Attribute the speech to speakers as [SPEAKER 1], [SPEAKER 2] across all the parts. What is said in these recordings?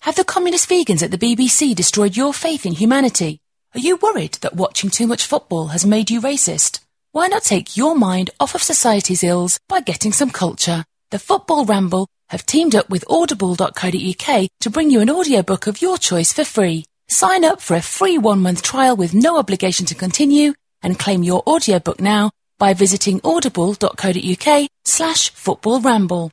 [SPEAKER 1] Have the communist vegans at the BBC destroyed your faith in humanity? Are you worried that watching too much football has made you racist? Why not take your mind off of society's ills by getting some culture? The Football Ramble have teamed up with audible.co.uk to bring you an audiobook of your choice for free. Sign up for a free one-month trial with no obligation to continue and claim your audiobook now by visiting audible.co.uk slash football ramble.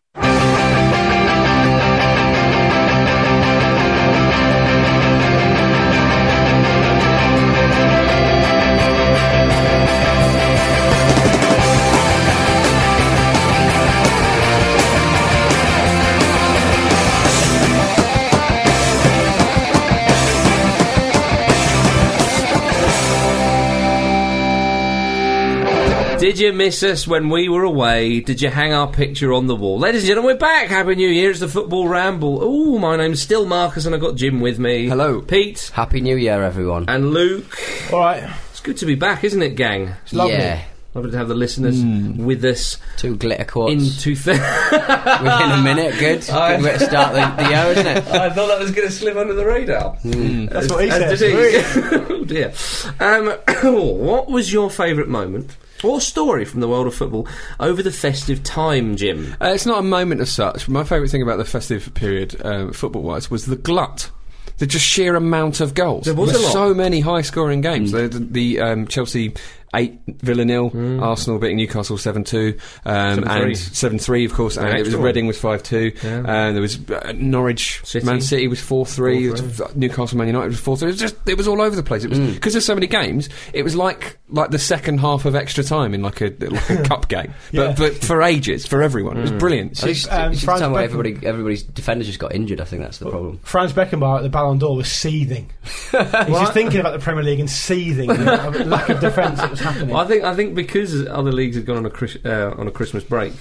[SPEAKER 2] Did you miss us when we were away? Did you hang our picture on the wall? Ladies and gentlemen, we're back. Happy New Year. It's the Football Ramble. Oh, my name's still Marcus and I've got Jim with me.
[SPEAKER 3] Hello.
[SPEAKER 2] Pete.
[SPEAKER 3] Happy New Year, everyone.
[SPEAKER 2] And Luke.
[SPEAKER 4] All right.
[SPEAKER 2] It's good to be back, isn't it, gang? It's lovely.
[SPEAKER 3] Yeah,
[SPEAKER 2] Lovely to have the listeners with us
[SPEAKER 3] two glitter
[SPEAKER 2] in
[SPEAKER 3] quarts
[SPEAKER 2] two thou-
[SPEAKER 3] within a minute. Good,
[SPEAKER 2] I-
[SPEAKER 3] good way to start the, the year, isn't it?
[SPEAKER 2] I thought that was going to slip under the radar.
[SPEAKER 4] That's what he
[SPEAKER 2] As
[SPEAKER 4] said.
[SPEAKER 2] did he. oh dear. Um, what was your favourite moment or story from the world of football over the festive time, Jim?
[SPEAKER 5] Uh, it's not a moment as such. My favourite thing about the festive period, um, football wise, was the glut. The just sheer amount of goals.
[SPEAKER 2] There was a lot.
[SPEAKER 5] so many high scoring games. The, the, the, um, Chelsea 8 Villa nil,
[SPEAKER 2] Mm.
[SPEAKER 5] Arsenal beating Newcastle 7 2, um,
[SPEAKER 2] 7-3.
[SPEAKER 5] and 7 3, of course. And it was
[SPEAKER 2] extra one.
[SPEAKER 5] Reading was 5 2. And there was uh, Norwich,
[SPEAKER 2] City.
[SPEAKER 5] Man City was 4 3. Newcastle, Man United was 4 3. It was just it was all over the place. It was
[SPEAKER 4] Hmm.
[SPEAKER 5] Because there's so many games, it was like like the second half of extra time in like a, like a cup game. But,
[SPEAKER 4] Yeah. Hmm.
[SPEAKER 5] but for ages, for everyone. It was brilliant.
[SPEAKER 3] I think It's,
[SPEAKER 4] um,
[SPEAKER 3] it's the
[SPEAKER 4] Franz Oh.
[SPEAKER 3] time where
[SPEAKER 4] Beckenbauer-
[SPEAKER 3] everybody, everybody's defenders just got injured. I think that's the problem.
[SPEAKER 4] Franz Beckenbauer at the Ballon d'Or was seething. He's just thinking about the Premier League and seething. you know, of lack of defence that was happening.
[SPEAKER 2] Well, I think I think because other leagues had gone on a Chris, uh, on a Christmas break,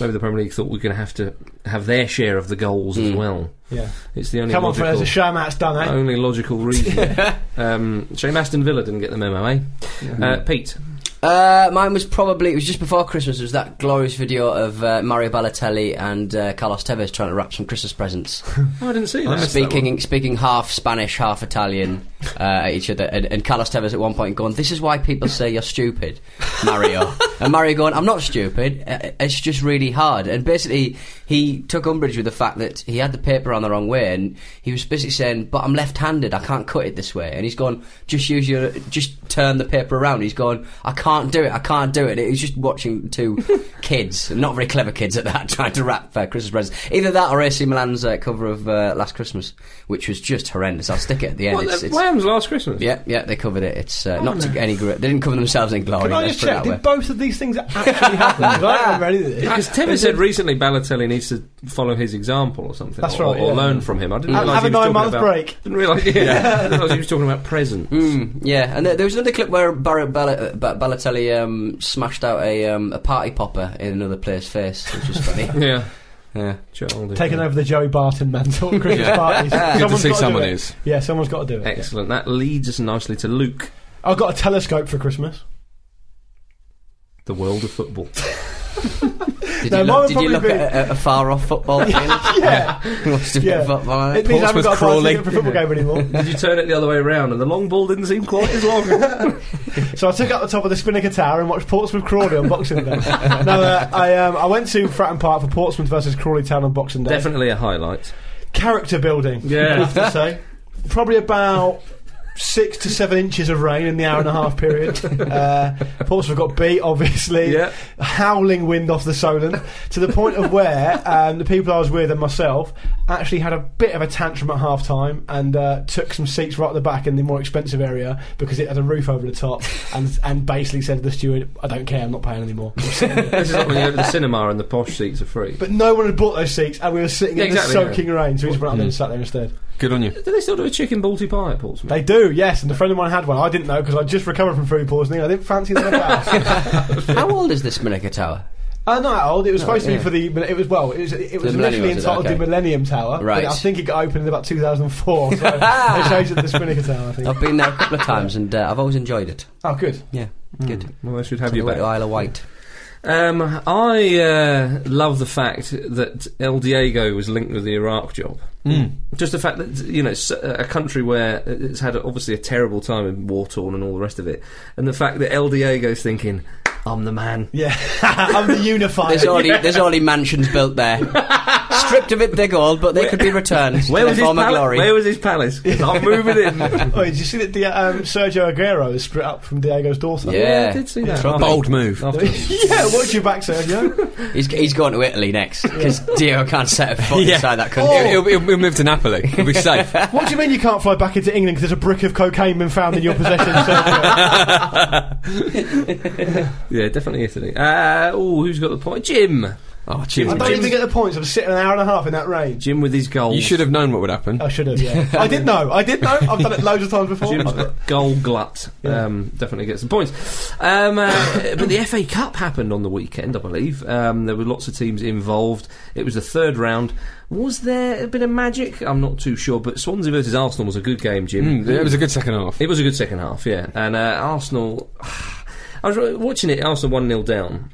[SPEAKER 2] maybe the Premier League thought we're going to have to have their share of the goals
[SPEAKER 3] Hmm.
[SPEAKER 2] as well.
[SPEAKER 4] Yeah.
[SPEAKER 2] It's the only
[SPEAKER 4] Come on,
[SPEAKER 2] logical,
[SPEAKER 4] fellas, the show match done, eh?
[SPEAKER 2] only logical reason. um, shame Aston Villa didn't get the memo, eh?
[SPEAKER 3] Mm-hmm.
[SPEAKER 2] Uh, Pete,
[SPEAKER 3] Uh, mine was probably it was just before Christmas. It was that glorious video of uh, Mario Balotelli and uh, Carlos Tevez trying to wrap some Christmas presents,
[SPEAKER 2] oh, I didn't see that.
[SPEAKER 3] speaking speaking half Spanish, half Italian uh, at each other. And, and Carlos Tevez at one point going, "This is why people say you're stupid, Mario." and Mario going, "I'm not stupid. uh, It's just really hard." And basically, he took umbrage with the fact that he had the paper on the wrong way, and he was basically saying, "But I'm left-handed. I can't cut it this way." And he's gone, "Just use your, just turn the paper around." He's gone, "I can't do it. I can't do it." And It was just watching two kids, not very clever kids at that, trying to wrap uh, Christmas presents. Either that or AC Milan's uh, cover of uh, Last Christmas, which was just horrendous. I'll stick it at the end.
[SPEAKER 2] What,
[SPEAKER 3] It's-
[SPEAKER 2] the-
[SPEAKER 3] it's-
[SPEAKER 2] Lambs last Christmas.
[SPEAKER 3] yeah, yeah, they covered it. It's uh, not to any. gr- They didn't cover themselves in glory.
[SPEAKER 4] Oh, Can I
[SPEAKER 3] Oh, let's
[SPEAKER 4] just
[SPEAKER 3] put it
[SPEAKER 4] check?
[SPEAKER 3] that way.
[SPEAKER 4] Did both of these things actually happen? 'Cause I don't remember any of this.
[SPEAKER 2] Because Tevez said recently Balotelli needs to follow his example or something.
[SPEAKER 4] That's
[SPEAKER 2] or,
[SPEAKER 4] right,
[SPEAKER 2] Or
[SPEAKER 4] yeah.
[SPEAKER 2] learn from him. I didn't
[SPEAKER 4] Have-
[SPEAKER 2] realise
[SPEAKER 4] have
[SPEAKER 2] he was
[SPEAKER 4] a
[SPEAKER 2] talking
[SPEAKER 4] nine-month
[SPEAKER 2] about-
[SPEAKER 4] break.
[SPEAKER 2] Didn't realise, yeah. didn't realise he was talking about presents.
[SPEAKER 3] Mm, yeah, and there, there was another clip where Bar- Bal- Ba- Balotelli um, smashed out a um, a party popper in another player's face, which was funny.
[SPEAKER 2] Yeah.
[SPEAKER 3] yeah.
[SPEAKER 2] Childish.
[SPEAKER 4] Taking over the Joey Barton mantle at Christmas parties.
[SPEAKER 5] Good to
[SPEAKER 4] Someone's
[SPEAKER 5] see
[SPEAKER 4] gotta do
[SPEAKER 5] someone
[SPEAKER 4] it.
[SPEAKER 5] is.
[SPEAKER 4] Yeah, someone's got to do it.
[SPEAKER 2] Excellent. That leads us nicely to Luke,
[SPEAKER 4] I got a telescope for Christmas.
[SPEAKER 2] the world of football.
[SPEAKER 3] Did
[SPEAKER 4] No,
[SPEAKER 3] you
[SPEAKER 4] mine
[SPEAKER 3] look,
[SPEAKER 4] would
[SPEAKER 3] did you look
[SPEAKER 4] probably be-
[SPEAKER 3] at a, a far off football?
[SPEAKER 4] Yeah,
[SPEAKER 3] eh?
[SPEAKER 4] yeah. It means I haven't
[SPEAKER 5] Portsmouth
[SPEAKER 4] got a
[SPEAKER 5] Crawley.
[SPEAKER 4] ticket for a football game anymore.
[SPEAKER 2] Did you turn it the other way around and the long ball didn't seem quite as long?
[SPEAKER 4] So I took up the top of the Spinnaker Tower and watched Portsmouth Crawley on Boxing Day. No, uh, I um, I went to Fratton Park for Portsmouth versus Crawley Town on Boxing Day.
[SPEAKER 2] Definitely a highlight.
[SPEAKER 4] Character building.
[SPEAKER 2] Yeah.
[SPEAKER 4] I have to say. Probably about six to seven inches of rain in the hour and a half period. Uh, Portsmouth got beat, obviously.
[SPEAKER 5] Yeah.
[SPEAKER 4] Howling wind off the Solent to the point of where um, the people I was with and myself actually had a bit of a tantrum at half time and uh, took some seats right at the back in the more expensive area because it had a roof over the top and and basically said to the steward, "I don't care, I'm not paying anymore." I'm sitting here."
[SPEAKER 2] This is like when you go to the cinema and the posh seats are free.
[SPEAKER 4] But no one had bought those seats, and we were sitting
[SPEAKER 2] Yeah,
[SPEAKER 4] in
[SPEAKER 2] exactly,
[SPEAKER 4] the soaking rain, so we just went out there and sat there instead.
[SPEAKER 5] Good on you.
[SPEAKER 2] do they still do a chicken balti pie at Portsmouth?
[SPEAKER 4] They do, yes. And a friend of mine had one. I didn't know because I just recovered from food poisoning. I didn't fancy them at that.
[SPEAKER 3] How old is this Spinnaker Tower?
[SPEAKER 4] uh, not that old. It was
[SPEAKER 3] No,
[SPEAKER 4] supposed
[SPEAKER 3] yeah.
[SPEAKER 4] to be for the. but It was well. It was. It was
[SPEAKER 3] The Millennium,
[SPEAKER 4] initially
[SPEAKER 3] was it?
[SPEAKER 4] entitled
[SPEAKER 3] Okay.
[SPEAKER 4] the Millennium Tower.
[SPEAKER 3] Right.
[SPEAKER 4] But I think it got opened in about 2004. So they changed it to the Spinnaker Tower. I think.
[SPEAKER 3] I've been there a couple of times and uh, I've always enjoyed it.
[SPEAKER 4] Oh, good.
[SPEAKER 3] Yeah, good.
[SPEAKER 2] Well, they should
[SPEAKER 3] Have
[SPEAKER 2] have you
[SPEAKER 3] went
[SPEAKER 2] Hmm. back.
[SPEAKER 3] to Isle of Wight.
[SPEAKER 2] Um, I uh, love the fact that El Diego was linked with the Iraq job. Just the fact that you know s- a country where it's had obviously a terrible time and war torn and all the rest of it, and the fact that El Diego's thinking, "I'm the man."
[SPEAKER 4] Yeah, I'm the unifier.
[SPEAKER 3] There's already there's already mansions built there. Stripped of it, they're gold, but they could be returned to
[SPEAKER 2] Where
[SPEAKER 3] their
[SPEAKER 2] was, his
[SPEAKER 3] former
[SPEAKER 2] palace?
[SPEAKER 3] glory.
[SPEAKER 2] Where was his palace? I'm moving in.
[SPEAKER 4] Oh, did you see that Di- um, Sergio Aguero is split up from Diego's daughter?
[SPEAKER 2] Yeah, I did see that.
[SPEAKER 3] Trouble.
[SPEAKER 5] Bold move.
[SPEAKER 2] After-
[SPEAKER 4] yeah, watch your back, Sergio.
[SPEAKER 3] He's, he's going to Italy next because Dio can't set a foot inside that country.
[SPEAKER 2] Oh.
[SPEAKER 5] He'll, he'll- he'll move to Napoli. He'll be safe.
[SPEAKER 4] what do you mean you can't fly back into England because there's a brick of cocaine been found in your possession? Sergio?
[SPEAKER 2] yeah, definitely Italy. Uh, oh, who's got the point? Jim.
[SPEAKER 5] Oh, Jim.
[SPEAKER 4] I don't even get the points. I'm sitting an hour and a half in that rain.
[SPEAKER 2] Jim with his gold.
[SPEAKER 5] You should have known what would happen.
[SPEAKER 4] I should have. Yeah, I did know. I did know. I've done it loads of times before.
[SPEAKER 2] Jim's goal glut um, definitely gets some points. Um, uh, but the FA Cup happened on the weekend, I believe. Um, there were lots of teams involved. It was the third round. Was there a bit of magic? I'm not too sure, but Swansea versus Arsenal was a good game, Jim.
[SPEAKER 5] Mm, yeah, it was a good second half.
[SPEAKER 2] It was a good second half, yeah. And uh, Arsenal, I was watching it. Arsenal one 0 down.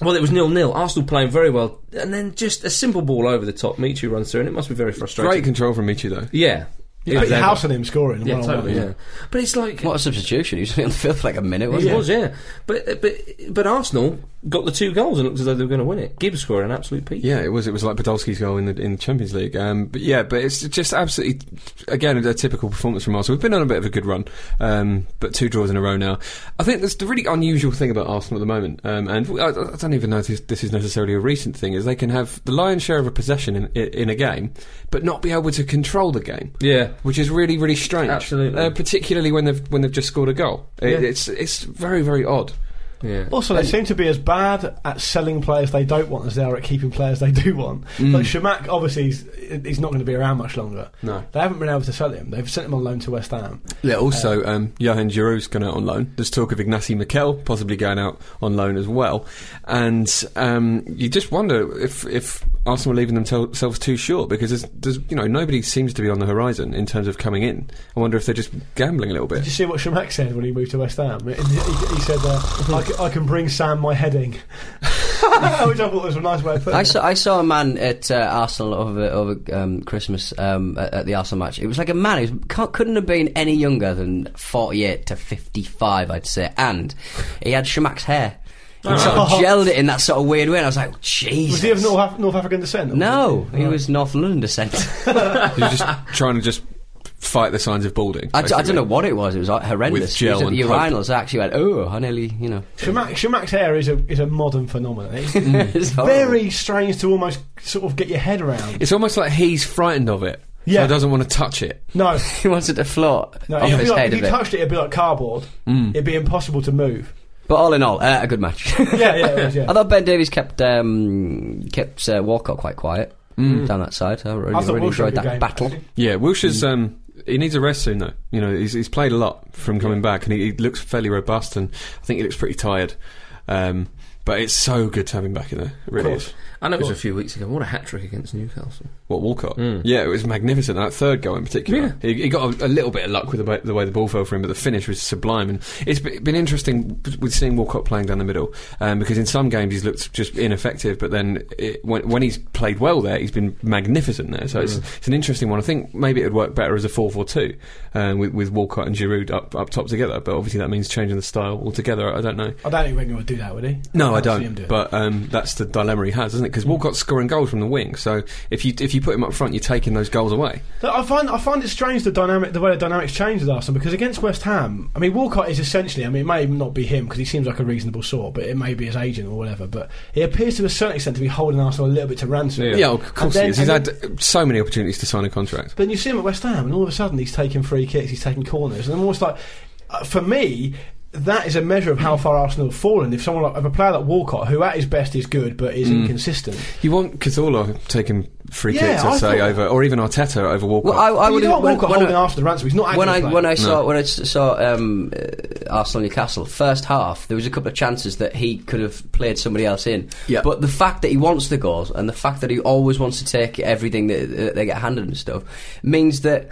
[SPEAKER 2] Well, it was nil nil. Arsenal playing very well, and then just a simple ball over the top. Michu runs through, and it must be very frustrating.
[SPEAKER 5] Great control from Michi, though.
[SPEAKER 2] Yeah,
[SPEAKER 4] You put your
[SPEAKER 2] Exactly.
[SPEAKER 4] house on him scoring.
[SPEAKER 2] Yeah,
[SPEAKER 4] one on
[SPEAKER 2] totally.
[SPEAKER 4] one.
[SPEAKER 2] Yeah, but it's like
[SPEAKER 3] What a substitution! He was only on the field for like a minute,
[SPEAKER 2] It
[SPEAKER 3] wasn't
[SPEAKER 2] was, yeah. But uh, but but Arsenal got the two goals and looked as though they were going to win it. Gibbs scored an absolute peach.
[SPEAKER 5] Yeah, it was. It was like Podolski's goal in the in the Champions League. Um, but yeah, but it's just absolutely again a typical performance from Arsenal. We've been on a bit of a good run, um, but two draws in a row now. I think that's the really unusual thing about Arsenal at the moment, um, and I, I don't even know if this, this is necessarily a recent thing. Is they can have the lion's share of a possession in, in a game, but not be able to control the game.
[SPEAKER 2] Yeah.
[SPEAKER 5] Which is really, really strange.
[SPEAKER 2] Absolutely.
[SPEAKER 5] uh, particularly when they've when they've just scored a goal. It-
[SPEAKER 2] Yeah.
[SPEAKER 5] It's it's very, very odd.
[SPEAKER 2] yeah.
[SPEAKER 4] Also, they seem to be as bad at selling players they don't want as they are at keeping players they do want. Like Shamak, obviously, he's, he's not going to be around much longer.
[SPEAKER 5] No.
[SPEAKER 4] They haven't been able to sell him. They've sent him on loan to West Ham.
[SPEAKER 5] Yeah, also, um, Johan Giroud's gone out on loan. There's talk of Ignacy Mikel possibly going out on loan as well. And um, you just wonder if, if Arsenal are leaving themselves too short because there's, there's, you know, nobody seems to be on the horizon in terms of coming in. I wonder if they're just gambling a little
[SPEAKER 4] Did you
[SPEAKER 5] bit.
[SPEAKER 4] see what Shamak said when he moved to West Ham? He, he- he said, uh, I, c- I can bring Sam my heading. Which I thought was a nice way of putting
[SPEAKER 3] I
[SPEAKER 4] it.
[SPEAKER 3] saw, I saw a man at uh, Arsenal over over um, Christmas um, at, at the Arsenal match. It was like a man who can't, couldn't have been any younger than 48 to 55, I'd say. And he had Shamak's hair. He sort of gelled it in that sort of weird way, and I was like,
[SPEAKER 4] Oh. Was he
[SPEAKER 3] Jesus.
[SPEAKER 4] of North, Af- North African descent? or
[SPEAKER 3] No,
[SPEAKER 4] was
[SPEAKER 3] he was North London descent.
[SPEAKER 5] You're just trying to just fight the signs of balding.
[SPEAKER 3] I, d- I don't
[SPEAKER 5] basically.
[SPEAKER 3] know what it was. It was like, horrendous.
[SPEAKER 5] With
[SPEAKER 3] He
[SPEAKER 5] gel
[SPEAKER 3] was at
[SPEAKER 5] and
[SPEAKER 3] the
[SPEAKER 5] hope.
[SPEAKER 3] urinals. I actually went, oh, I nearly, you know.
[SPEAKER 4] Shamak, Shamak's hair is a, is a modern phenomenon. It's
[SPEAKER 3] It's horrible.
[SPEAKER 4] Hmm. very strange to almost sort of get your head around.
[SPEAKER 5] It's almost like he's frightened of it.
[SPEAKER 4] Yeah.
[SPEAKER 5] So he doesn't want to touch it.
[SPEAKER 4] No,
[SPEAKER 3] He wanted to float
[SPEAKER 4] no.
[SPEAKER 3] off
[SPEAKER 4] It'd be
[SPEAKER 3] his
[SPEAKER 4] like,
[SPEAKER 3] head
[SPEAKER 4] if
[SPEAKER 3] a
[SPEAKER 4] you
[SPEAKER 3] bit.
[SPEAKER 4] touched it, it'd be like cardboard.
[SPEAKER 5] Mm.
[SPEAKER 4] It'd be impossible to move.
[SPEAKER 3] But all in all, uh, a good match.
[SPEAKER 4] Yeah, yeah, it was, yeah.
[SPEAKER 3] I thought Ben Davies kept um, kept uh, Walcott quite quiet down that side. I really,
[SPEAKER 4] I thought
[SPEAKER 3] really
[SPEAKER 4] Wilshere
[SPEAKER 3] enjoyed
[SPEAKER 4] had a
[SPEAKER 3] that
[SPEAKER 4] good game,
[SPEAKER 3] battle.
[SPEAKER 4] actually.
[SPEAKER 5] Yeah, Wilshire's. Um, he needs a rest soon, though. You know, he's, he's played a lot from coming back, and he, he looks fairly robust, and I think he looks pretty tired. Um, but it's so good to have him back in there. It really
[SPEAKER 4] course.
[SPEAKER 5] is.
[SPEAKER 2] I know it was a few weeks ago. What a hat trick against Newcastle.
[SPEAKER 5] What Walcott? Yeah, it was magnificent. That third goal in particular, he, he got a, a little bit of luck with the way, the way the ball fell for him, but the finish was sublime. And it's be- been interesting with seeing Walcott playing down the middle um, because in some games he's looked just ineffective, but then it, when, when he's played well there, he's been magnificent there. So it's, it's an interesting one. I think maybe it would work better as a four-four-two um, with, with Walcott and Giroud up up top together. But obviously that means changing the style altogether. I don't know.
[SPEAKER 4] I don't think Wenger would do that, would he?
[SPEAKER 5] No, No, I
[SPEAKER 6] can't see him do
[SPEAKER 5] don't.
[SPEAKER 6] it.
[SPEAKER 5] But um, that's the dilemma he has, isn't it? Because Walcott's scoring goals from the wing, so if you if you put him up front, you're taking those goals away.
[SPEAKER 4] So I find I find it strange the dynamic, the way the dynamics changed with Arsenal because against West Ham, I mean Walcott is essentially, I mean it may not be him because he seems like a reasonable sort, but it may be his agent or whatever. But he appears to a certain extent to be holding Arsenal a little bit to ransom.
[SPEAKER 5] Yeah, of course
[SPEAKER 4] And then-
[SPEAKER 5] he is. He's
[SPEAKER 4] and
[SPEAKER 5] had
[SPEAKER 4] then-
[SPEAKER 5] uh, so many opportunities to sign a contract.
[SPEAKER 4] But then you see him at West Ham, and all of a sudden he's taking free kicks, he's taking corners, and I'm almost like, uh, for me. That is a measure of how far Arsenal have fallen. If someone like if a player like Walcott, who at his best is good but
[SPEAKER 3] Mm.
[SPEAKER 4] is inconsistent,
[SPEAKER 5] You want Cazorla taking free
[SPEAKER 4] Yeah,
[SPEAKER 5] kicks,
[SPEAKER 4] I
[SPEAKER 5] I'd say,
[SPEAKER 4] thought-
[SPEAKER 5] over, or even Arteta over Walcott.
[SPEAKER 3] Well, I, I
[SPEAKER 4] But you
[SPEAKER 3] would
[SPEAKER 4] don't want
[SPEAKER 3] when,
[SPEAKER 4] Walcott
[SPEAKER 3] when
[SPEAKER 4] holding
[SPEAKER 3] I,
[SPEAKER 4] Arsenal to ransom. He's not actually
[SPEAKER 3] when I
[SPEAKER 4] playing.
[SPEAKER 3] when I saw when I s- saw um, uh, Arsenal Newcastle first half, there was a couple of chances that he could have played somebody else in.
[SPEAKER 5] Yeah.
[SPEAKER 3] But the fact that he wants the goals and the fact that he always wants to take everything that, that they get handed and stuff means that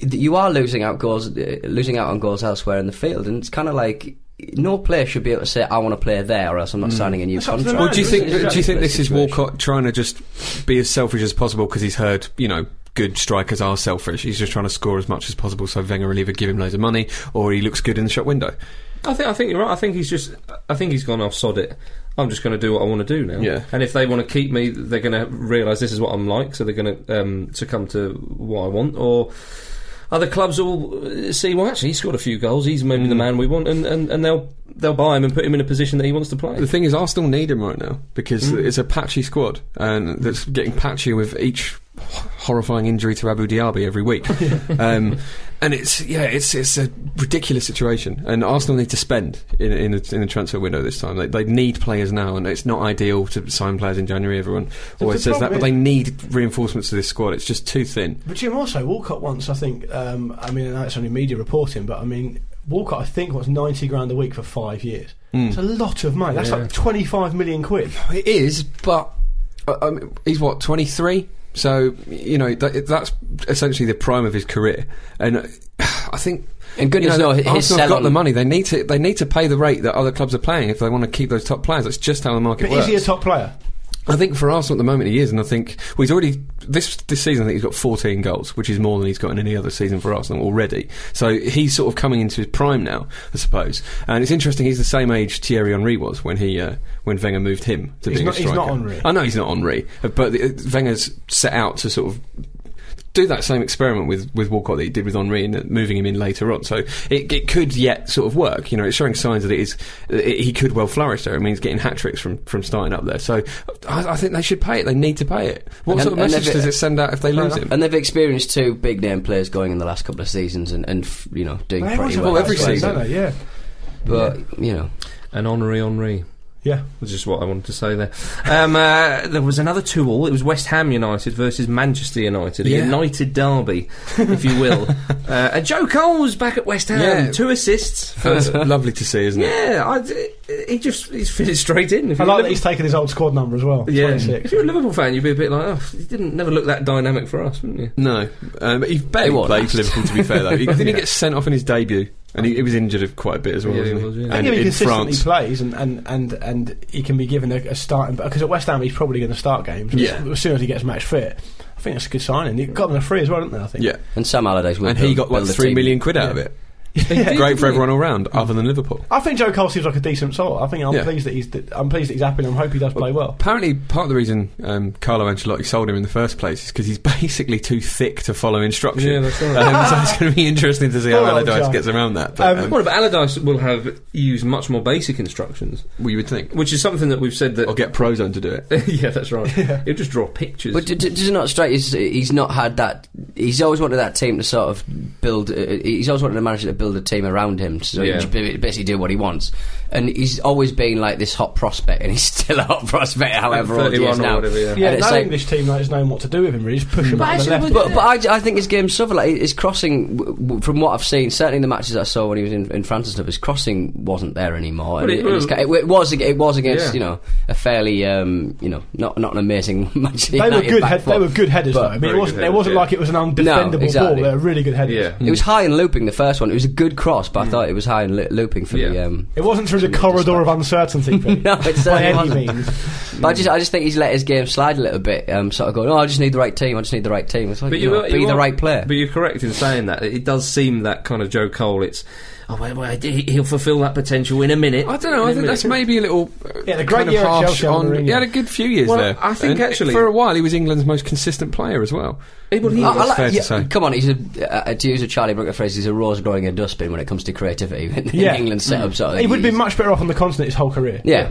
[SPEAKER 3] that you are losing out goals, uh, losing out on goals elsewhere in the field, and it's kind of like. No player should be able to say, "I want to play there," or else I'm not signing a new
[SPEAKER 4] That's up to the
[SPEAKER 3] contract.
[SPEAKER 4] manager,
[SPEAKER 5] Well, do you think
[SPEAKER 3] It's a
[SPEAKER 5] do you think
[SPEAKER 3] ridiculous
[SPEAKER 5] this is
[SPEAKER 3] situation.
[SPEAKER 5] Walcott trying to just be as selfish as possible because he's heard you know good strikers are selfish. He's just trying to score as much as possible so Wenger will either give him loads of money or he looks good in the shop window.
[SPEAKER 2] I think I think you're right. I think he's just. I think he's gone off. Sod it. I'm just going to do what I want to do now.
[SPEAKER 5] Yeah.
[SPEAKER 2] And if they want to keep me, they're going to realise this is what I'm like. So they're going to um, succumb to what I want. Or other clubs will uh, see. Well, actually, he scored a few goals. He's maybe the man we want, and, and, and they'll they'll buy him and put him in a position that he wants to play.
[SPEAKER 5] The thing is, Arsenal need him right now because
[SPEAKER 4] Mm.
[SPEAKER 5] it's a patchy squad and that's getting patchier with each horrifying injury to Abu Dhabi every week. um, and it's yeah, it's it's a ridiculous situation. And Arsenal need to spend in in the, in the transfer window this time. They, they need players now, and it's not ideal to sign players in January. Everyone always
[SPEAKER 4] the
[SPEAKER 5] says that,
[SPEAKER 4] problem
[SPEAKER 5] but
[SPEAKER 4] is-
[SPEAKER 5] they need reinforcements to this squad. It's just too thin.
[SPEAKER 4] But Jim, also Walcott once, I think. Um, I mean, that's only media reporting, but I mean, Walcott, I think, was ninety grand a week for five years.
[SPEAKER 3] Mm.
[SPEAKER 4] It's a lot of money. That's like twenty-five million quid.
[SPEAKER 5] It is, but uh, um, he's what twenty three. So you know that, that's essentially the prime of his career, and uh, I think.
[SPEAKER 3] And goodness
[SPEAKER 5] you know,
[SPEAKER 3] knows his
[SPEAKER 5] Arsenal's
[SPEAKER 3] sell
[SPEAKER 5] got
[SPEAKER 3] on-
[SPEAKER 5] the money. They need to. They need to pay the rate that other clubs are playing if they want to keep those top players. That's just how the market
[SPEAKER 4] But
[SPEAKER 5] works.
[SPEAKER 4] is he a top player?
[SPEAKER 5] I think for Arsenal at the moment he is, and I think well, he's already this this season. I think he's got 14 goals, which is more than he's got in any other season for Arsenal already. So he's sort of coming into his prime now, I suppose. And it's interesting he's the same age Thierry Henry was when he uh, when Wenger moved him to
[SPEAKER 4] He's
[SPEAKER 5] being
[SPEAKER 4] not-
[SPEAKER 5] a
[SPEAKER 4] he's
[SPEAKER 5] striker.
[SPEAKER 4] not Henry.
[SPEAKER 5] I know he's not Henry, but the, uh, Wenger's set out to sort of. Do that same experiment with, with Walcott that he did with Henri and uh, moving him in later on. So it, it could yet sort of work. You know, it's showing signs that it is it, he could well flourish there. I mean, he's getting hat tricks from, from starting up there. So I, I think they should pay it. They need to pay it. What
[SPEAKER 3] And-
[SPEAKER 5] sort of
[SPEAKER 3] and
[SPEAKER 5] message
[SPEAKER 3] if it-
[SPEAKER 5] does it send out if they lose him?
[SPEAKER 3] And they've experienced two big name players going in the last couple of seasons and, and f- you know, doing
[SPEAKER 4] Everyone's
[SPEAKER 3] pretty
[SPEAKER 4] a
[SPEAKER 3] well.
[SPEAKER 5] well every
[SPEAKER 4] top player,
[SPEAKER 5] season.
[SPEAKER 4] don't they? yeah,
[SPEAKER 3] But, you know.
[SPEAKER 2] And Henri Henri.
[SPEAKER 4] yeah.
[SPEAKER 2] Which is what I wanted to say there. Um, uh, there was another two all. It was West Ham United versus Manchester United,
[SPEAKER 5] Yeah.
[SPEAKER 2] a United derby, if you will. uh, and Joe Cole was back at West Ham,
[SPEAKER 5] Yeah.
[SPEAKER 2] two assists.
[SPEAKER 5] That's lovely to see, isn't it?
[SPEAKER 2] Yeah, I, he just he's fitted straight in. If
[SPEAKER 4] I
[SPEAKER 2] you're a
[SPEAKER 4] like that
[SPEAKER 2] Liverpool-
[SPEAKER 4] he's taken his old squad number as well.
[SPEAKER 2] yeah.
[SPEAKER 4] 26.
[SPEAKER 2] If you're a Liverpool fan, you'd be a bit like, oh, he didn't never look that dynamic for us, wouldn't you?
[SPEAKER 5] No, um, but he barely
[SPEAKER 3] He won't
[SPEAKER 5] played
[SPEAKER 3] last.
[SPEAKER 5] for Liverpool. To be fair, though, he, didn't he get sent off in his debut? And he, he was injured quite a bit as well,
[SPEAKER 2] Yeah, he
[SPEAKER 5] wasn't
[SPEAKER 2] was,
[SPEAKER 5] he?
[SPEAKER 2] yeah.
[SPEAKER 4] I think
[SPEAKER 5] And
[SPEAKER 4] if he
[SPEAKER 5] in
[SPEAKER 4] consistently
[SPEAKER 5] France,
[SPEAKER 4] plays and, and, and, and he can be given a, a starting because at West Ham he's probably going to start games
[SPEAKER 5] Yeah.
[SPEAKER 4] as, as soon as he gets match fit. I think that's a good signing. He got him a free as well, didn't they? I think.
[SPEAKER 5] yeah,
[SPEAKER 3] And Sam Allardyce will
[SPEAKER 5] and he
[SPEAKER 3] build-
[SPEAKER 5] got what
[SPEAKER 3] build a
[SPEAKER 5] three
[SPEAKER 3] team.
[SPEAKER 5] million quid out of it. Great for everyone all round, other than Liverpool.
[SPEAKER 4] I think Joe Cole seems like a decent sort. I think I'm
[SPEAKER 5] Yeah.
[SPEAKER 4] pleased that he's. I'm pleased that he's happy. and I hope he does play well.
[SPEAKER 5] Apparently, part of the reason um, Carlo Ancelotti sold him in the first place is because he's basically too thick to follow instruction.
[SPEAKER 2] Yeah, that's right.
[SPEAKER 5] um, so it's going to be interesting to see how
[SPEAKER 4] Oh,
[SPEAKER 5] Allardyce
[SPEAKER 4] John.
[SPEAKER 5] gets around that. But,
[SPEAKER 4] Um,
[SPEAKER 5] um,
[SPEAKER 2] Well, but Allardyce will have used much more basic instructions,
[SPEAKER 5] well, you would think,
[SPEAKER 2] which is something that we've said that.
[SPEAKER 5] or get Prozone to do it.
[SPEAKER 2] yeah, that's right. He'll just draw pictures.
[SPEAKER 3] But d- d- does it not strike you? as He's not had that. He's always wanted that team to sort of build. Uh, he's always wanted a manager to build a team around him, so
[SPEAKER 2] Yeah.
[SPEAKER 3] he can just basically do what he wants. And he's always been like this hot prospect, and he's still a hot prospect, however old he
[SPEAKER 2] 31
[SPEAKER 3] is
[SPEAKER 2] or
[SPEAKER 3] now.
[SPEAKER 2] whatever, yeah.
[SPEAKER 4] Yeah,
[SPEAKER 3] And it's
[SPEAKER 4] no
[SPEAKER 3] like- Mm.
[SPEAKER 4] English team knows knowing what to do with him. Really, just push him
[SPEAKER 1] But
[SPEAKER 4] out to the
[SPEAKER 1] actually,
[SPEAKER 4] left.
[SPEAKER 1] would-
[SPEAKER 3] But, but I, I think his game subtle. Like, his crossing, w- w- from what I've seen, certainly in the matches I saw when he was in, in France and stuff, his crossing wasn't there anymore. And
[SPEAKER 2] But
[SPEAKER 3] it,
[SPEAKER 2] it-
[SPEAKER 3] and it's ca- it, it was ag- it was against
[SPEAKER 2] Yeah.
[SPEAKER 3] you know a fairly um, you know not not an amazing match.
[SPEAKER 4] they were good. Head, they were good headers,
[SPEAKER 3] But-
[SPEAKER 4] though. I mean,
[SPEAKER 2] Very
[SPEAKER 4] it wasn't.
[SPEAKER 2] good
[SPEAKER 4] it wasn't
[SPEAKER 2] headers,
[SPEAKER 4] like it was an
[SPEAKER 3] No,
[SPEAKER 4] undefendable
[SPEAKER 3] exactly.
[SPEAKER 4] ball. They were really good headers.
[SPEAKER 2] yeah.
[SPEAKER 3] It was high and looping the first one. It was a good cross, but I thought it was high and lo- looping for the.
[SPEAKER 2] Yeah.
[SPEAKER 3] Um,
[SPEAKER 4] It wasn't through the
[SPEAKER 3] Shouldn't
[SPEAKER 4] corridor of uncertainty. Pete,
[SPEAKER 3] no, it
[SPEAKER 4] by
[SPEAKER 3] certainly
[SPEAKER 4] any
[SPEAKER 3] wasn't.
[SPEAKER 4] means.
[SPEAKER 3] But I just, I just think he's let his game slide a little bit. Um, sort of going, oh, I just need the right team. I just need the right team. It's like, you know,
[SPEAKER 2] are-
[SPEAKER 3] be the
[SPEAKER 2] are-
[SPEAKER 3] right player.
[SPEAKER 2] But you're correct in saying that it does seem that kind of Joe Cole. It's oh, well, well, he- he'll fulfil that potential in a minute.
[SPEAKER 5] I don't know.
[SPEAKER 2] In
[SPEAKER 5] I
[SPEAKER 2] a
[SPEAKER 5] think that's
[SPEAKER 2] minute.
[SPEAKER 5] maybe a little. uh,
[SPEAKER 4] He had a great
[SPEAKER 5] kind of
[SPEAKER 4] year at
[SPEAKER 5] harsh
[SPEAKER 4] Chelsea under
[SPEAKER 5] on.
[SPEAKER 4] Mourinho.
[SPEAKER 5] He had a good few years
[SPEAKER 2] Well,
[SPEAKER 5] there.
[SPEAKER 2] I think
[SPEAKER 5] And
[SPEAKER 2] actually-
[SPEAKER 5] for a while he was England's most consistent player as well.
[SPEAKER 2] Eh, well, he-
[SPEAKER 5] I- I
[SPEAKER 2] that's
[SPEAKER 5] like-
[SPEAKER 2] fair to
[SPEAKER 5] yeah.
[SPEAKER 2] say.
[SPEAKER 5] say.
[SPEAKER 3] Come on, he's a, uh, to use a Charlie Brooker phrase, he's a rose growing in a dustbin when it comes to creativity in
[SPEAKER 4] Yeah. Mm.
[SPEAKER 3] England setup. Sort of
[SPEAKER 4] He
[SPEAKER 3] thing.
[SPEAKER 4] would have been
[SPEAKER 3] He's-
[SPEAKER 4] much Mm. better off on the continent his whole career.
[SPEAKER 3] Yeah.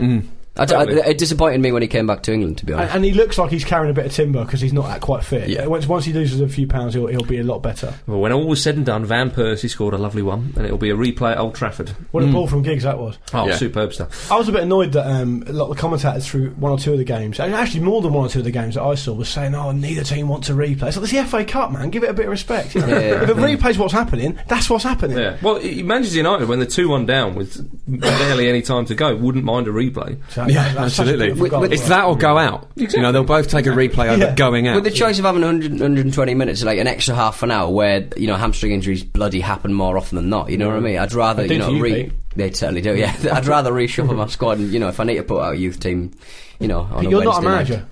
[SPEAKER 3] I d- I-
[SPEAKER 5] Totally.
[SPEAKER 3] it disappointed me when he came back to England, to be
[SPEAKER 4] And,
[SPEAKER 3] honest.
[SPEAKER 4] and he looks like he's carrying a bit of timber because he's not that quite fit.
[SPEAKER 3] Yeah.
[SPEAKER 4] Once, once he loses a few pounds, he'll, he'll be a lot better.
[SPEAKER 2] Well, when all was said and done, Van Persie scored a lovely one, and it'll be a replay at Old Trafford.
[SPEAKER 4] What a
[SPEAKER 3] Hmm.
[SPEAKER 4] ball from Giggs that was.
[SPEAKER 2] Oh,
[SPEAKER 5] Yeah.
[SPEAKER 2] superb stuff.
[SPEAKER 4] I was a bit annoyed that um, a lot of the commentators through one or two of the games, and actually more than one or two of the games that I saw, was saying, "Oh, neither team wants a replay." It's like it's the FA Cup, man. Give it a bit of respect. You know?
[SPEAKER 3] Yeah.
[SPEAKER 4] if a replay's what's happening, that's what's happening.
[SPEAKER 2] Yeah. Well, i- Manchester United, when they're 2 1 down with barely any time to go, wouldn't mind a replay.
[SPEAKER 4] So,
[SPEAKER 5] Yeah,
[SPEAKER 4] that's such a
[SPEAKER 5] absolutely.
[SPEAKER 4] beautiful goal as
[SPEAKER 5] It's
[SPEAKER 4] well.
[SPEAKER 5] that or go out. You know, they'll both take a replay over
[SPEAKER 4] Yeah.
[SPEAKER 5] going out.
[SPEAKER 3] With the choice of having 100, 120 minutes, like an extra half an hour, where you know hamstring injuries bloody happen more often than not. You know what I mean? I'd rather
[SPEAKER 4] Mm. They do
[SPEAKER 3] you know
[SPEAKER 4] to you,
[SPEAKER 3] re-
[SPEAKER 4] Pete.
[SPEAKER 3] they certainly do. Yeah, I'd rather reshuffle my squad, and you know if I need to put out a youth team, you know. On
[SPEAKER 4] But
[SPEAKER 3] a
[SPEAKER 4] you're not a
[SPEAKER 3] Wednesday night.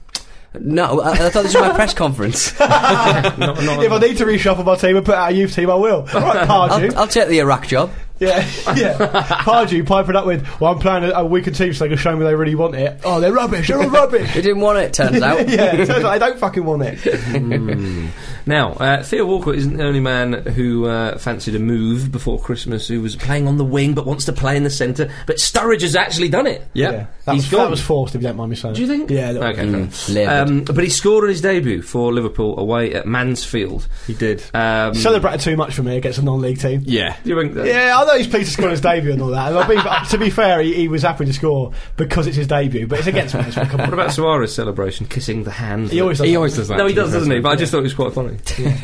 [SPEAKER 4] manager.
[SPEAKER 3] No, I, I thought this was my press conference.
[SPEAKER 2] Not- not-
[SPEAKER 4] If I need to reshuffle my team and put out a youth team, I will. All right, Pardew.
[SPEAKER 3] I'll, I'll take the Iraq job.
[SPEAKER 4] Yeah, yeah. Pardew piping up with, "Well, I'm playing a, a weaker team, so they can show me they really want it." Oh, they're rubbish. They're all rubbish.
[SPEAKER 3] They didn't want it. Turns out.
[SPEAKER 4] yeah, it turns out they don't fucking want it.
[SPEAKER 2] Now, uh, Theo Walcott isn't the only man who uh, fancied a move before Christmas who was playing on the wing but wants to play in the centre. But Sturridge has actually done it.
[SPEAKER 5] yeah.
[SPEAKER 4] that,
[SPEAKER 2] He's
[SPEAKER 4] was,
[SPEAKER 2] gone.
[SPEAKER 4] that was forced. If you don't mind me saying,
[SPEAKER 2] Do you think?
[SPEAKER 4] Yeah, a little
[SPEAKER 2] Okay.
[SPEAKER 4] bit.
[SPEAKER 3] Mm,
[SPEAKER 2] fair.
[SPEAKER 3] laboured.
[SPEAKER 2] Um, but he scored on his debut for Liverpool away at Mansfield.
[SPEAKER 5] he did.
[SPEAKER 2] Um,
[SPEAKER 4] celebrated too much for me against a non-league team.
[SPEAKER 5] yeah.
[SPEAKER 2] do you think that-
[SPEAKER 4] Yeah, I know he's pleased to score his debut and all that. And I'll be, but uh, to be fair, he, he was happy to score because it's his debut, but it's against Mansfield. Come
[SPEAKER 2] What
[SPEAKER 4] on.
[SPEAKER 2] about Suarez' celebration, kissing the hand?
[SPEAKER 4] He always does.
[SPEAKER 5] He
[SPEAKER 4] that.
[SPEAKER 5] always does that.
[SPEAKER 2] no, he does, doesn't he? But I just thought it was quite funny.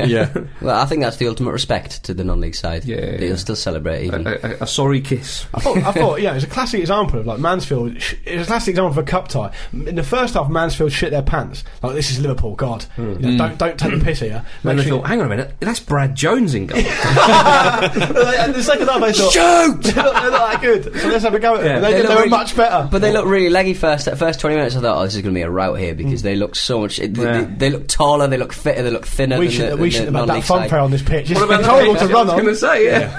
[SPEAKER 5] yeah.
[SPEAKER 3] Well, I think that's the ultimate respect to the non-league side.
[SPEAKER 2] Yeah, yeah,
[SPEAKER 3] They'll
[SPEAKER 2] yeah.
[SPEAKER 3] still celebrate even.
[SPEAKER 2] a, a, a sorry kiss.
[SPEAKER 4] I thought, I thought, yeah, it was a classic example of like Mansfield. sh- It was a classic example of a cup tie. In the first half, Mansfield shit their pants. Like this is Liverpool, God,
[SPEAKER 2] Hmm.
[SPEAKER 4] You know, don't don't take the piss here.
[SPEAKER 2] And
[SPEAKER 4] Make
[SPEAKER 2] they
[SPEAKER 4] sure-
[SPEAKER 2] thought, hang on a minute, that's Brad Jones in goal.
[SPEAKER 4] and the second half, I thought, shoot, they're not, they're not that good. So let's have a go at them.
[SPEAKER 2] Yeah.
[SPEAKER 4] They,
[SPEAKER 3] They
[SPEAKER 4] did-
[SPEAKER 3] look
[SPEAKER 4] they were
[SPEAKER 3] really-
[SPEAKER 4] much better.
[SPEAKER 3] But they looked really leggy first. At first twenty minutes, I thought, "Oh, this is going to be a rout here"
[SPEAKER 4] Mm.
[SPEAKER 3] because they look so much. They,
[SPEAKER 2] Yeah.
[SPEAKER 3] they, they look taller, they look fitter, they look thinner.
[SPEAKER 4] we
[SPEAKER 3] than
[SPEAKER 4] should
[SPEAKER 3] the, than
[SPEAKER 4] we
[SPEAKER 3] the
[SPEAKER 4] should have had that
[SPEAKER 3] non-league
[SPEAKER 4] fun
[SPEAKER 3] side.
[SPEAKER 4] fair on this pitch. It's
[SPEAKER 2] What about
[SPEAKER 4] been
[SPEAKER 2] the
[SPEAKER 4] horrible
[SPEAKER 2] pitch?
[SPEAKER 4] to run
[SPEAKER 2] I was
[SPEAKER 4] on.
[SPEAKER 2] going to say, yeah.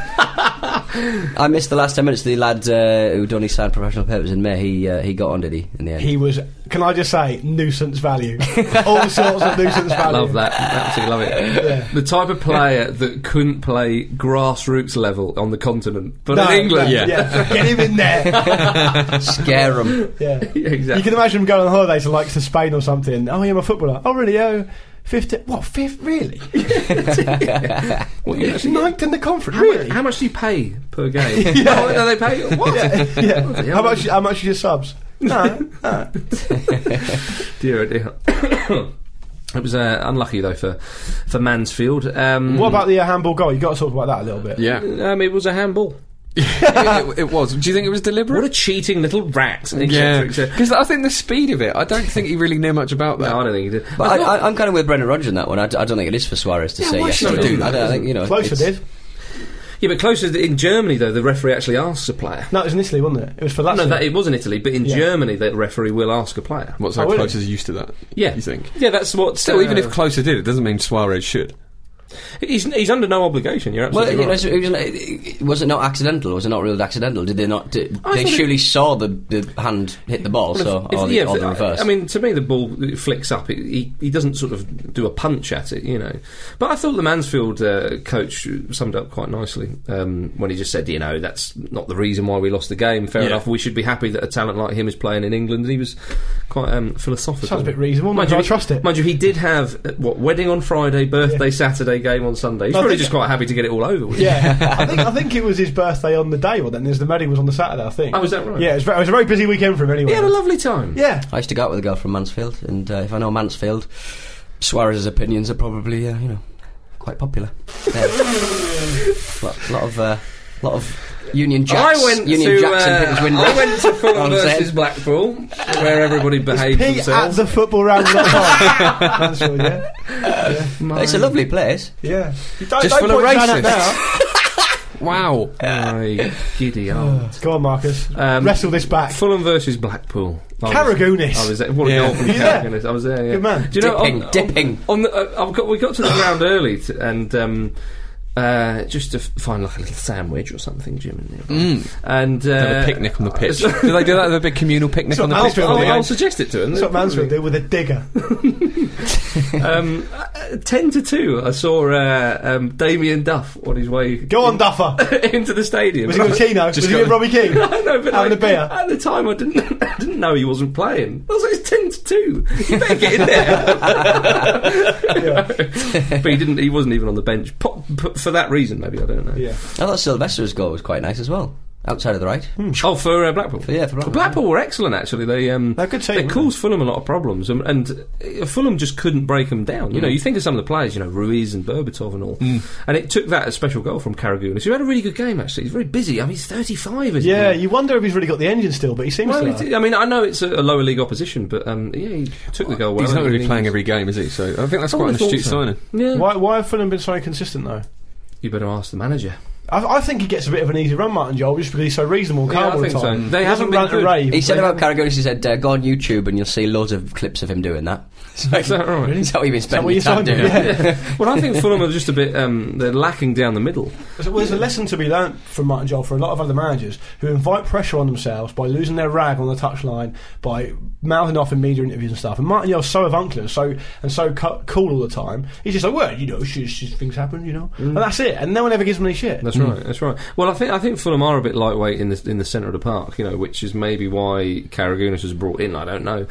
[SPEAKER 3] I missed the last ten minutes. The lad uh, who'd only signed professional papers in May, he uh, he got on, did he? In the end,
[SPEAKER 4] He was, can I just say, nuisance value. All sorts of nuisance
[SPEAKER 2] I
[SPEAKER 4] value.
[SPEAKER 2] love that. Absolutely love it.
[SPEAKER 4] Yeah.
[SPEAKER 2] The type of player that couldn't play grassroots level on the continent, but
[SPEAKER 4] No,
[SPEAKER 2] in England,
[SPEAKER 4] no, Get him in there.
[SPEAKER 3] scare him.
[SPEAKER 4] Yeah.
[SPEAKER 2] exactly.
[SPEAKER 4] You can imagine him going on holiday to like to Spain or something. Oh, yeah, I'm a footballer. Oh, really? Oh, fifth. What, fifth? Really?
[SPEAKER 2] What, you actually-
[SPEAKER 4] Ninth in the conference?
[SPEAKER 2] how,
[SPEAKER 4] Really?
[SPEAKER 2] much, how much do you pay per game? How much do they pay? What?
[SPEAKER 4] yeah. How much? How much are your subs? No.
[SPEAKER 2] Dear, oh dear. it was uh, unlucky though for for Mansfield. Um,
[SPEAKER 4] What about the uh, handball goal? You got to talk about that a little bit.
[SPEAKER 5] Yeah.
[SPEAKER 2] Um, it was a handball.
[SPEAKER 5] it, it- it was. Do you think it was deliberate?
[SPEAKER 2] What a cheating little rat! et
[SPEAKER 5] yeah,
[SPEAKER 2] cetera, et cetera.
[SPEAKER 5] because I think the speed of it. I don't think he really knew much about that.
[SPEAKER 2] No, I don't think he did.
[SPEAKER 3] But I, I, I'm kind of with Brendan Rodgers on that one. I, d- I don't think it is for Suarez to say
[SPEAKER 5] why
[SPEAKER 3] yes.
[SPEAKER 5] should
[SPEAKER 3] or
[SPEAKER 5] he
[SPEAKER 3] no.
[SPEAKER 5] do that?
[SPEAKER 3] I don't I think you know.
[SPEAKER 4] Closer
[SPEAKER 3] it's-
[SPEAKER 4] did.
[SPEAKER 2] yeah, but closer in Germany though, the referee actually asks a player.
[SPEAKER 4] No, it was in Italy, wasn't it? It was for Lazio.
[SPEAKER 2] No, that, it was in Italy, but in
[SPEAKER 4] Yeah.
[SPEAKER 2] Germany, the referee will ask a player.
[SPEAKER 5] What's how
[SPEAKER 4] Oh, really?
[SPEAKER 5] close is used to that?
[SPEAKER 2] Yeah,
[SPEAKER 5] you think?
[SPEAKER 2] Yeah, that's what.
[SPEAKER 5] Still,
[SPEAKER 2] uh,
[SPEAKER 5] even if Closer did, it doesn't mean Suarez should.
[SPEAKER 2] he's, he's under no obligation, you're
[SPEAKER 3] Well,
[SPEAKER 2] absolutely
[SPEAKER 3] you know,
[SPEAKER 2] right.
[SPEAKER 3] it's- it was, it- was it not accidental? Was it not real accidental? Did they not? Did,
[SPEAKER 2] I
[SPEAKER 3] they
[SPEAKER 2] thought it-
[SPEAKER 3] surely saw the, the hand hit the ball, so
[SPEAKER 2] If-
[SPEAKER 3] or, the,
[SPEAKER 2] yeah,
[SPEAKER 3] or
[SPEAKER 2] if-
[SPEAKER 3] the reverse.
[SPEAKER 2] I mean, to me, the ball flicks up. It, he, he doesn't sort of do a punch at it, you know. But I thought the Mansfield uh, coach summed up quite nicely um, when he just said, you know, that's not the reason why we lost the game. Fair
[SPEAKER 5] Yeah.
[SPEAKER 2] enough. We should be happy that a talent like him is playing in England. And he was quite um, philosophical.
[SPEAKER 4] Sounds a bit reasonable. Mind you, I
[SPEAKER 2] he-
[SPEAKER 4] trust it.
[SPEAKER 2] Mind you, he did have uh, what wedding on Friday, birthday Saturday, game on Sunday. He's
[SPEAKER 4] I
[SPEAKER 2] probably
[SPEAKER 4] think-
[SPEAKER 2] just quite happy to get it all over with.
[SPEAKER 4] Yeah, I think I think it was his birthday on the day. Well, then there's the wedding was on the Saturday. I think.
[SPEAKER 2] Oh, is that right?
[SPEAKER 4] Yeah, it was, ve- it was a very busy weekend for him anyway.
[SPEAKER 2] He had a lovely time.
[SPEAKER 4] yeah.
[SPEAKER 3] I used to go out with a girl from Mansfield, and uh, if I know Mansfield, Suarez's opinions are probably uh, you know quite popular. Yeah. lot, lot of uh, lot of Union Jacks,
[SPEAKER 2] I went
[SPEAKER 3] Union
[SPEAKER 2] to
[SPEAKER 3] Jacks
[SPEAKER 2] uh,
[SPEAKER 3] and Pickett's window.
[SPEAKER 2] I went to Fulham
[SPEAKER 3] On set.
[SPEAKER 2] versus Blackpool, where everybody behaved
[SPEAKER 4] Pete at
[SPEAKER 2] themselves.
[SPEAKER 4] the football round. That's all, yeah.
[SPEAKER 3] It's a lovely place.
[SPEAKER 4] Yeah. You don't,
[SPEAKER 5] Just
[SPEAKER 4] don't
[SPEAKER 5] full of
[SPEAKER 4] point Jan
[SPEAKER 5] racists.
[SPEAKER 4] at now.
[SPEAKER 5] Wow.
[SPEAKER 2] Oh My giddy aunt.
[SPEAKER 4] Go on, Marcus.
[SPEAKER 2] Um,
[SPEAKER 4] Wrestle this back.
[SPEAKER 2] Fulham versus Blackpool. I was-
[SPEAKER 4] Karagounis.
[SPEAKER 2] I was there. What a
[SPEAKER 5] Yeah.
[SPEAKER 2] goal from
[SPEAKER 4] You there?
[SPEAKER 2] Karagounis. I was there. Yeah.
[SPEAKER 4] Good man.
[SPEAKER 2] Do you know? oh,
[SPEAKER 3] Dipping,
[SPEAKER 2] on,
[SPEAKER 3] dipping.
[SPEAKER 2] On, on the, uh, I've got. We got to the ground early, t- and um, uh, just to f- find like a little sandwich or something, Jim. And,
[SPEAKER 5] Mm.
[SPEAKER 2] and uh,
[SPEAKER 5] Have a picnic on the pitch. do they do that? Have a big communal picnic
[SPEAKER 4] So
[SPEAKER 5] on the
[SPEAKER 4] I'll
[SPEAKER 5] pitch?
[SPEAKER 4] feel
[SPEAKER 2] I'll,
[SPEAKER 4] Yeah.
[SPEAKER 2] I'll suggest it to them.
[SPEAKER 4] That's what Mansfield
[SPEAKER 2] Probably.
[SPEAKER 4] did with a digger.
[SPEAKER 2] Um, uh, Ten to two. I saw uh, um, Damien Duff on his way
[SPEAKER 4] Go on, Duffer.
[SPEAKER 2] into the stadium.
[SPEAKER 4] Was he with Tino? Was
[SPEAKER 5] Just
[SPEAKER 4] he with
[SPEAKER 5] got-
[SPEAKER 4] Robbie King?
[SPEAKER 2] I know, but like,
[SPEAKER 4] Having a beer.
[SPEAKER 2] at the time I didn't I didn't know he wasn't playing. I was like, it's ten to two. You better get in there. but he didn't. He wasn't even on the bench Po- p- for that reason. Maybe I don't know.
[SPEAKER 4] Yeah.
[SPEAKER 3] I thought Sylvester's goal was quite nice as well, outside of the right.
[SPEAKER 2] Oh, for uh, Blackpool.
[SPEAKER 3] Yeah, for Blackpool.
[SPEAKER 2] were excellent actually. They um,
[SPEAKER 4] They're a good team,
[SPEAKER 2] They
[SPEAKER 4] aren't
[SPEAKER 2] caused Fulham a lot of problems, and, and uh, Fulham just couldn't break them down.
[SPEAKER 3] Mm.
[SPEAKER 2] You know, you think of some of the players, you know, Ruiz and Berbatov and all, and it took that a special goal from Karagounis, who had a really good game actually. He's very busy. I mean, he's thirty-five. Isn't
[SPEAKER 4] Yeah,
[SPEAKER 2] he?
[SPEAKER 4] you wonder if he's really got the engine still, but he seems
[SPEAKER 2] Well,
[SPEAKER 4] to.
[SPEAKER 2] it- I mean, I know it's a, a lower league opposition, but um, yeah, he took the goal well.
[SPEAKER 5] He's not
[SPEAKER 2] and
[SPEAKER 5] going to be
[SPEAKER 2] he-
[SPEAKER 5] playing every game, is he? So I think that's
[SPEAKER 2] I
[SPEAKER 5] quite an
[SPEAKER 2] would've thought
[SPEAKER 5] astute
[SPEAKER 2] so.
[SPEAKER 5] signing.
[SPEAKER 2] Yeah.
[SPEAKER 4] Why, why have Fulham been so inconsistent, though?
[SPEAKER 2] You better ask the manager.
[SPEAKER 4] I, I think he gets a bit of an easy run, Martin Joel, just because he's so reasonable and
[SPEAKER 2] Yeah,
[SPEAKER 4] calm
[SPEAKER 2] I
[SPEAKER 4] all the
[SPEAKER 2] think so.
[SPEAKER 4] time.
[SPEAKER 2] They
[SPEAKER 4] he
[SPEAKER 2] haven't
[SPEAKER 4] doesn't
[SPEAKER 2] been
[SPEAKER 4] rant and
[SPEAKER 2] good.
[SPEAKER 4] rave.
[SPEAKER 3] He said
[SPEAKER 4] They
[SPEAKER 3] about
[SPEAKER 4] haven't-
[SPEAKER 3] Karagonis, he said, uh, go on YouTube and you'll see loads of clips of him doing that. It's like,
[SPEAKER 2] Is that right?
[SPEAKER 3] Is that what you've been
[SPEAKER 4] that
[SPEAKER 3] spending
[SPEAKER 4] what
[SPEAKER 3] your time
[SPEAKER 4] you
[SPEAKER 3] doing?
[SPEAKER 4] signed him? Yeah.
[SPEAKER 2] well, I think Fulham are just a bit. Um, they're lacking down the middle.
[SPEAKER 4] So there's a lesson to be learnt from Martin Joel for a lot of other managers who invite pressure on themselves by losing their rag on the touchline, by mouthing off in media interviews and stuff. And Martin Joel's so avuncular, so and so cu- cool all the time. He's just like, well, you know, sh sh things happen, you know, and that's it. And no one ever gives him any shit.
[SPEAKER 2] Mm. That's right. That's right. Well, I think I think Fulham are a bit lightweight in the in the centre of the park, you know, which is maybe why Karagounis was brought in. I don't know.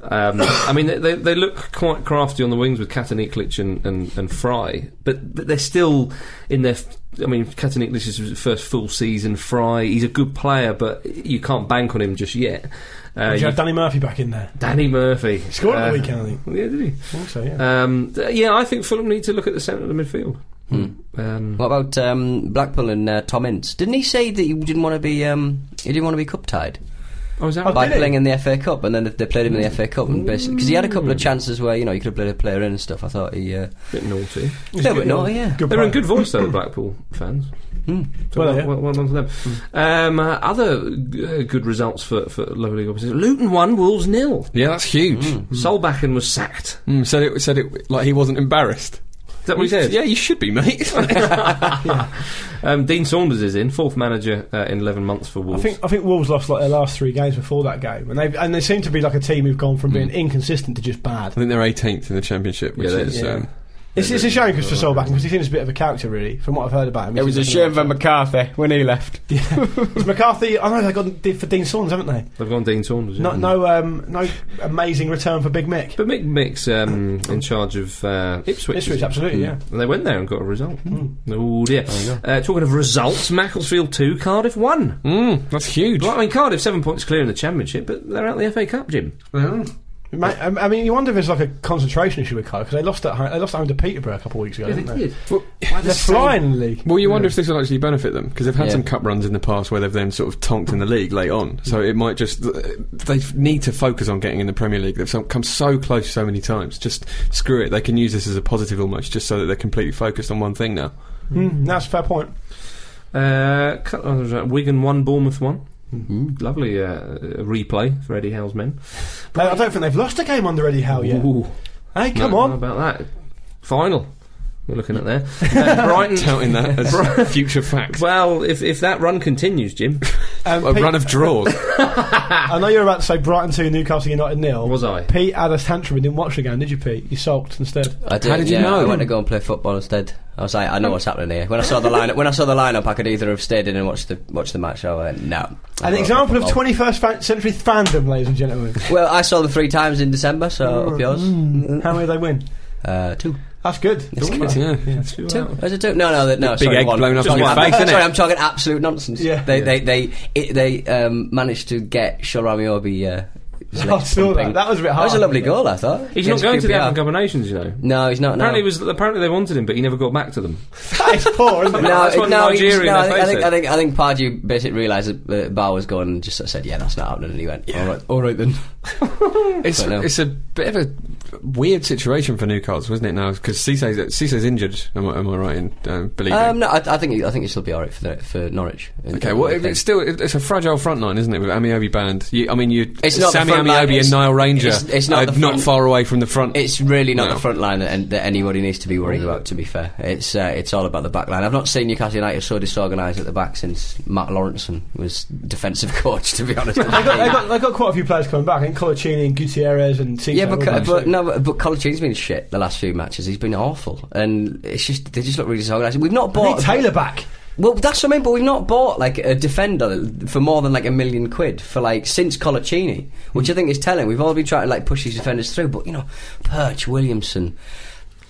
[SPEAKER 2] Um, I mean, they, they they look quite crafty on the wings with Kataniklic and, and, and Fry, but, but they're still in their. f- I mean, Kataniklic's first full season. Fry, he's a good player, but you can't bank on him just yet. Uh,
[SPEAKER 4] Did you
[SPEAKER 2] you-
[SPEAKER 4] have Danny Murphy back in there?
[SPEAKER 2] Danny Murphy
[SPEAKER 4] He scored at
[SPEAKER 2] Uh,
[SPEAKER 4] the weekend, I think.
[SPEAKER 2] Yeah, did he?
[SPEAKER 4] I think so, yeah.
[SPEAKER 2] Um, th- yeah, I think Fulham need to look at the centre of the midfield.
[SPEAKER 4] Hmm.
[SPEAKER 2] Um,
[SPEAKER 3] What about um, Blackpool and uh, Tom Ince? Didn't he say that he didn't want to be um, he didn't want to be cup tied
[SPEAKER 2] oh, is that
[SPEAKER 4] Oh,
[SPEAKER 2] right?
[SPEAKER 3] by
[SPEAKER 4] did he?
[SPEAKER 3] playing in the FA Cup, and then they played him in the FA Cup, and basically because he had a couple of chances where you know you could have played a player in and stuff. I thought he uh,
[SPEAKER 2] bit naughty.
[SPEAKER 4] He's
[SPEAKER 3] no,
[SPEAKER 4] good,
[SPEAKER 3] but no, yeah.
[SPEAKER 4] Good
[SPEAKER 2] They were in
[SPEAKER 4] player.
[SPEAKER 2] good voice though, the Blackpool fans.
[SPEAKER 3] Hmm.
[SPEAKER 2] So
[SPEAKER 4] Well,
[SPEAKER 2] well,
[SPEAKER 4] yeah. Hmm.
[SPEAKER 2] well, well done for them. Um, uh, other g- uh, good results for, for lower league opposition. Luton won, Wolves nil.
[SPEAKER 5] Yeah, that's huge.
[SPEAKER 2] Mm.
[SPEAKER 4] Hmm.
[SPEAKER 2] Solbakken was sacked.
[SPEAKER 5] Mm, said it said it like he wasn't embarrassed.
[SPEAKER 2] Is that what he said?
[SPEAKER 5] Yeah, you should be, mate.
[SPEAKER 2] Um, Dean Saunders is in fourth manager uh, in eleven months for
[SPEAKER 4] I
[SPEAKER 2] Wolves.
[SPEAKER 4] think I think Wolves lost like their last three games before that game, and they and they seem to be like a team who've gone from
[SPEAKER 6] Hmm.
[SPEAKER 4] being inconsistent to just bad.
[SPEAKER 5] I think they're 18th in the championship, which
[SPEAKER 2] Yeah, they-
[SPEAKER 5] is
[SPEAKER 4] yeah.
[SPEAKER 5] um,
[SPEAKER 4] It's, it's a shame because for Solbakken because he seems a bit of a character really, from what I've heard about him.
[SPEAKER 6] It was a shame for McCarthy when he left.
[SPEAKER 4] It's McCarthy. I know they got did for Dean Saunders, haven't they?
[SPEAKER 2] They've gone Dean Saunders.
[SPEAKER 4] No,
[SPEAKER 2] yeah.
[SPEAKER 4] no, um, no amazing return for Big Mick.
[SPEAKER 2] But Mick Mick's um, in charge of uh, Ipswich.
[SPEAKER 4] Hmm. Ipswich,
[SPEAKER 2] isn't he?
[SPEAKER 4] absolutely, Hmm. yeah.
[SPEAKER 2] And they went there and got a result. Oh dear. Uh, talking of results, Macclesfield two, Cardiff one.
[SPEAKER 4] Hmm.
[SPEAKER 5] mm, that's huge.
[SPEAKER 2] Well, I mean, Cardiff seven points clear in the Championship, but they're out of the FA Cup, Jim.
[SPEAKER 4] Ma- I um, I mean, you wonder if it's like a concentration issue with Cardiff because they lost at home, they lost at home to Peterborough a couple of weeks ago. didn't they?
[SPEAKER 5] Well,
[SPEAKER 4] They're flying in the league.
[SPEAKER 5] well, you wonder if this will actually benefit them because they've had
[SPEAKER 3] Yeah.
[SPEAKER 5] some cup runs in the past where they've then sort of tonked in the league late on. So it might just they need to focus on getting in the Premier League. They've so- come so close so many times. Just screw it. They can use this as a positive almost, just so that they're completely focused on one thing now.
[SPEAKER 4] Mm, that's a fair point.
[SPEAKER 2] Uh, cut- uh, was that Wigan one, Bournemouth one. Lovely uh, replay for Eddie Howe's men.
[SPEAKER 4] They- Uh, I don't think they've lost a game under Eddie Howe yet.
[SPEAKER 2] Ooh,
[SPEAKER 4] Hey, come
[SPEAKER 2] no,
[SPEAKER 4] on!
[SPEAKER 2] no about that final? We're looking at there. Uh, Brighton.
[SPEAKER 5] Touting that as future fact.
[SPEAKER 2] Well, if if that run continues, Jim,
[SPEAKER 4] Um,
[SPEAKER 5] A
[SPEAKER 4] Pete,
[SPEAKER 5] run of draws.
[SPEAKER 4] I know you're about to say Brighton two, Newcastle United nil.
[SPEAKER 2] was I?
[SPEAKER 4] Pete had a tantrum and didn't watch the game, did you, Pete? You sulked instead.
[SPEAKER 3] I did,
[SPEAKER 5] did you
[SPEAKER 3] yeah,
[SPEAKER 5] know?
[SPEAKER 3] I went to go and play football instead. I was like, I know what's happening here. When I saw the lineup, when I saw the lineup, I could either have stayed in and watched the watched the match. Or I went, no.
[SPEAKER 4] An example of 21st fa- century fandom, ladies and gentlemen.
[SPEAKER 3] Well, I saw them three times in December, so
[SPEAKER 4] Oh,
[SPEAKER 3] up yours.
[SPEAKER 4] How many did they win?
[SPEAKER 3] Uh, two.
[SPEAKER 4] That's good.
[SPEAKER 3] That's
[SPEAKER 4] Don't
[SPEAKER 3] good,
[SPEAKER 4] worry.
[SPEAKER 5] yeah.
[SPEAKER 3] Two? Was it two? No, no, that- no.
[SPEAKER 5] Big
[SPEAKER 3] sorry,
[SPEAKER 5] egg
[SPEAKER 3] one.
[SPEAKER 5] blown up
[SPEAKER 3] Just
[SPEAKER 5] on your
[SPEAKER 3] one.
[SPEAKER 5] face,
[SPEAKER 3] sorry,
[SPEAKER 5] innit?
[SPEAKER 3] I'm talking absolute nonsense.
[SPEAKER 4] Yeah.
[SPEAKER 3] They,
[SPEAKER 4] Yeah.
[SPEAKER 3] they, they, it, they um, managed to get Shorami Obi. Uh, selected
[SPEAKER 4] I saw that.
[SPEAKER 3] something.
[SPEAKER 4] That was a bit
[SPEAKER 3] That was a
[SPEAKER 4] hard.
[SPEAKER 3] lovely goal, I thought.
[SPEAKER 2] He's not
[SPEAKER 3] against
[SPEAKER 2] going to the
[SPEAKER 3] QPR.
[SPEAKER 2] African Cup of Nations, you know.
[SPEAKER 3] No, he's not. No.
[SPEAKER 2] Apparently, it was apparently they wanted him, but he never got back to them.
[SPEAKER 4] That is poor, isn't it?
[SPEAKER 3] No,
[SPEAKER 2] That's what
[SPEAKER 3] no,
[SPEAKER 2] Nigeria
[SPEAKER 3] he-
[SPEAKER 2] in
[SPEAKER 3] no,
[SPEAKER 2] their
[SPEAKER 3] I, think,
[SPEAKER 2] face
[SPEAKER 3] I think
[SPEAKER 2] said.
[SPEAKER 3] I think I think Pardew basically realised that uh, Bar was going and just sort of said, "Yeah, that's not happening," and he went, "All right, all right then."
[SPEAKER 5] It's,
[SPEAKER 3] But no.
[SPEAKER 5] it's a bit of a weird situation for Newcastle, isn't it now? Because Cisse's, Cisse's injured. Am I, am I right in um, believing?
[SPEAKER 3] Um, no, I, I think I think it will be all right for the, for Norwich.
[SPEAKER 5] Okay, well,
[SPEAKER 3] I
[SPEAKER 5] it,
[SPEAKER 3] think.
[SPEAKER 5] it's still it, it's a fragile front line, isn't it? With Amiobi banned, you, I mean, you
[SPEAKER 3] It's not the
[SPEAKER 5] Sammy
[SPEAKER 3] front line,
[SPEAKER 5] Amiobi
[SPEAKER 3] it's-
[SPEAKER 5] and Niall Ranger.
[SPEAKER 3] it's- it's not
[SPEAKER 5] are
[SPEAKER 3] the
[SPEAKER 5] not
[SPEAKER 3] front-
[SPEAKER 5] far away from the front.
[SPEAKER 3] It's really not
[SPEAKER 5] No.
[SPEAKER 3] the front line that, and- that anybody needs to be worrying about. To be fair, it's uh, it's all about the back line. I've not seen Newcastle United so disorganised at the back since Matt Lawrence was defensive coach. To be honest,
[SPEAKER 4] They've got, they've, got, they've got quite a few pplayers coming back. I think Colaccini and Gutierrez and Tito.
[SPEAKER 3] yeah, but,
[SPEAKER 4] all
[SPEAKER 3] but,
[SPEAKER 4] those.
[SPEAKER 3] no, but, but Colaccini's been shit the last few matches. He's been awful, and it's just they just look really disorganised. We've not
[SPEAKER 4] They need
[SPEAKER 3] bought
[SPEAKER 4] Taylor back.
[SPEAKER 3] Well, that's what I mean, but we've not bought like a defender for more than like a million quid for like since Colaccini, which I think is telling. We've all been trying to like push these defenders through, but you know, Perch Williamson,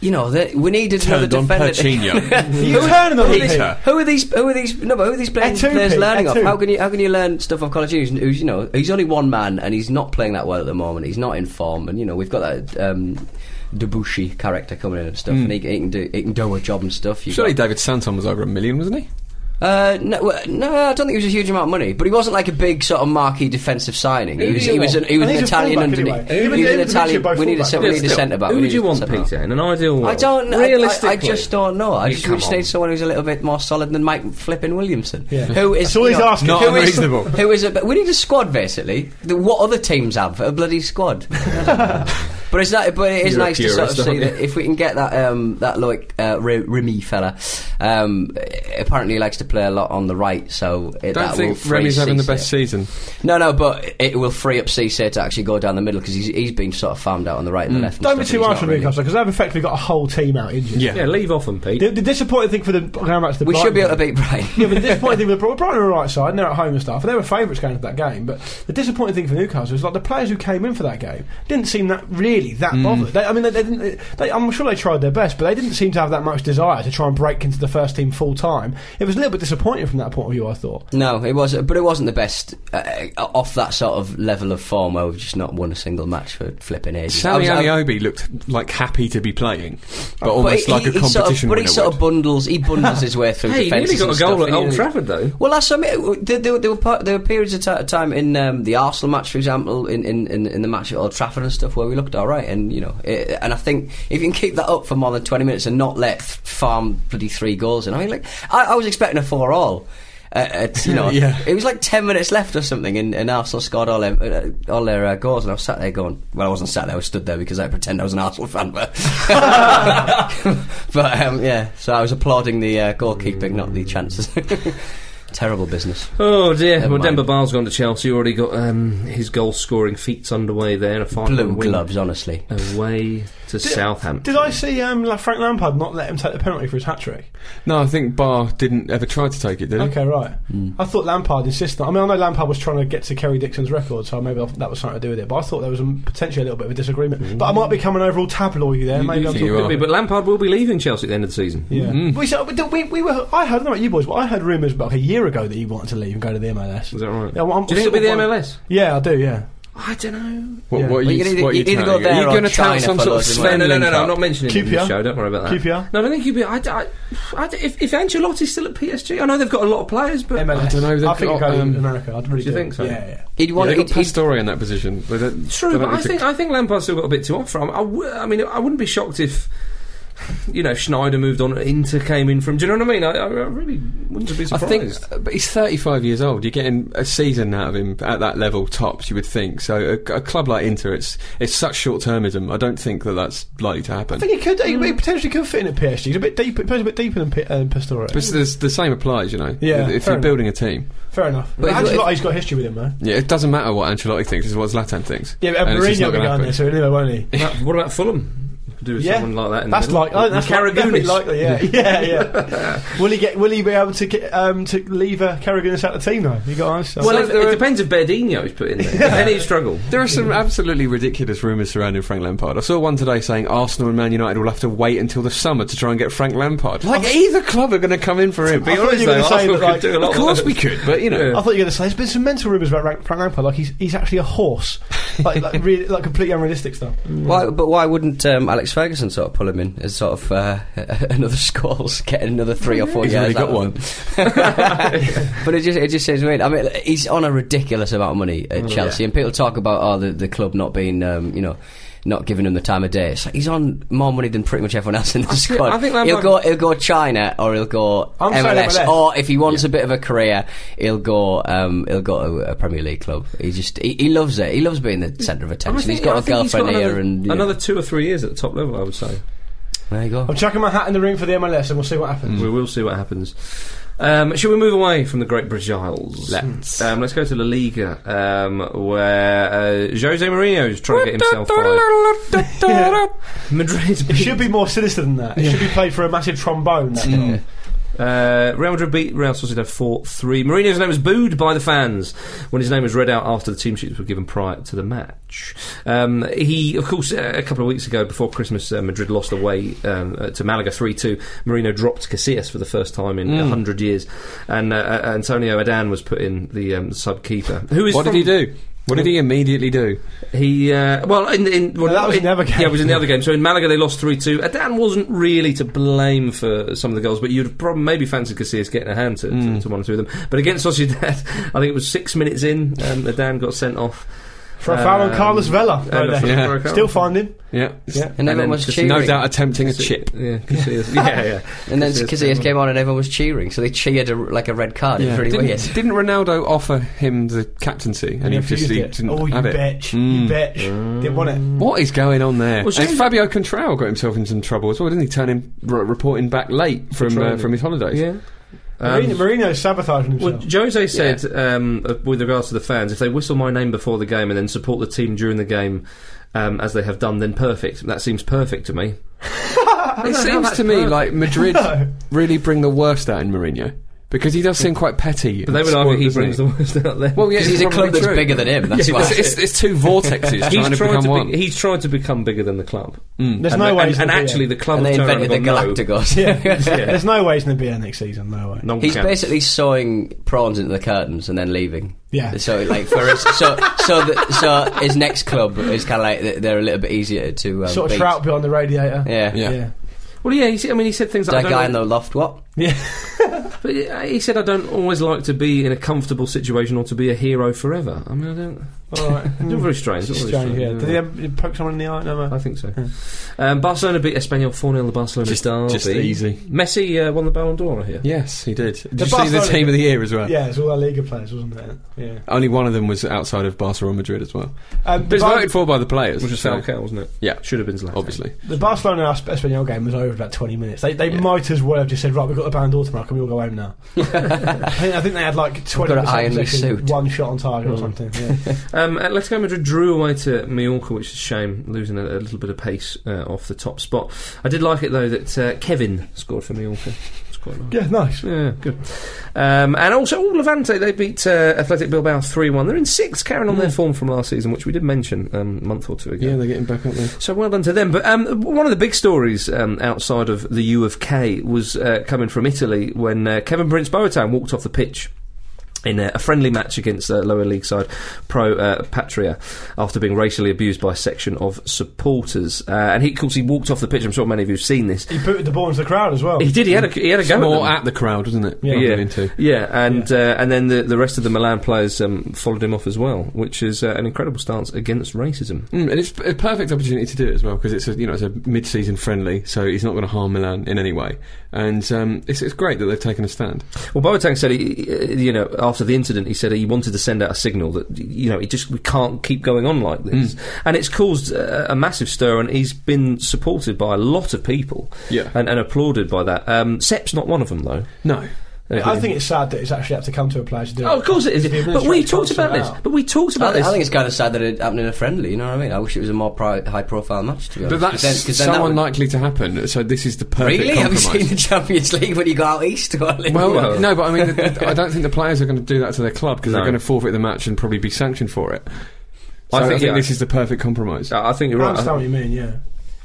[SPEAKER 3] you know, they- we needed
[SPEAKER 5] turned
[SPEAKER 3] another
[SPEAKER 5] on
[SPEAKER 3] defender.
[SPEAKER 5] Pachinho.
[SPEAKER 4] You turn them
[SPEAKER 3] Who are, these,
[SPEAKER 4] Peter.
[SPEAKER 3] who are these? Who are these? No, but who are these playing,
[SPEAKER 4] Etupi,
[SPEAKER 3] players learning off?
[SPEAKER 4] Etu.
[SPEAKER 3] How can you how can you learn stuff off Colaccini? Who's, who's you know he's only one man and he's not playing that well at the moment. He's not in form, and you know we've got that um, Debussy character coming in and stuff, and he, he can do he can do a job and stuff. You've
[SPEAKER 5] Hmm. Surely
[SPEAKER 3] got-
[SPEAKER 5] David Santon was over a million, wasn't he?
[SPEAKER 3] uh, no, well, no, I don't think it was a huge amount of money, but he wasn't like a big sort of marquee defensive signing. He was, he was, an, he was
[SPEAKER 4] And
[SPEAKER 3] an
[SPEAKER 4] he's a
[SPEAKER 3] Italian
[SPEAKER 4] fullback
[SPEAKER 3] underneath.
[SPEAKER 4] anyway.
[SPEAKER 3] He was an
[SPEAKER 4] David Lucia
[SPEAKER 3] Italian.
[SPEAKER 4] by
[SPEAKER 3] We need a
[SPEAKER 4] fullback.
[SPEAKER 3] se- we need a
[SPEAKER 2] Still,
[SPEAKER 3] centre back.
[SPEAKER 2] Who
[SPEAKER 3] we
[SPEAKER 2] would
[SPEAKER 3] need
[SPEAKER 2] you
[SPEAKER 3] a
[SPEAKER 2] want,
[SPEAKER 3] centre-back.
[SPEAKER 2] Peter? In an ideal world,
[SPEAKER 3] I don't. I-
[SPEAKER 2] Realistically,
[SPEAKER 3] I, I just don't know. I
[SPEAKER 2] You
[SPEAKER 3] just,
[SPEAKER 2] come
[SPEAKER 3] we just
[SPEAKER 2] on.
[SPEAKER 3] need someone who's a little bit more solid than Mike flipping Williamson.
[SPEAKER 4] Yeah.
[SPEAKER 3] Who is
[SPEAKER 4] That's all
[SPEAKER 3] you
[SPEAKER 4] he's
[SPEAKER 3] know,
[SPEAKER 4] asking.
[SPEAKER 5] Not
[SPEAKER 3] who is-
[SPEAKER 5] unreasonable.
[SPEAKER 3] who is a? bit- We need a squad basically. The- What other teams have a bloody squad? But it's not, but it is
[SPEAKER 2] You're a
[SPEAKER 3] nice to sort of
[SPEAKER 2] purist,
[SPEAKER 3] see
[SPEAKER 2] aren't you?
[SPEAKER 3] that if we can get that um, that like uh, Re- Remy fella, um, apparently he likes to play a lot on the right, so it,
[SPEAKER 5] Don't
[SPEAKER 3] that will
[SPEAKER 5] think
[SPEAKER 3] free
[SPEAKER 5] Remy's having the best
[SPEAKER 3] Cisse.
[SPEAKER 5] season.
[SPEAKER 3] No, no, but it will free up Cisse to actually go down the middle because he's he's been sort of farmed out on the right and the left. and
[SPEAKER 4] Mm. Don't be
[SPEAKER 3] stuff,
[SPEAKER 4] too
[SPEAKER 3] and he's
[SPEAKER 4] harsh
[SPEAKER 3] not
[SPEAKER 4] on
[SPEAKER 3] really-
[SPEAKER 4] Newcastle because they've effectively got a whole team out injured.
[SPEAKER 2] Yeah, leave off them, Pete.
[SPEAKER 4] The, the disappointing thing for the going back to the
[SPEAKER 3] We should be able to
[SPEAKER 4] Brighton
[SPEAKER 3] beat Brighton.
[SPEAKER 4] game- Yeah, but the disappointing thing with Brighton Brighton were on the right side and they're at home and stuff, and they were favourites going into that game. But the disappointing thing for Newcastle is like the players who came in for that game didn't seem that really that bothered. They, I mean, they, they didn't. They, I'm sure they tried their best, but they didn't seem to have that much desire to try and break into the first team full time. It was a little bit disappointing from that point of view. I thought.
[SPEAKER 3] No, it was, but it wasn't the best uh, off that sort of level of form where we've just not won a single match for flipping ages. I
[SPEAKER 5] Sammy
[SPEAKER 3] was- I-
[SPEAKER 5] Amiobi looked like happy to be playing, but
[SPEAKER 3] but
[SPEAKER 5] almost
[SPEAKER 3] he-
[SPEAKER 5] like
[SPEAKER 3] he-
[SPEAKER 5] a
[SPEAKER 3] he sort of-
[SPEAKER 5] competition
[SPEAKER 3] But
[SPEAKER 5] winner.
[SPEAKER 3] he sort of
[SPEAKER 5] would.
[SPEAKER 3] bundles, he bundles his way through
[SPEAKER 2] Hey, he
[SPEAKER 3] defences.
[SPEAKER 2] nearly got
[SPEAKER 3] and
[SPEAKER 2] a goal
[SPEAKER 3] stuff.
[SPEAKER 2] at
[SPEAKER 3] He
[SPEAKER 2] Old
[SPEAKER 3] nearly-
[SPEAKER 2] Trafford, though.
[SPEAKER 3] Well, that's I mean, there, there, there were par- there were periods of ti time in um, the Arsenal match, for example, in, in, in, in the match at Old Trafford and stuff, where we looked all right, and you know, it, and I think if you can keep that up for more than twenty minutes and not let th- farm bloody three goals, and I mean, like I, I was expecting a four all. Uh, at, you know,
[SPEAKER 5] Yeah.
[SPEAKER 3] it was like ten minutes left or something, and, and Arsenal scored all their uh, all their uh, goals, and I was sat there going, well, I wasn't sat there, I was stood there because I pretend I was an Arsenal fan, but but um, yeah, so I was applauding the uh, goalkeeping, not the chances. Terrible business.
[SPEAKER 2] Oh dear!
[SPEAKER 3] Never
[SPEAKER 2] well,
[SPEAKER 3] mind.
[SPEAKER 2] Denver Bale's gone to Chelsea. Already got um, his goal-scoring feats underway there. A
[SPEAKER 3] Blue
[SPEAKER 2] final win
[SPEAKER 3] gloves, honestly.
[SPEAKER 2] away to Southampton.
[SPEAKER 4] Did I see um, La- Frank Lampard not let him take the penalty for his hat trick?
[SPEAKER 5] no, I think Barr didn't ever try to take it, did he?
[SPEAKER 4] Okay, right. I thought Lampard insisted. I mean, I know Lampard was trying to get to Kerry Dixon's record, so maybe that was something to do with it. But I thought there was a, potentially a little bit of a disagreement. But I might be coming overall tabloid there. Maybe I'm
[SPEAKER 5] you
[SPEAKER 4] talking.
[SPEAKER 5] are.
[SPEAKER 2] Could be, but Lampard will be leaving Chelsea at the end of the season.
[SPEAKER 4] Yeah. We, so, we, we, we were. I heard I don't know about you boys, but I heard rumours about like a year ago that he wanted to leave and go to the MLS.
[SPEAKER 2] Is that right?
[SPEAKER 4] Yeah, well, I'm-
[SPEAKER 2] Do you think it'll be the MLS?
[SPEAKER 4] Yeah, I do. Yeah.
[SPEAKER 2] I don't know.
[SPEAKER 5] What,
[SPEAKER 4] Yeah.
[SPEAKER 5] what
[SPEAKER 3] Well,
[SPEAKER 5] are you,
[SPEAKER 3] you can either-
[SPEAKER 5] what are you
[SPEAKER 3] you either go
[SPEAKER 5] touting? Are
[SPEAKER 3] there
[SPEAKER 5] you
[SPEAKER 3] or
[SPEAKER 5] going to
[SPEAKER 3] China
[SPEAKER 5] tout some
[SPEAKER 3] for
[SPEAKER 5] sort of
[SPEAKER 3] loads of
[SPEAKER 5] Sven
[SPEAKER 2] no, no, no,
[SPEAKER 5] link
[SPEAKER 2] no.
[SPEAKER 5] up?
[SPEAKER 2] I'm not mentioning it in
[SPEAKER 4] QPR?
[SPEAKER 2] the show. Don't worry about that.
[SPEAKER 4] QPR?
[SPEAKER 2] No, I don't think QPR. I, d- I, I d- if, if Ancelotti's still at PSG, I know they've got a lot of players, but
[SPEAKER 4] MLS.
[SPEAKER 5] I don't know, they've
[SPEAKER 4] I think
[SPEAKER 5] got,
[SPEAKER 4] he'd go
[SPEAKER 5] um,
[SPEAKER 4] to America. I'd really
[SPEAKER 2] do you think so?
[SPEAKER 4] Yeah. yeah.
[SPEAKER 3] He'd
[SPEAKER 5] Yeah,
[SPEAKER 3] want,
[SPEAKER 5] they
[SPEAKER 3] he'd,
[SPEAKER 5] got
[SPEAKER 3] he'd,
[SPEAKER 5] Pastore in that position. They don't-
[SPEAKER 2] True,
[SPEAKER 5] they
[SPEAKER 2] but
[SPEAKER 5] don't
[SPEAKER 2] I
[SPEAKER 5] really
[SPEAKER 2] think I think Lampard's still got a bit to offer. I, I w- I mean, I wouldn't be shocked if you know Schneider moved on, Inter came in from. Do you know what I mean? I, I I really wouldn't be surprised.
[SPEAKER 5] I think, uh, but he's 35 years old. You're getting a season out of him at that level, tops. You would think. So a, a club like Inter, it's it's such short termism. I don't think that that's likely to happen.
[SPEAKER 4] I think he could. He, he potentially could fit in at PSG. He's a bit deep. He plays a bit deeper than P- uh, Pastore.
[SPEAKER 5] but it's- the, the same applies, you know.
[SPEAKER 4] Yeah,
[SPEAKER 5] if
[SPEAKER 4] fair
[SPEAKER 5] you're
[SPEAKER 4] enough.
[SPEAKER 5] building a team,
[SPEAKER 4] Fair enough.
[SPEAKER 3] But
[SPEAKER 4] But
[SPEAKER 3] if-
[SPEAKER 4] Ancelotti's got history with him, though.
[SPEAKER 5] yeah, it doesn't matter what Ancelotti thinks. It's what Zlatan thinks.
[SPEAKER 4] Yeah, but
[SPEAKER 5] And it's
[SPEAKER 4] Mourinho
[SPEAKER 5] just not
[SPEAKER 4] will be
[SPEAKER 5] gonna
[SPEAKER 4] going there,
[SPEAKER 5] happen.
[SPEAKER 4] so he'll won't he?
[SPEAKER 2] That- what about Fulham? Could do with
[SPEAKER 4] Yeah.
[SPEAKER 2] someone like that. In
[SPEAKER 4] That's
[SPEAKER 2] the middle.
[SPEAKER 4] like I think that's like, definitely
[SPEAKER 2] Karagounis.
[SPEAKER 4] likely, yeah, yeah, yeah. will he get? Will he be able to get, um, to leave uh, Carragher out of the team though? You got to answer.
[SPEAKER 2] Well,
[SPEAKER 4] Well,
[SPEAKER 5] So
[SPEAKER 2] it,
[SPEAKER 5] there
[SPEAKER 2] it
[SPEAKER 5] are-
[SPEAKER 2] depends if Berdinho is put in there. Then he'd struggle.
[SPEAKER 5] There are some absolutely ridiculous rumours surrounding Frank Lampard. I saw one today saying Arsenal and Man United will have to wait until the summer to try and get Frank Lampard. Like either club are going to come in for him.
[SPEAKER 4] I thought you were
[SPEAKER 2] though,
[SPEAKER 4] gonna say
[SPEAKER 2] Arsenal
[SPEAKER 4] that,
[SPEAKER 2] could
[SPEAKER 4] like-
[SPEAKER 2] do a lot
[SPEAKER 5] Of course
[SPEAKER 2] worse.
[SPEAKER 5] we could, but you know.
[SPEAKER 4] I thought you were going to say there's been some mental rumours about Frank Frank Lampard, like he's he's actually a horse. like, like, really, like completely unrealistic stuff.
[SPEAKER 3] Why, but why wouldn't um, Alex Ferguson sort of pull him in as sort of uh, another Scholes, get another three or four
[SPEAKER 5] He's
[SPEAKER 3] years?
[SPEAKER 5] already got
[SPEAKER 3] out of
[SPEAKER 5] one.
[SPEAKER 3] him? but it just it just seems weird. I mean, he's on a ridiculous amount of money at Chelsea, and people talk about oh the, the club not being um, you know. Not giving him the time of day. It's like he's on more money than pretty much everyone else in the squad.
[SPEAKER 2] I think that
[SPEAKER 3] he'll
[SPEAKER 2] might-
[SPEAKER 3] go, he'll go China, or he'll go
[SPEAKER 4] I'm saying
[SPEAKER 3] MLS,
[SPEAKER 4] MLS.
[SPEAKER 3] or if he wants a bit of a career, he'll go, um, he'll go to a Premier League club. He just he, he loves it. He loves being the centre of attention.
[SPEAKER 2] I
[SPEAKER 3] he's
[SPEAKER 2] think-
[SPEAKER 3] got
[SPEAKER 2] I
[SPEAKER 3] a
[SPEAKER 2] think he's
[SPEAKER 3] girlfriend
[SPEAKER 2] got
[SPEAKER 3] here,
[SPEAKER 2] another,
[SPEAKER 3] and you know.
[SPEAKER 2] another two or three years at the top level, I would say.
[SPEAKER 3] There you go.
[SPEAKER 4] I'm chucking my hat in the ring for the MLS, and we'll see what happens.
[SPEAKER 2] We will see what happens. Um, shall we move away from the Great British Isles?
[SPEAKER 5] Let's.
[SPEAKER 2] Um, let's go to La Liga, um, where uh, Jose Mourinho is trying to get himself fired. Madrid
[SPEAKER 4] It
[SPEAKER 2] beat-
[SPEAKER 4] should be more sinister than that. It should be played for a massive trombone. that
[SPEAKER 2] Mm.
[SPEAKER 4] goal.
[SPEAKER 2] Uh, Real Madrid beat Real Sociedad 4 3. Mourinho's name was booed by the fans when his name was read out after the team sheets were given prior to the match. Um, he, of course, uh, a couple of weeks ago before Christmas, uh, Madrid lost away um, uh, to Malaga 3 2. Marino dropped Casillas for the first time
[SPEAKER 5] Mm.
[SPEAKER 2] in a 100 years, and uh, uh, Antonio Adan was put in the um, sub keeper. Who is
[SPEAKER 5] What did
[SPEAKER 2] from-
[SPEAKER 5] he do? What did he immediately do?
[SPEAKER 2] He uh, well, in, in well,
[SPEAKER 4] No, that was in the other game.
[SPEAKER 2] Yeah, it was in the other game. So in Malaga, they lost three two. Adan wasn't really to blame for some of the goals, but you'd have probably maybe fancied Casillas getting a hand to,
[SPEAKER 4] Mm.
[SPEAKER 2] to, to one or two of them. But against Sociedad, I think it was six minutes in, um, Adan got sent off.
[SPEAKER 4] For a foul on
[SPEAKER 2] Um,
[SPEAKER 4] Carlos Vela.
[SPEAKER 2] and
[SPEAKER 4] right
[SPEAKER 2] a
[SPEAKER 4] there.
[SPEAKER 2] free
[SPEAKER 5] Yeah.
[SPEAKER 2] throw.
[SPEAKER 4] Still find him.
[SPEAKER 5] Yeah.
[SPEAKER 4] Yeah.
[SPEAKER 3] And
[SPEAKER 2] then
[SPEAKER 3] everyone was
[SPEAKER 2] just
[SPEAKER 3] cheering.
[SPEAKER 5] No doubt attempting a chip.
[SPEAKER 2] Yeah, Casillas. yeah, yeah.
[SPEAKER 3] And then
[SPEAKER 2] Casillas
[SPEAKER 3] Casillas
[SPEAKER 2] came
[SPEAKER 3] came on and everyone was cheering, so they cheered a, like a red card. It was really
[SPEAKER 5] didn't,
[SPEAKER 3] weird.
[SPEAKER 5] didn't Ronaldo offer him the captaincy and he just
[SPEAKER 4] refused
[SPEAKER 5] he
[SPEAKER 4] it.
[SPEAKER 5] didn't
[SPEAKER 4] oh, you
[SPEAKER 5] have it?
[SPEAKER 4] bitch.
[SPEAKER 2] Mm.
[SPEAKER 4] You bitch. Didn't want
[SPEAKER 2] Um,
[SPEAKER 4] it.
[SPEAKER 5] What is going on there?
[SPEAKER 2] Well,
[SPEAKER 5] and
[SPEAKER 2] Shane-
[SPEAKER 5] Fabio Contral got himself in some trouble as well, didn't he? Turn him r- reporting back late from uh,
[SPEAKER 2] Contralli.
[SPEAKER 5] from his holidays.
[SPEAKER 2] Yeah. Um,
[SPEAKER 4] Marino, Marino's sabotaging
[SPEAKER 2] Well,
[SPEAKER 4] himself.
[SPEAKER 2] Jose said, um, uh, with regards to the fans, if they whistle my name before the game and then support the team during the game um, as they have done, then perfect. That seems perfect to me.
[SPEAKER 5] It seems to me like Madrid
[SPEAKER 4] No.
[SPEAKER 5] really bring the worst out in Mourinho because he does seem quite petty.
[SPEAKER 2] But they would argue he brings the worst out there.
[SPEAKER 5] Well, yeah,
[SPEAKER 3] Because he's a
[SPEAKER 5] probably
[SPEAKER 3] club that's
[SPEAKER 5] true.
[SPEAKER 3] bigger than him, that's
[SPEAKER 5] Yeah,
[SPEAKER 3] why.
[SPEAKER 5] It's, it's, it's two vortexes
[SPEAKER 2] he's
[SPEAKER 5] trying to
[SPEAKER 2] trying to
[SPEAKER 5] become
[SPEAKER 2] be-
[SPEAKER 5] one.
[SPEAKER 2] he's tried to become bigger than the club.
[SPEAKER 4] There's
[SPEAKER 2] Mm. and
[SPEAKER 4] no
[SPEAKER 2] the-
[SPEAKER 4] way.
[SPEAKER 2] and,
[SPEAKER 4] he's
[SPEAKER 2] and
[SPEAKER 4] gonna be
[SPEAKER 2] actually,
[SPEAKER 4] in.
[SPEAKER 2] the club
[SPEAKER 3] and they
[SPEAKER 2] have turned
[SPEAKER 3] invented the
[SPEAKER 2] around and gone,
[SPEAKER 3] Galacticos.
[SPEAKER 2] No. Yeah.
[SPEAKER 4] There's no way he's going to be here next season. No way.
[SPEAKER 2] No one
[SPEAKER 3] He's
[SPEAKER 2] can.
[SPEAKER 3] basically sewing prawns into the curtains and then leaving.
[SPEAKER 4] Yeah.
[SPEAKER 3] So like for his, so so the, so his next club is kind of like th- they're a little bit easier to um,
[SPEAKER 4] Sort of
[SPEAKER 3] beat.
[SPEAKER 4] trout beyond the radiator.
[SPEAKER 3] Yeah.
[SPEAKER 5] Yeah.
[SPEAKER 4] Yeah.
[SPEAKER 2] Well, yeah. He, said- I mean, he said things like
[SPEAKER 3] That
[SPEAKER 2] I
[SPEAKER 3] guy
[SPEAKER 2] don't
[SPEAKER 3] in the loft. What?
[SPEAKER 2] But uh, he said, "I don't always like to be in a comfortable situation or to be a hero forever." I mean, I don't.
[SPEAKER 4] All right.
[SPEAKER 2] It's all very strange. it's
[SPEAKER 4] It's
[SPEAKER 2] all very
[SPEAKER 4] strange, yeah.
[SPEAKER 2] strange,
[SPEAKER 4] Did he um, poke someone in the eye? No,
[SPEAKER 2] I
[SPEAKER 4] no.
[SPEAKER 2] think so. Um, Barcelona beat Espanyol 4 0 the Barcelona
[SPEAKER 5] Just-
[SPEAKER 2] derby.
[SPEAKER 5] just easy.
[SPEAKER 2] Messi uh, won the Ballon d'Or here.
[SPEAKER 5] yes, he did. Did
[SPEAKER 4] The
[SPEAKER 5] you see the
[SPEAKER 4] Barcelona-
[SPEAKER 5] team of the year as well?
[SPEAKER 4] Yeah, it's all our Liga players, wasn't it? Yeah.
[SPEAKER 5] Only one of them was outside of Barcelona Madrid as well.
[SPEAKER 4] Um,
[SPEAKER 5] But it's
[SPEAKER 4] Bar-
[SPEAKER 5] voted for by the players.
[SPEAKER 2] Which is
[SPEAKER 5] so-
[SPEAKER 2] Falcao, wasn't it?
[SPEAKER 5] Yeah,
[SPEAKER 2] Should have been Zlatan.
[SPEAKER 5] obviously.
[SPEAKER 4] The Barcelona and Espanyol game was over about 20 minutes. They, they might as well have just said, right, we've got the band all tomorrow, can we all go home now? I, think, I think they had like 20
[SPEAKER 3] got to iron my suit.
[SPEAKER 4] one shot on target or something. Yeah.
[SPEAKER 2] Um, Atletico Madrid drew away to Mallorca, which is a shame, losing a, a little bit of pace uh, off the top spot. I did like it, though, that uh, Kevin scored for Mallorca. It's quite nice.
[SPEAKER 4] yeah, nice.
[SPEAKER 2] Yeah, good. Um, and also, oh, Levante, they beat uh, Athletic Bilbao 3 1. They're in sixth, carrying on their form from last season, which we did mention um, a month or two ago.
[SPEAKER 5] Yeah, they're getting back up there.
[SPEAKER 2] So well done to them. But um, one of the big stories um, outside of the U of K was uh, coming from Italy when uh, Kevin Prince Boateng walked off the pitch. In a, a friendly match against uh, lower league side Pro uh, Patria, after being racially abused by a section of supporters, uh, and he, of course, he walked off the pitch. I'm sure many of you have seen this.
[SPEAKER 4] He booted the ball into the crowd as well.
[SPEAKER 2] He did. He had a he had a go.
[SPEAKER 5] More
[SPEAKER 2] at them.
[SPEAKER 5] at the crowd, wasn't it?
[SPEAKER 4] Yeah.
[SPEAKER 5] Rather
[SPEAKER 2] Yeah.
[SPEAKER 5] than into-
[SPEAKER 2] Yeah, and Uh, and then the, the rest of the Milan players um, followed him off as well, which is uh, an incredible stance against racism.
[SPEAKER 5] Mm, and it's a perfect opportunity to do it as well because it's a you know it's a mid-season friendly, so he's not going to harm Milan in any way, and um, it's, it's great that they've taken a stand.
[SPEAKER 2] Well, Boateng said, he, uh, you know, after the incident, he said he wanted to send out a signal that, you know, it just we can't keep going on like this,
[SPEAKER 4] Hmm.
[SPEAKER 2] and it's caused uh, a massive stir, and he's been supported by a lot of people,
[SPEAKER 5] Yeah.
[SPEAKER 2] and, and applauded by that. Um, Sep's not one of them though.
[SPEAKER 5] No,
[SPEAKER 4] I think it's sad that it's actually had to come to a player to do it.
[SPEAKER 2] Oh, of course it
[SPEAKER 4] The
[SPEAKER 2] is. But
[SPEAKER 4] administration
[SPEAKER 2] we
[SPEAKER 4] can't
[SPEAKER 2] talked
[SPEAKER 4] sort
[SPEAKER 2] about
[SPEAKER 4] it
[SPEAKER 2] this.
[SPEAKER 4] out.
[SPEAKER 2] But we talked
[SPEAKER 3] I,
[SPEAKER 2] about
[SPEAKER 3] thi- I
[SPEAKER 2] this.
[SPEAKER 3] think it's kind of sad that it happened in a friendly. You know what I mean? I wish it was a more pri- high-profile match. To be
[SPEAKER 5] but
[SPEAKER 3] honest, 'Cause
[SPEAKER 5] that's
[SPEAKER 3] then- 'cause then
[SPEAKER 5] so
[SPEAKER 3] that would-
[SPEAKER 5] unlikely to happen. So this is the perfect
[SPEAKER 3] Really? Have you
[SPEAKER 5] compromise.
[SPEAKER 3] seen the Champions League when you go out east? Or
[SPEAKER 5] well,
[SPEAKER 2] Well-
[SPEAKER 5] no, but I mean, the, the- I don't think the players are going to do that to their club because
[SPEAKER 2] No.
[SPEAKER 5] they're going to forfeit the match and probably be sanctioned for it. So I think,
[SPEAKER 2] yeah. Uh,
[SPEAKER 5] this is the perfect compromise.
[SPEAKER 2] I think you're
[SPEAKER 4] I
[SPEAKER 2] right.
[SPEAKER 4] understand what you mean, yeah.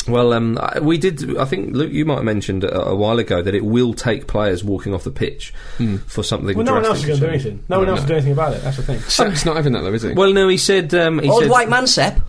[SPEAKER 2] Well, um, I- we did. I think Luke, you might have mentioned a, a while ago that it will take players walking off the pitch for something.
[SPEAKER 4] Hmm. Well, no one else is
[SPEAKER 2] drastic
[SPEAKER 4] going to do
[SPEAKER 2] change.
[SPEAKER 4] anything. No one else is doing anything about it. That's the thing.
[SPEAKER 5] Sepp's not having that though, is he?
[SPEAKER 2] Well, no, he said. Um,
[SPEAKER 4] Oh,
[SPEAKER 2] he
[SPEAKER 3] Old
[SPEAKER 2] said,
[SPEAKER 3] white man, Sep.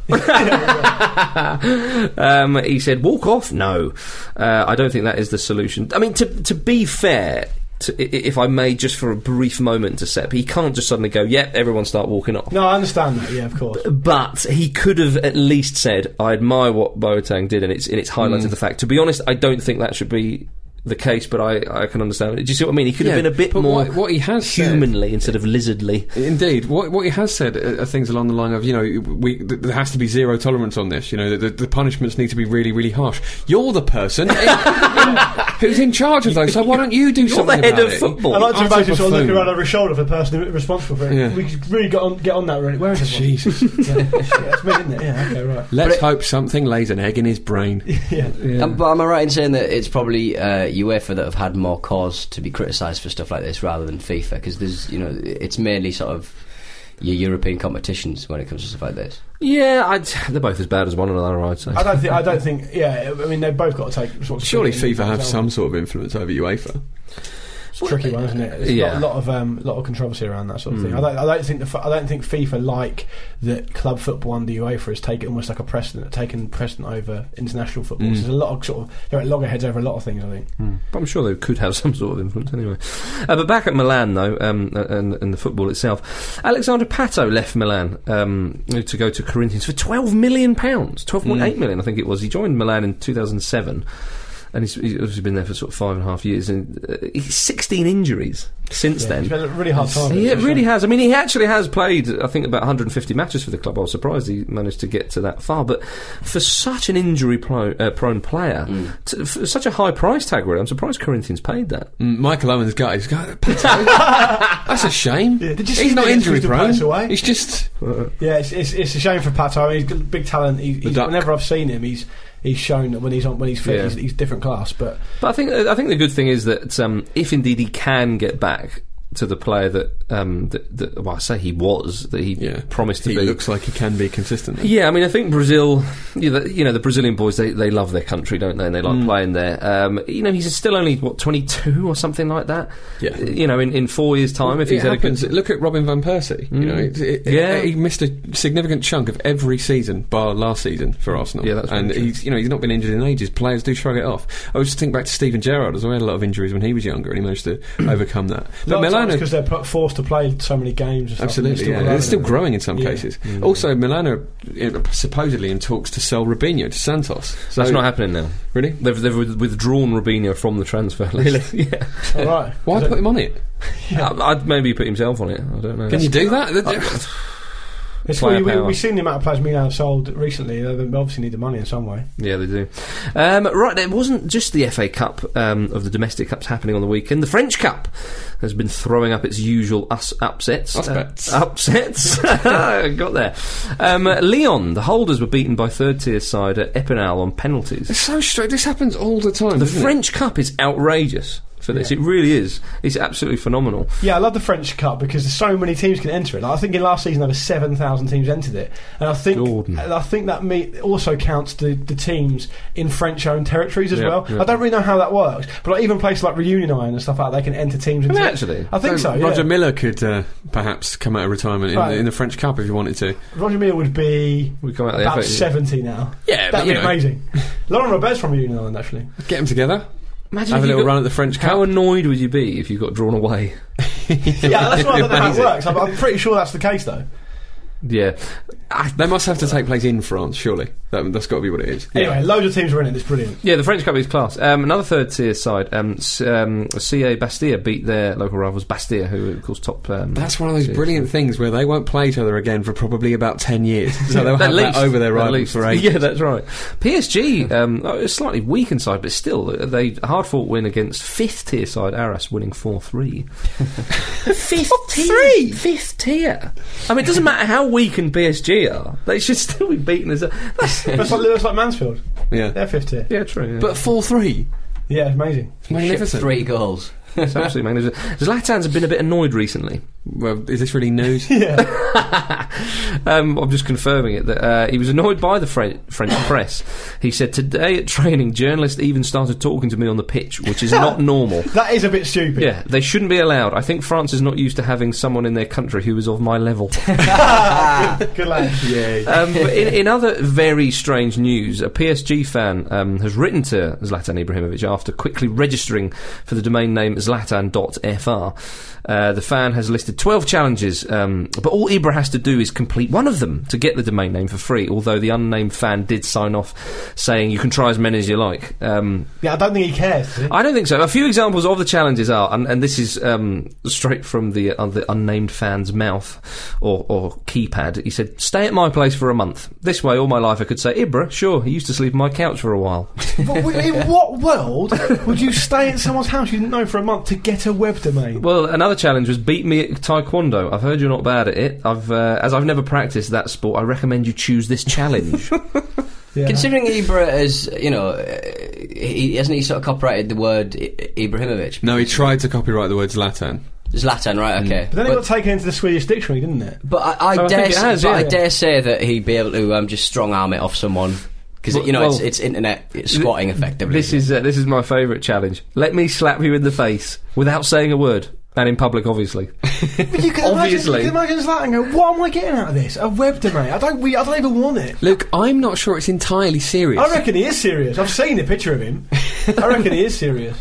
[SPEAKER 2] um, he said, "Walk off." No, uh, I don't think that is the solution. I mean, to to be fair, to, i- i- if I may, just for a brief moment to Sepp, he can't just suddenly go, "Yep, everyone start walking off."
[SPEAKER 4] No, I understand that. Yeah, of course.
[SPEAKER 2] But he could have at least said, "I admire what Boateng did," and it's and it's highlighted the fact. To be honest, I don't think that should be the case, but I, I can understand. it. Do you see what I mean? He could
[SPEAKER 5] Yeah,
[SPEAKER 2] have been a bit
[SPEAKER 5] but
[SPEAKER 2] more
[SPEAKER 5] what- what he has said-
[SPEAKER 2] humanly instead of lizardly.
[SPEAKER 5] Indeed, what what he has said are, are things along the line of you know we th- there has to be zero tolerance on this. You know the, the punishments need to be really really harsh. You're the person in- in- who's in charge of those, so why don't you do
[SPEAKER 2] You're the
[SPEAKER 5] something
[SPEAKER 2] head
[SPEAKER 5] about
[SPEAKER 2] of
[SPEAKER 5] it?
[SPEAKER 2] football.
[SPEAKER 4] I like to
[SPEAKER 5] Utter
[SPEAKER 4] imagine sort of looking
[SPEAKER 5] buffoon.
[SPEAKER 4] around over his shoulder for the person who- responsible for it.
[SPEAKER 5] Yeah.
[SPEAKER 4] We could really get on, get on that really. Where is this one?
[SPEAKER 5] Jesus.
[SPEAKER 4] yeah, shit, that's me, isn't it? Yeah, okay, right.
[SPEAKER 5] Let's hope something lays an egg in his brain.
[SPEAKER 4] Yeah.
[SPEAKER 3] Um, but am I right in saying that it's probably uh, UEFA that have had more cause to be criticised for stuff like this rather than FIFA? Because there's, you know, it's mainly sort of your European competitions when it comes to stuff like this.
[SPEAKER 2] Yeah, I'd, they're both as bad as one another. I'd say.
[SPEAKER 4] I don't think. I don't think. Yeah, I mean, they've both got to take responsibility.
[SPEAKER 5] Surely
[SPEAKER 4] and-
[SPEAKER 5] FIFA have
[SPEAKER 4] and-
[SPEAKER 5] some sort of influence over UEFA.
[SPEAKER 4] It's a tricky one, isn't it? There's
[SPEAKER 2] Yeah.
[SPEAKER 4] a lot, lot of um, lot of controversy around that sort of
[SPEAKER 5] Hmm.
[SPEAKER 4] thing. I don't, I don't think the, f- I don't think FIFA like that club football under UEFA has taken almost like a precedent, taken precedent over international football.
[SPEAKER 5] Hmm.
[SPEAKER 4] So there's a lot of sort of they're at loggerheads over a lot of things. I think.
[SPEAKER 2] But I'm sure they could have some sort of influence anyway. Uh, but back at Milan, though, um, and, and the football itself, Alexander Pato left Milan um, to go to Corinthians for £12 million,
[SPEAKER 4] Hmm.
[SPEAKER 2] £12.8 million, I think it was. He joined Milan in 2007. And he's, he's obviously been there for sort of five and a half years, and uh, he's 16 injuries since
[SPEAKER 4] Yeah,
[SPEAKER 2] then.
[SPEAKER 4] it's been a really hard time.
[SPEAKER 2] He
[SPEAKER 4] It's a
[SPEAKER 2] really
[SPEAKER 4] shame.
[SPEAKER 2] has. I mean, he actually has played, I think, about 150 matches for the club. I was surprised he managed to get to that far. But for such an injury pro- uh, prone player,
[SPEAKER 5] Mm.
[SPEAKER 2] to, for such a high price tag, really, I'm surprised Corinthians paid that.
[SPEAKER 5] Mm, Michael Owen's got his guy. That's a shame.
[SPEAKER 4] Yeah, did you see
[SPEAKER 5] He's not
[SPEAKER 4] the
[SPEAKER 5] injury
[SPEAKER 4] excuse to
[SPEAKER 5] prone.
[SPEAKER 4] pass away?
[SPEAKER 5] He's just
[SPEAKER 4] Yeah, it's, it's, it's a shame for Pato. I mean, he's got big talent. He, he's,
[SPEAKER 5] duck.
[SPEAKER 4] whenever I've seen him, he's he's shown that when he's on when he's fit,
[SPEAKER 2] Yeah.
[SPEAKER 4] he's, he's different class. But
[SPEAKER 2] But I think uh, I think the good thing is that um, if indeed he can get back to the player that, um, that, that well, I say he was that he
[SPEAKER 5] yeah.
[SPEAKER 2] promised to
[SPEAKER 5] he
[SPEAKER 2] be.
[SPEAKER 5] looks like he can be consistent.
[SPEAKER 2] Yeah, I mean, I think Brazil, you know, the, you know, the Brazilian boys, they, they love their country, don't they? And they like
[SPEAKER 5] Mm.
[SPEAKER 2] playing there. Um, you know, he's still only, what, 22 or something like that?
[SPEAKER 5] Yeah.
[SPEAKER 2] You know, in, in four years' time, if
[SPEAKER 5] it
[SPEAKER 2] he's had
[SPEAKER 5] happens.
[SPEAKER 2] a good.
[SPEAKER 5] Look at Robin van Persie. You know, it, it,
[SPEAKER 2] Mm. Yeah.
[SPEAKER 5] he missed a significant chunk of every season, bar last season for Arsenal.
[SPEAKER 2] Mm. Yeah, that's very
[SPEAKER 5] and
[SPEAKER 2] true.
[SPEAKER 5] he's you know he's not been injured in ages. Players do shrug it off. I was just think back to Stephen Gerrard as well. He had a lot of injuries when he was younger, and he managed to overcome that. But Milan are-
[SPEAKER 4] because they're pro- forced to play so many games. And stuff,
[SPEAKER 5] Absolutely,
[SPEAKER 4] and
[SPEAKER 5] yeah. They're still growing in some
[SPEAKER 4] Yeah.
[SPEAKER 5] cases.
[SPEAKER 2] Mm.
[SPEAKER 5] Also, Milan are uh, supposedly in talks to sell Robinho to Santos. So
[SPEAKER 2] That's not happening now.
[SPEAKER 5] really.
[SPEAKER 2] They've, they've with- withdrawn Robinho from the transfer list. yeah.
[SPEAKER 4] All right.
[SPEAKER 5] Why put him on it?
[SPEAKER 2] I, I'd maybe put himself on it. I don't know.
[SPEAKER 5] Can you do that?
[SPEAKER 4] It's
[SPEAKER 2] Player
[SPEAKER 4] we, we,
[SPEAKER 2] power.
[SPEAKER 4] we've seen the amount of players Milan have sold recently. They obviously need the money in some way.
[SPEAKER 2] Yeah, they do. Um, right, it wasn't just the FA Cup um, of the domestic cups happening on the weekend. The French Cup has been throwing up its usual us upsets.
[SPEAKER 5] Uspets.
[SPEAKER 2] Uh, upsets. Got there. Um, Leon, the holders were beaten by third tier side at Epinal on penalties.
[SPEAKER 5] It's so strange. This happens all the time.
[SPEAKER 2] The
[SPEAKER 5] doesn't it?
[SPEAKER 2] French Cup is outrageous for this. It really is. It's absolutely phenomenal.
[SPEAKER 4] Yeah, I love the French Cup because there's so many teams can enter it. Like, I think in last season over seven thousand teams entered it, and I think
[SPEAKER 2] Jordan.
[SPEAKER 4] and I think that me- also counts the, the teams in French-owned territories as
[SPEAKER 2] Yeah,
[SPEAKER 4] well.
[SPEAKER 2] yeah.
[SPEAKER 4] I don't really know how that works, but like, even places like Reunion Iron and stuff like that, they can enter teams. Into
[SPEAKER 2] they
[SPEAKER 4] it.
[SPEAKER 2] actually?
[SPEAKER 4] I think so. yeah.
[SPEAKER 5] Roger Miller could uh, perhaps come out of retirement in,
[SPEAKER 4] Right.
[SPEAKER 5] the, in the French Cup if he wanted to.
[SPEAKER 4] Roger Miller would be
[SPEAKER 2] We come out of the
[SPEAKER 4] about
[SPEAKER 2] FA.
[SPEAKER 4] seventy now.
[SPEAKER 5] Yeah, but,
[SPEAKER 4] that'd
[SPEAKER 5] you
[SPEAKER 4] be
[SPEAKER 5] know.
[SPEAKER 4] amazing. Lauren Robert's from Reunion Iron, actually.
[SPEAKER 5] Get him together.
[SPEAKER 2] Imagine if
[SPEAKER 5] Have a
[SPEAKER 2] you
[SPEAKER 5] little
[SPEAKER 2] got-
[SPEAKER 5] run at the French Cup.
[SPEAKER 2] How annoyed would you be if you got drawn away?
[SPEAKER 4] yeah, that's why I don't know how it
[SPEAKER 5] Amazing.
[SPEAKER 4] works. I'm, I'm pretty sure that's the case though.
[SPEAKER 2] Yeah.
[SPEAKER 5] they must have to take place in France, surely. That, that's got to be what it is.
[SPEAKER 4] Anyway, loads of teams were in it. It's brilliant.
[SPEAKER 2] Yeah, the French Cup is class. Um, another third tier side, um, S- um, CA Bastia beat their local rivals Bastia, who are, of course top. Um,
[SPEAKER 5] That's one of those
[SPEAKER 2] tier.
[SPEAKER 5] brilliant things where they won't play each other again for probably about 10 years. So they'll have
[SPEAKER 2] At least,
[SPEAKER 5] that over their
[SPEAKER 2] at
[SPEAKER 5] rivals
[SPEAKER 2] least.
[SPEAKER 5] for ages.
[SPEAKER 2] Yeah, that's right. PSG, um, oh, it's slightly weakened side, but still uh, they hard fought win against fifth tier side Arras, winning four three. Fifth tier, fifth tier. I mean, it doesn't matter how weakened PSG are; they should still be beaten as a. That's,
[SPEAKER 4] It's like, it's like Mansfield.
[SPEAKER 5] Yeah.
[SPEAKER 4] They're fifty.
[SPEAKER 2] yeah, true. yeah.
[SPEAKER 5] But 4 3.
[SPEAKER 4] Yeah, it's amazing.
[SPEAKER 5] It's magnificent.
[SPEAKER 3] Three goals.
[SPEAKER 2] It's absolutely magnificent. Zlatan's been a bit annoyed recently.
[SPEAKER 5] Well, is this really news?
[SPEAKER 4] Yeah.
[SPEAKER 2] um, I'm just confirming it that uh, he was annoyed by the French, French press. He said today at training, journalists even started talking to me on the pitch, which is not normal.
[SPEAKER 4] that is a bit stupid.
[SPEAKER 2] Yeah, they shouldn't be allowed. I think France is not used to having someone in their country who is of my level.
[SPEAKER 4] Good lad. Yeah.
[SPEAKER 2] Um, but in, in other very strange news, a PSG fan um, has written to Zlatan Ibrahimovic after quickly registering for the domain name zlatan.fr. Uh, the fan has listed 12 challenges, um, but all Ibra has to do is complete one of them to get the domain name for free, although the unnamed fan did sign off saying you can try as many as you like. Um,
[SPEAKER 4] I don't think he cares. does he?
[SPEAKER 2] I don't think so. A few examples of the challenges are, and, and this is um, straight from the, uh, the unnamed fan's mouth or, or keypad. He said, "Stay at my place for a month. This way, all my life, I could say, Ibra, sure, he used to sleep on my couch for a while."
[SPEAKER 4] What- w- in what world would you stay at someone's house you didn't know for a month to get a web domain?
[SPEAKER 2] well, another challenge was beat me at taekwondo. I've heard you're not bad at it. I've uh, as I've never practiced that sport. I recommend you choose this challenge.
[SPEAKER 4] Yeah.
[SPEAKER 3] Considering Ibra is, you know, uh, he, hasn't he sort of copyrighted the word I- Ibrahimovic?
[SPEAKER 5] no, he tried to copyright the word Zlatan.
[SPEAKER 3] Zlatan, right? Okay.
[SPEAKER 4] but then it got taken into the Swedish dictionary, didn't it?
[SPEAKER 3] But I, I
[SPEAKER 2] Oh, I
[SPEAKER 3] dare,
[SPEAKER 2] think it
[SPEAKER 3] say,
[SPEAKER 2] has,
[SPEAKER 3] but
[SPEAKER 2] yeah.
[SPEAKER 3] I dare say that he'd be able to um, just strong arm it off someone because
[SPEAKER 2] Well-
[SPEAKER 3] you know it's,
[SPEAKER 2] well-
[SPEAKER 3] it's internet it's squatting effectively.
[SPEAKER 2] this is uh, this is my favourite challenge. Let me slap you in the face without saying a word, and in public, obviously.
[SPEAKER 4] But you can
[SPEAKER 2] Obviously.
[SPEAKER 4] imagine, you can imagine that and go, what am I getting out of this? A web domain? I don't. We, I don't even want it.
[SPEAKER 5] Look, I'm not sure it's entirely serious.
[SPEAKER 4] I reckon he is serious. I've seen a picture of him. I reckon he is serious.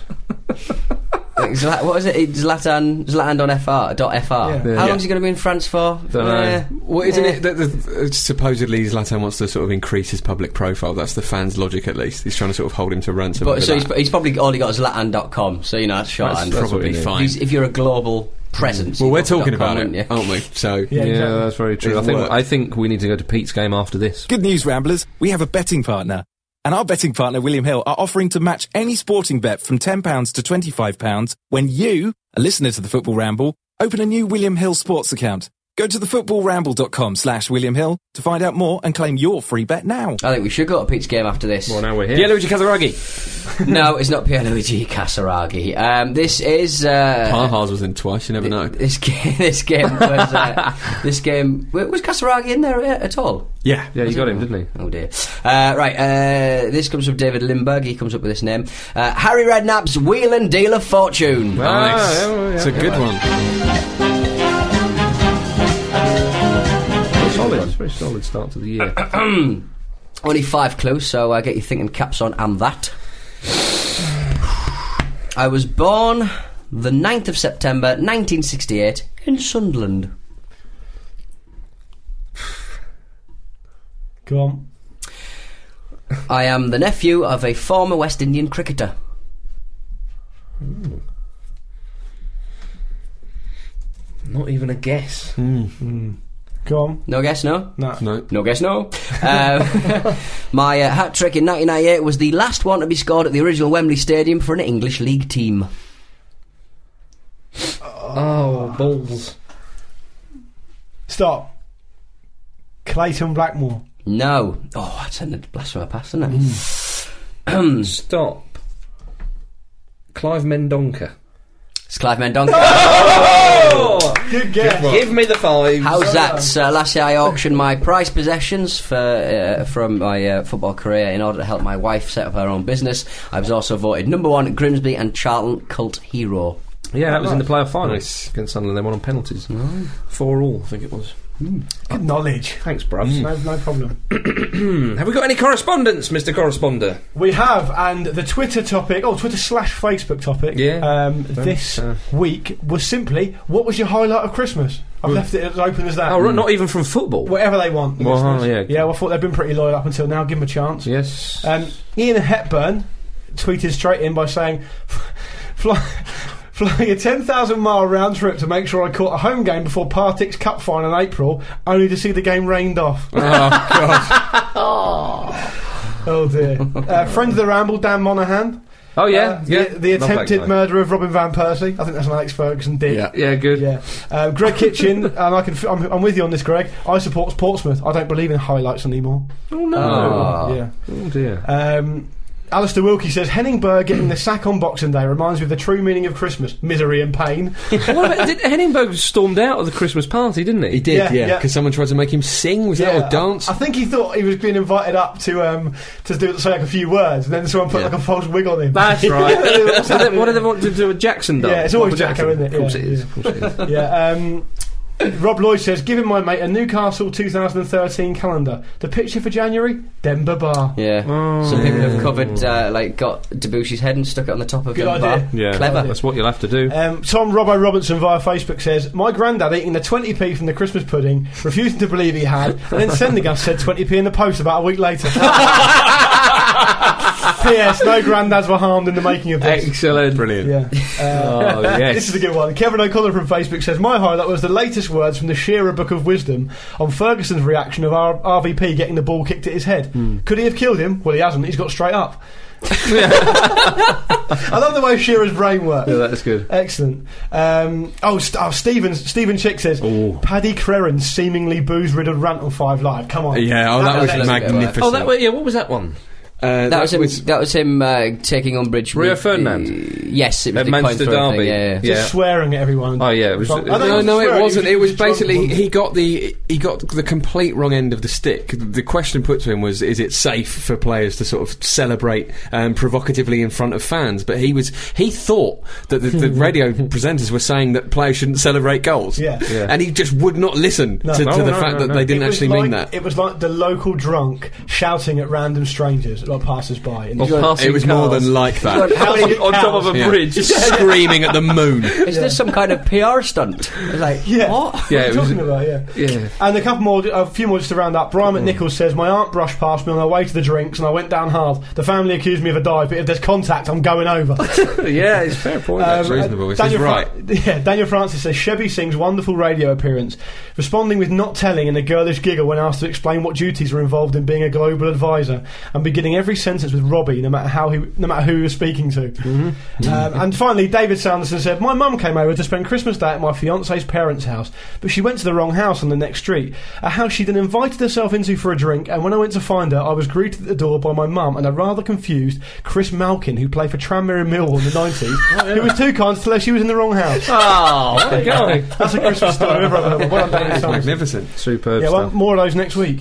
[SPEAKER 3] Like, Zla- what is it? It's Zlatan Zlatan on fr dot fr.
[SPEAKER 4] Yeah.
[SPEAKER 3] How
[SPEAKER 5] Yeah.
[SPEAKER 3] long's he going to be in France for?
[SPEAKER 2] Dunno.
[SPEAKER 3] Eh,
[SPEAKER 5] Well, isn't
[SPEAKER 3] eh.
[SPEAKER 5] it that the, uh, supposedly Zlatan wants to sort of increase his public profile? That's the fans' logic, at least. He's trying to sort of hold him to ransom.
[SPEAKER 3] But
[SPEAKER 5] over
[SPEAKER 3] so he's,
[SPEAKER 5] that.
[SPEAKER 3] he's probably only got Zlatan.com, so you know that's shorthand.
[SPEAKER 2] That's what
[SPEAKER 5] probably
[SPEAKER 2] it is.
[SPEAKER 5] fine.
[SPEAKER 3] He's- If you're a global presence,
[SPEAKER 5] well,
[SPEAKER 3] you've
[SPEAKER 5] we're
[SPEAKER 3] got
[SPEAKER 5] talking
[SPEAKER 3] .com,
[SPEAKER 5] about
[SPEAKER 3] aren't you?
[SPEAKER 5] it, aren't we? So
[SPEAKER 4] Yeah,
[SPEAKER 2] Yeah,
[SPEAKER 4] exactly.
[SPEAKER 2] that's very true. I
[SPEAKER 5] It's
[SPEAKER 2] think
[SPEAKER 5] worked.
[SPEAKER 2] I think we need to go to Pete's game after this.
[SPEAKER 7] Good news, Ramblers. We have a betting partner. And our betting partner, William Hill, are offering to match any sporting bet from £10 to £25 when you, a listener to the Football Ramble, open a new William Hill sports account. Go to thefootballramble.com slash William Hill to find out more and claim your free bet now.
[SPEAKER 3] I think we should go to Pete's game after this.
[SPEAKER 2] Well, now we're here.
[SPEAKER 5] Luigi Casaraghi.
[SPEAKER 3] no, it's not Pierluigi Casaraghi. Um, this is uh,
[SPEAKER 5] Parhas was in twice. You never know.
[SPEAKER 3] This game, this game was uh, this game. wa- Was Casaraghi in there uh, at all?
[SPEAKER 5] Yeah.
[SPEAKER 2] Yeah, you got him, didn't he?
[SPEAKER 3] Oh dear. Uh, right, uh, this comes from David Lindbergh. He comes up with this name: uh, Harry Redknapp's Wheel and Deal of Fortune.
[SPEAKER 5] Nice.
[SPEAKER 2] Ah, yeah, well, yeah.
[SPEAKER 5] it's a good one.
[SPEAKER 2] Solid, it's a very solid start to the year.
[SPEAKER 3] Only five clues, so uh, get your thinking caps on and that. I was born the 9th of September 1968 in Sunderland.
[SPEAKER 4] Go on.
[SPEAKER 3] I am the nephew of a former West Indian cricketer.
[SPEAKER 2] Not even a guess.
[SPEAKER 4] Go on.
[SPEAKER 3] No guess, no?
[SPEAKER 4] No.
[SPEAKER 5] No.
[SPEAKER 3] No guess, no. Um, my uh, hat trick in 1998 was the last one to be scored at the original Wembley Stadium for an English League team.
[SPEAKER 2] Oh, balls.
[SPEAKER 4] Stop. Clayton Blackmore.
[SPEAKER 3] No. Oh, that's a blasphemer pass, isn't it?
[SPEAKER 4] Mm.
[SPEAKER 2] Stop. Clive Mendonca.
[SPEAKER 3] It's Clive Mendonca.
[SPEAKER 4] Good guess.
[SPEAKER 2] Give me the five.
[SPEAKER 3] How's that? Uh, last year I auctioned my prized possessions for, uh, from my uh, football career in order to help my wife set up her own business. I was also voted number one Grimsby and Charlton cult hero.
[SPEAKER 2] Yeah, that was in the playoff finals
[SPEAKER 5] Nice.
[SPEAKER 2] against Sunderland. They won on penalties. Four all, I think it was. Hmm.
[SPEAKER 4] Good knowledge.
[SPEAKER 2] Thanks, bruv. Hmm.
[SPEAKER 4] No, no problem.
[SPEAKER 2] Have we got any correspondence, Mr. Corresponder?
[SPEAKER 4] We have, and the Twitter topic, oh, Twitter slash Facebook topic,
[SPEAKER 2] Yeah.
[SPEAKER 4] um,
[SPEAKER 2] Don't,
[SPEAKER 4] this
[SPEAKER 2] uh,
[SPEAKER 4] week was simply, what was your highlight of Christmas? I've left it as open as that.
[SPEAKER 2] Oh, right, not even from football.
[SPEAKER 4] Whatever they want. the
[SPEAKER 2] Well,
[SPEAKER 4] listeners.
[SPEAKER 2] yeah.
[SPEAKER 4] yeah, well, I thought they've been pretty loyal up until now. Give them a chance.
[SPEAKER 2] Yes.
[SPEAKER 4] Um, Ian Hepburn tweeted straight in by saying, Fly, Flying a 10,000 mile round trip to make sure I caught a home game before Partick's Cup final in April, only to see the game rained off. Oh, dear. Uh, friend of the Ramble, Dan Monaghan.
[SPEAKER 2] oh, yeah.
[SPEAKER 4] Uh,
[SPEAKER 2] yeah.
[SPEAKER 4] The, the
[SPEAKER 2] Love that
[SPEAKER 4] attempted
[SPEAKER 2] guy.
[SPEAKER 4] murder of Robin Van Persie. I think that's an Alex Ferguson dig.
[SPEAKER 5] Yeah.
[SPEAKER 2] Yeah, good.
[SPEAKER 4] Yeah, uh, Greg Kitchen, and I can. F- I'm, I'm with you on this, Greg. I support Oh, Portsmouth. I don't believe in highlights anymore.
[SPEAKER 2] Oh, no.
[SPEAKER 3] Ah.
[SPEAKER 4] Yeah,
[SPEAKER 2] Oh, dear.
[SPEAKER 4] um, Alistair Wilkie says Henning Berg getting the sack on Boxing Day reminds me of the true meaning of Christmas: misery and pain.
[SPEAKER 2] what about, did, Henningberg stormed out of the Christmas party, didn't
[SPEAKER 5] He
[SPEAKER 2] he?
[SPEAKER 5] did,
[SPEAKER 4] Yeah,
[SPEAKER 5] yeah,
[SPEAKER 4] yeah.
[SPEAKER 5] because someone tried to make him sing, was that, or
[SPEAKER 4] I-
[SPEAKER 5] dance?
[SPEAKER 4] I, think he thought he was being invited up to um to do say like a few words, and then someone put
[SPEAKER 5] Yeah.
[SPEAKER 4] like a false wig on him.
[SPEAKER 2] That's right.
[SPEAKER 4] What's
[SPEAKER 2] so then, what do they
[SPEAKER 4] happening?
[SPEAKER 2] want to do with Jackson? Dance?
[SPEAKER 4] Yeah, it's always
[SPEAKER 2] Michael
[SPEAKER 4] Jacko,
[SPEAKER 2] Jackson.
[SPEAKER 4] isn't it?
[SPEAKER 2] Of course
[SPEAKER 4] Yeah,
[SPEAKER 2] it is. Of
[SPEAKER 4] yeah.
[SPEAKER 2] course it is.
[SPEAKER 4] yeah. Um, Rob Lloyd says, giving my mate a Newcastle 2013 calendar. The picture for January, Denver Bar.
[SPEAKER 3] Yeah.
[SPEAKER 4] Oh.
[SPEAKER 3] Some people have covered, uh, like, got Debussy's head and stuck it on the top of
[SPEAKER 4] Good
[SPEAKER 3] the
[SPEAKER 4] idea.
[SPEAKER 3] bar.
[SPEAKER 2] Yeah,
[SPEAKER 3] Clever.
[SPEAKER 2] That's what you'll have to do.
[SPEAKER 4] Um, Tom Robbo Robinson via Facebook says, My granddad eating the 20p from the Christmas pudding, refusing to believe he had, and then sending us said 20p in the post about a week later. P.S. No granddads were harmed in the making of this.
[SPEAKER 2] Excellent.
[SPEAKER 5] Brilliant.
[SPEAKER 4] Yeah. Uh,
[SPEAKER 2] Oh
[SPEAKER 4] This
[SPEAKER 2] yes.
[SPEAKER 4] is a good one. Kevin O'Connor from Facebook says, My highlight was the latest words from the Shearer Book of Wisdom on Ferguson's reaction of R- RVP getting the ball kicked at his head.
[SPEAKER 5] Hmm.
[SPEAKER 4] Could he have killed him? Well, he hasn't. He's got straight up. I love the way Shearer's brain works.
[SPEAKER 2] Yeah, that's good.
[SPEAKER 4] Excellent. Um, oh, St- oh, Stephen Stephen Chick says
[SPEAKER 5] Ooh.
[SPEAKER 4] Paddy Creran's seemingly booze-riddled rant on Five Live. Come on,
[SPEAKER 5] Yeah, oh,
[SPEAKER 3] that
[SPEAKER 5] that, was
[SPEAKER 3] was a good one.
[SPEAKER 5] magnificent.
[SPEAKER 2] Oh, that wa- yeah. What was that one?
[SPEAKER 5] Uh,
[SPEAKER 3] That was him, that was him uh, taking umbrage
[SPEAKER 2] Rio
[SPEAKER 3] with
[SPEAKER 2] Ferdinand?
[SPEAKER 3] the- yes, it was
[SPEAKER 2] At
[SPEAKER 3] the
[SPEAKER 2] Manchester
[SPEAKER 3] coin throw
[SPEAKER 2] Derby.
[SPEAKER 3] Thing, yeah, yeah.
[SPEAKER 4] just
[SPEAKER 2] yeah.
[SPEAKER 4] swearing at everyone.
[SPEAKER 2] Oh yeah, it was.
[SPEAKER 4] I don't
[SPEAKER 5] No,
[SPEAKER 4] think
[SPEAKER 5] no,
[SPEAKER 4] swearing,
[SPEAKER 5] it wasn't. It was
[SPEAKER 4] just drunk
[SPEAKER 5] basically
[SPEAKER 4] ones.
[SPEAKER 5] he got the he got the complete wrong end of the stick. The question put to him was, is it safe for players to sort of celebrate um, provocatively in front of fans? But he was he thought that the, the radio presenters were saying that players shouldn't celebrate goals.
[SPEAKER 4] Yeah. Yeah.
[SPEAKER 5] and he just would not listen
[SPEAKER 4] No.
[SPEAKER 5] to, to
[SPEAKER 4] No,
[SPEAKER 5] the
[SPEAKER 2] no,
[SPEAKER 5] fact
[SPEAKER 2] no,
[SPEAKER 5] that
[SPEAKER 2] no.
[SPEAKER 5] they didn't
[SPEAKER 4] It was
[SPEAKER 5] actually
[SPEAKER 4] like,
[SPEAKER 5] mean that.
[SPEAKER 4] It was like the local drunk shouting at random strangers, like passers-by. And
[SPEAKER 2] Or passing
[SPEAKER 5] It was more
[SPEAKER 2] cars.
[SPEAKER 5] than like that.
[SPEAKER 4] How many
[SPEAKER 2] on top of a
[SPEAKER 5] Yeah.
[SPEAKER 2] bridge.
[SPEAKER 5] Screaming at the moon.
[SPEAKER 3] Is this some kind of PR stunt? It's like,
[SPEAKER 4] Yeah.
[SPEAKER 3] what?
[SPEAKER 2] Yeah, it
[SPEAKER 4] What are you
[SPEAKER 2] was-
[SPEAKER 4] talking about? Yeah.
[SPEAKER 2] Yeah.
[SPEAKER 4] And a couple more, a few more just to round up. Brian McNichols says, My aunt brushed past me on her way to the drinks and I went down hard. The family accused me of a dive, but if there's contact, I'm going over.
[SPEAKER 2] yeah, it's fair
[SPEAKER 4] Um,
[SPEAKER 2] point.
[SPEAKER 5] That's reasonable. This is
[SPEAKER 4] Fran-
[SPEAKER 5] right.
[SPEAKER 4] yeah, Daniel Francis says Chevy Singh's wonderful radio appearance, responding with not telling and a girlish giggle when asked to explain what duties were involved in being a global advisor, and beginning every sentence with Robbie, no matter how he, no matter who he was speaking to.
[SPEAKER 5] Mm-hmm.
[SPEAKER 4] Um, and finally, David Sanderson said, "My mum came over to spend Christmas Day at my fiance's parents' house, but she went to the wrong house on the next street, a house she then invited herself into for a drink. And when I went to find her, I was greeted at the door by my mum and a rather confused Chris Malkin, who played for Tranmere and Millwall in the nineties, who was too kind to tell her she was in the wrong house."
[SPEAKER 3] Oh, what a guy.
[SPEAKER 4] That's a Christmas story. I've ever heard. Well done, David
[SPEAKER 5] It's
[SPEAKER 4] Sanderson.
[SPEAKER 5] magnificent.
[SPEAKER 2] Superb
[SPEAKER 4] Yeah, well,
[SPEAKER 2] stuff.
[SPEAKER 4] more of those next week.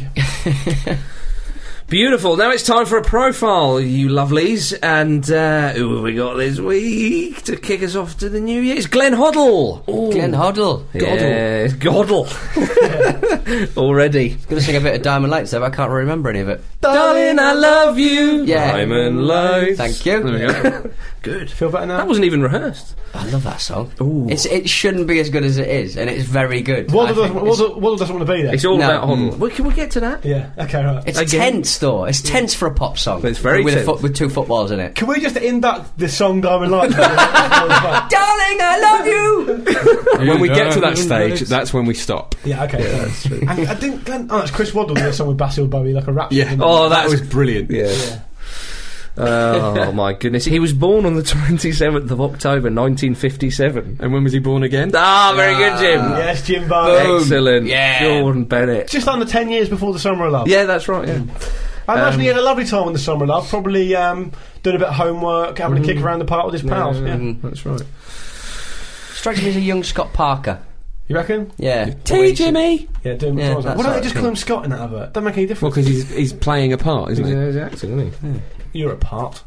[SPEAKER 2] Beautiful. Now it's time for a profile, you lovelies. And uh, who have we got this week to kick us off to the new year? It's Glenn Hoddle.
[SPEAKER 3] Glenn Hoddle.
[SPEAKER 2] Yeah, it's Goddle. Already.
[SPEAKER 3] Gonna sing a bit of Diamond Lights there, but I can't remember any of it.
[SPEAKER 2] Darling, I love you.
[SPEAKER 3] Yeah.
[SPEAKER 2] Diamond lights.
[SPEAKER 3] Thank you.
[SPEAKER 5] There we go.
[SPEAKER 2] Good.
[SPEAKER 4] Feel better now.
[SPEAKER 2] That wasn't even rehearsed.
[SPEAKER 3] I love that song.
[SPEAKER 2] Ooh.
[SPEAKER 3] It's, it shouldn't be as good as it is, and it's very good. I
[SPEAKER 4] Waddle
[SPEAKER 3] think.
[SPEAKER 4] doesn't, Waddle, Waddle doesn't want to be there.
[SPEAKER 2] It's all
[SPEAKER 3] No. Mm.
[SPEAKER 2] about Hoddle. Well, can we get to that?
[SPEAKER 4] yeah. Okay. Right.
[SPEAKER 3] It's
[SPEAKER 2] Again.
[SPEAKER 3] tense, though. It's tense for a pop song.
[SPEAKER 2] It's very
[SPEAKER 3] with, a
[SPEAKER 2] tense.
[SPEAKER 3] foot with two footballs in it.
[SPEAKER 4] Can we just induct this song Diamond Lights?
[SPEAKER 3] Darling, I love you.
[SPEAKER 5] when we get to that stage, that's when we stop.
[SPEAKER 4] yeah, okay. that's true. And I didn't. Glenn, oh, it's Chris Waddle did a song with Basil Bowie, like a rap.
[SPEAKER 5] Yeah.
[SPEAKER 4] song.
[SPEAKER 2] Oh, that
[SPEAKER 5] That was
[SPEAKER 2] was.
[SPEAKER 5] brilliant.
[SPEAKER 2] Yeah. oh my goodness! He was born on the twenty seventh of October, nineteen fifty seven.
[SPEAKER 5] And when was he born again?
[SPEAKER 2] Ah, very good, Jim.
[SPEAKER 4] Yes, Jim Barney.
[SPEAKER 2] Excellent.
[SPEAKER 3] Yeah.
[SPEAKER 2] Jordan Bennett.
[SPEAKER 4] Just under ten years before the Summer of Love.
[SPEAKER 2] Yeah, that's right. Yeah.
[SPEAKER 4] I imagine he had a lovely time on the Summer of Love. Probably um, doing a bit of homework, having a kick around the park with his pals. Yeah.
[SPEAKER 2] Mm, That's right.
[SPEAKER 3] Strikes me as a young Scott Parker.
[SPEAKER 4] You reckon?
[SPEAKER 3] Yeah.
[SPEAKER 5] T Jimmy.
[SPEAKER 4] Yeah, doing.
[SPEAKER 3] Yeah,
[SPEAKER 4] Why
[SPEAKER 3] that's
[SPEAKER 4] don't they
[SPEAKER 3] right,
[SPEAKER 4] just
[SPEAKER 3] yeah.
[SPEAKER 4] call him Scott in that advert? Don't make any difference.
[SPEAKER 5] Well, because he's he's playing a part, isn't he?
[SPEAKER 2] he's acting, isn't he?
[SPEAKER 4] You're a part.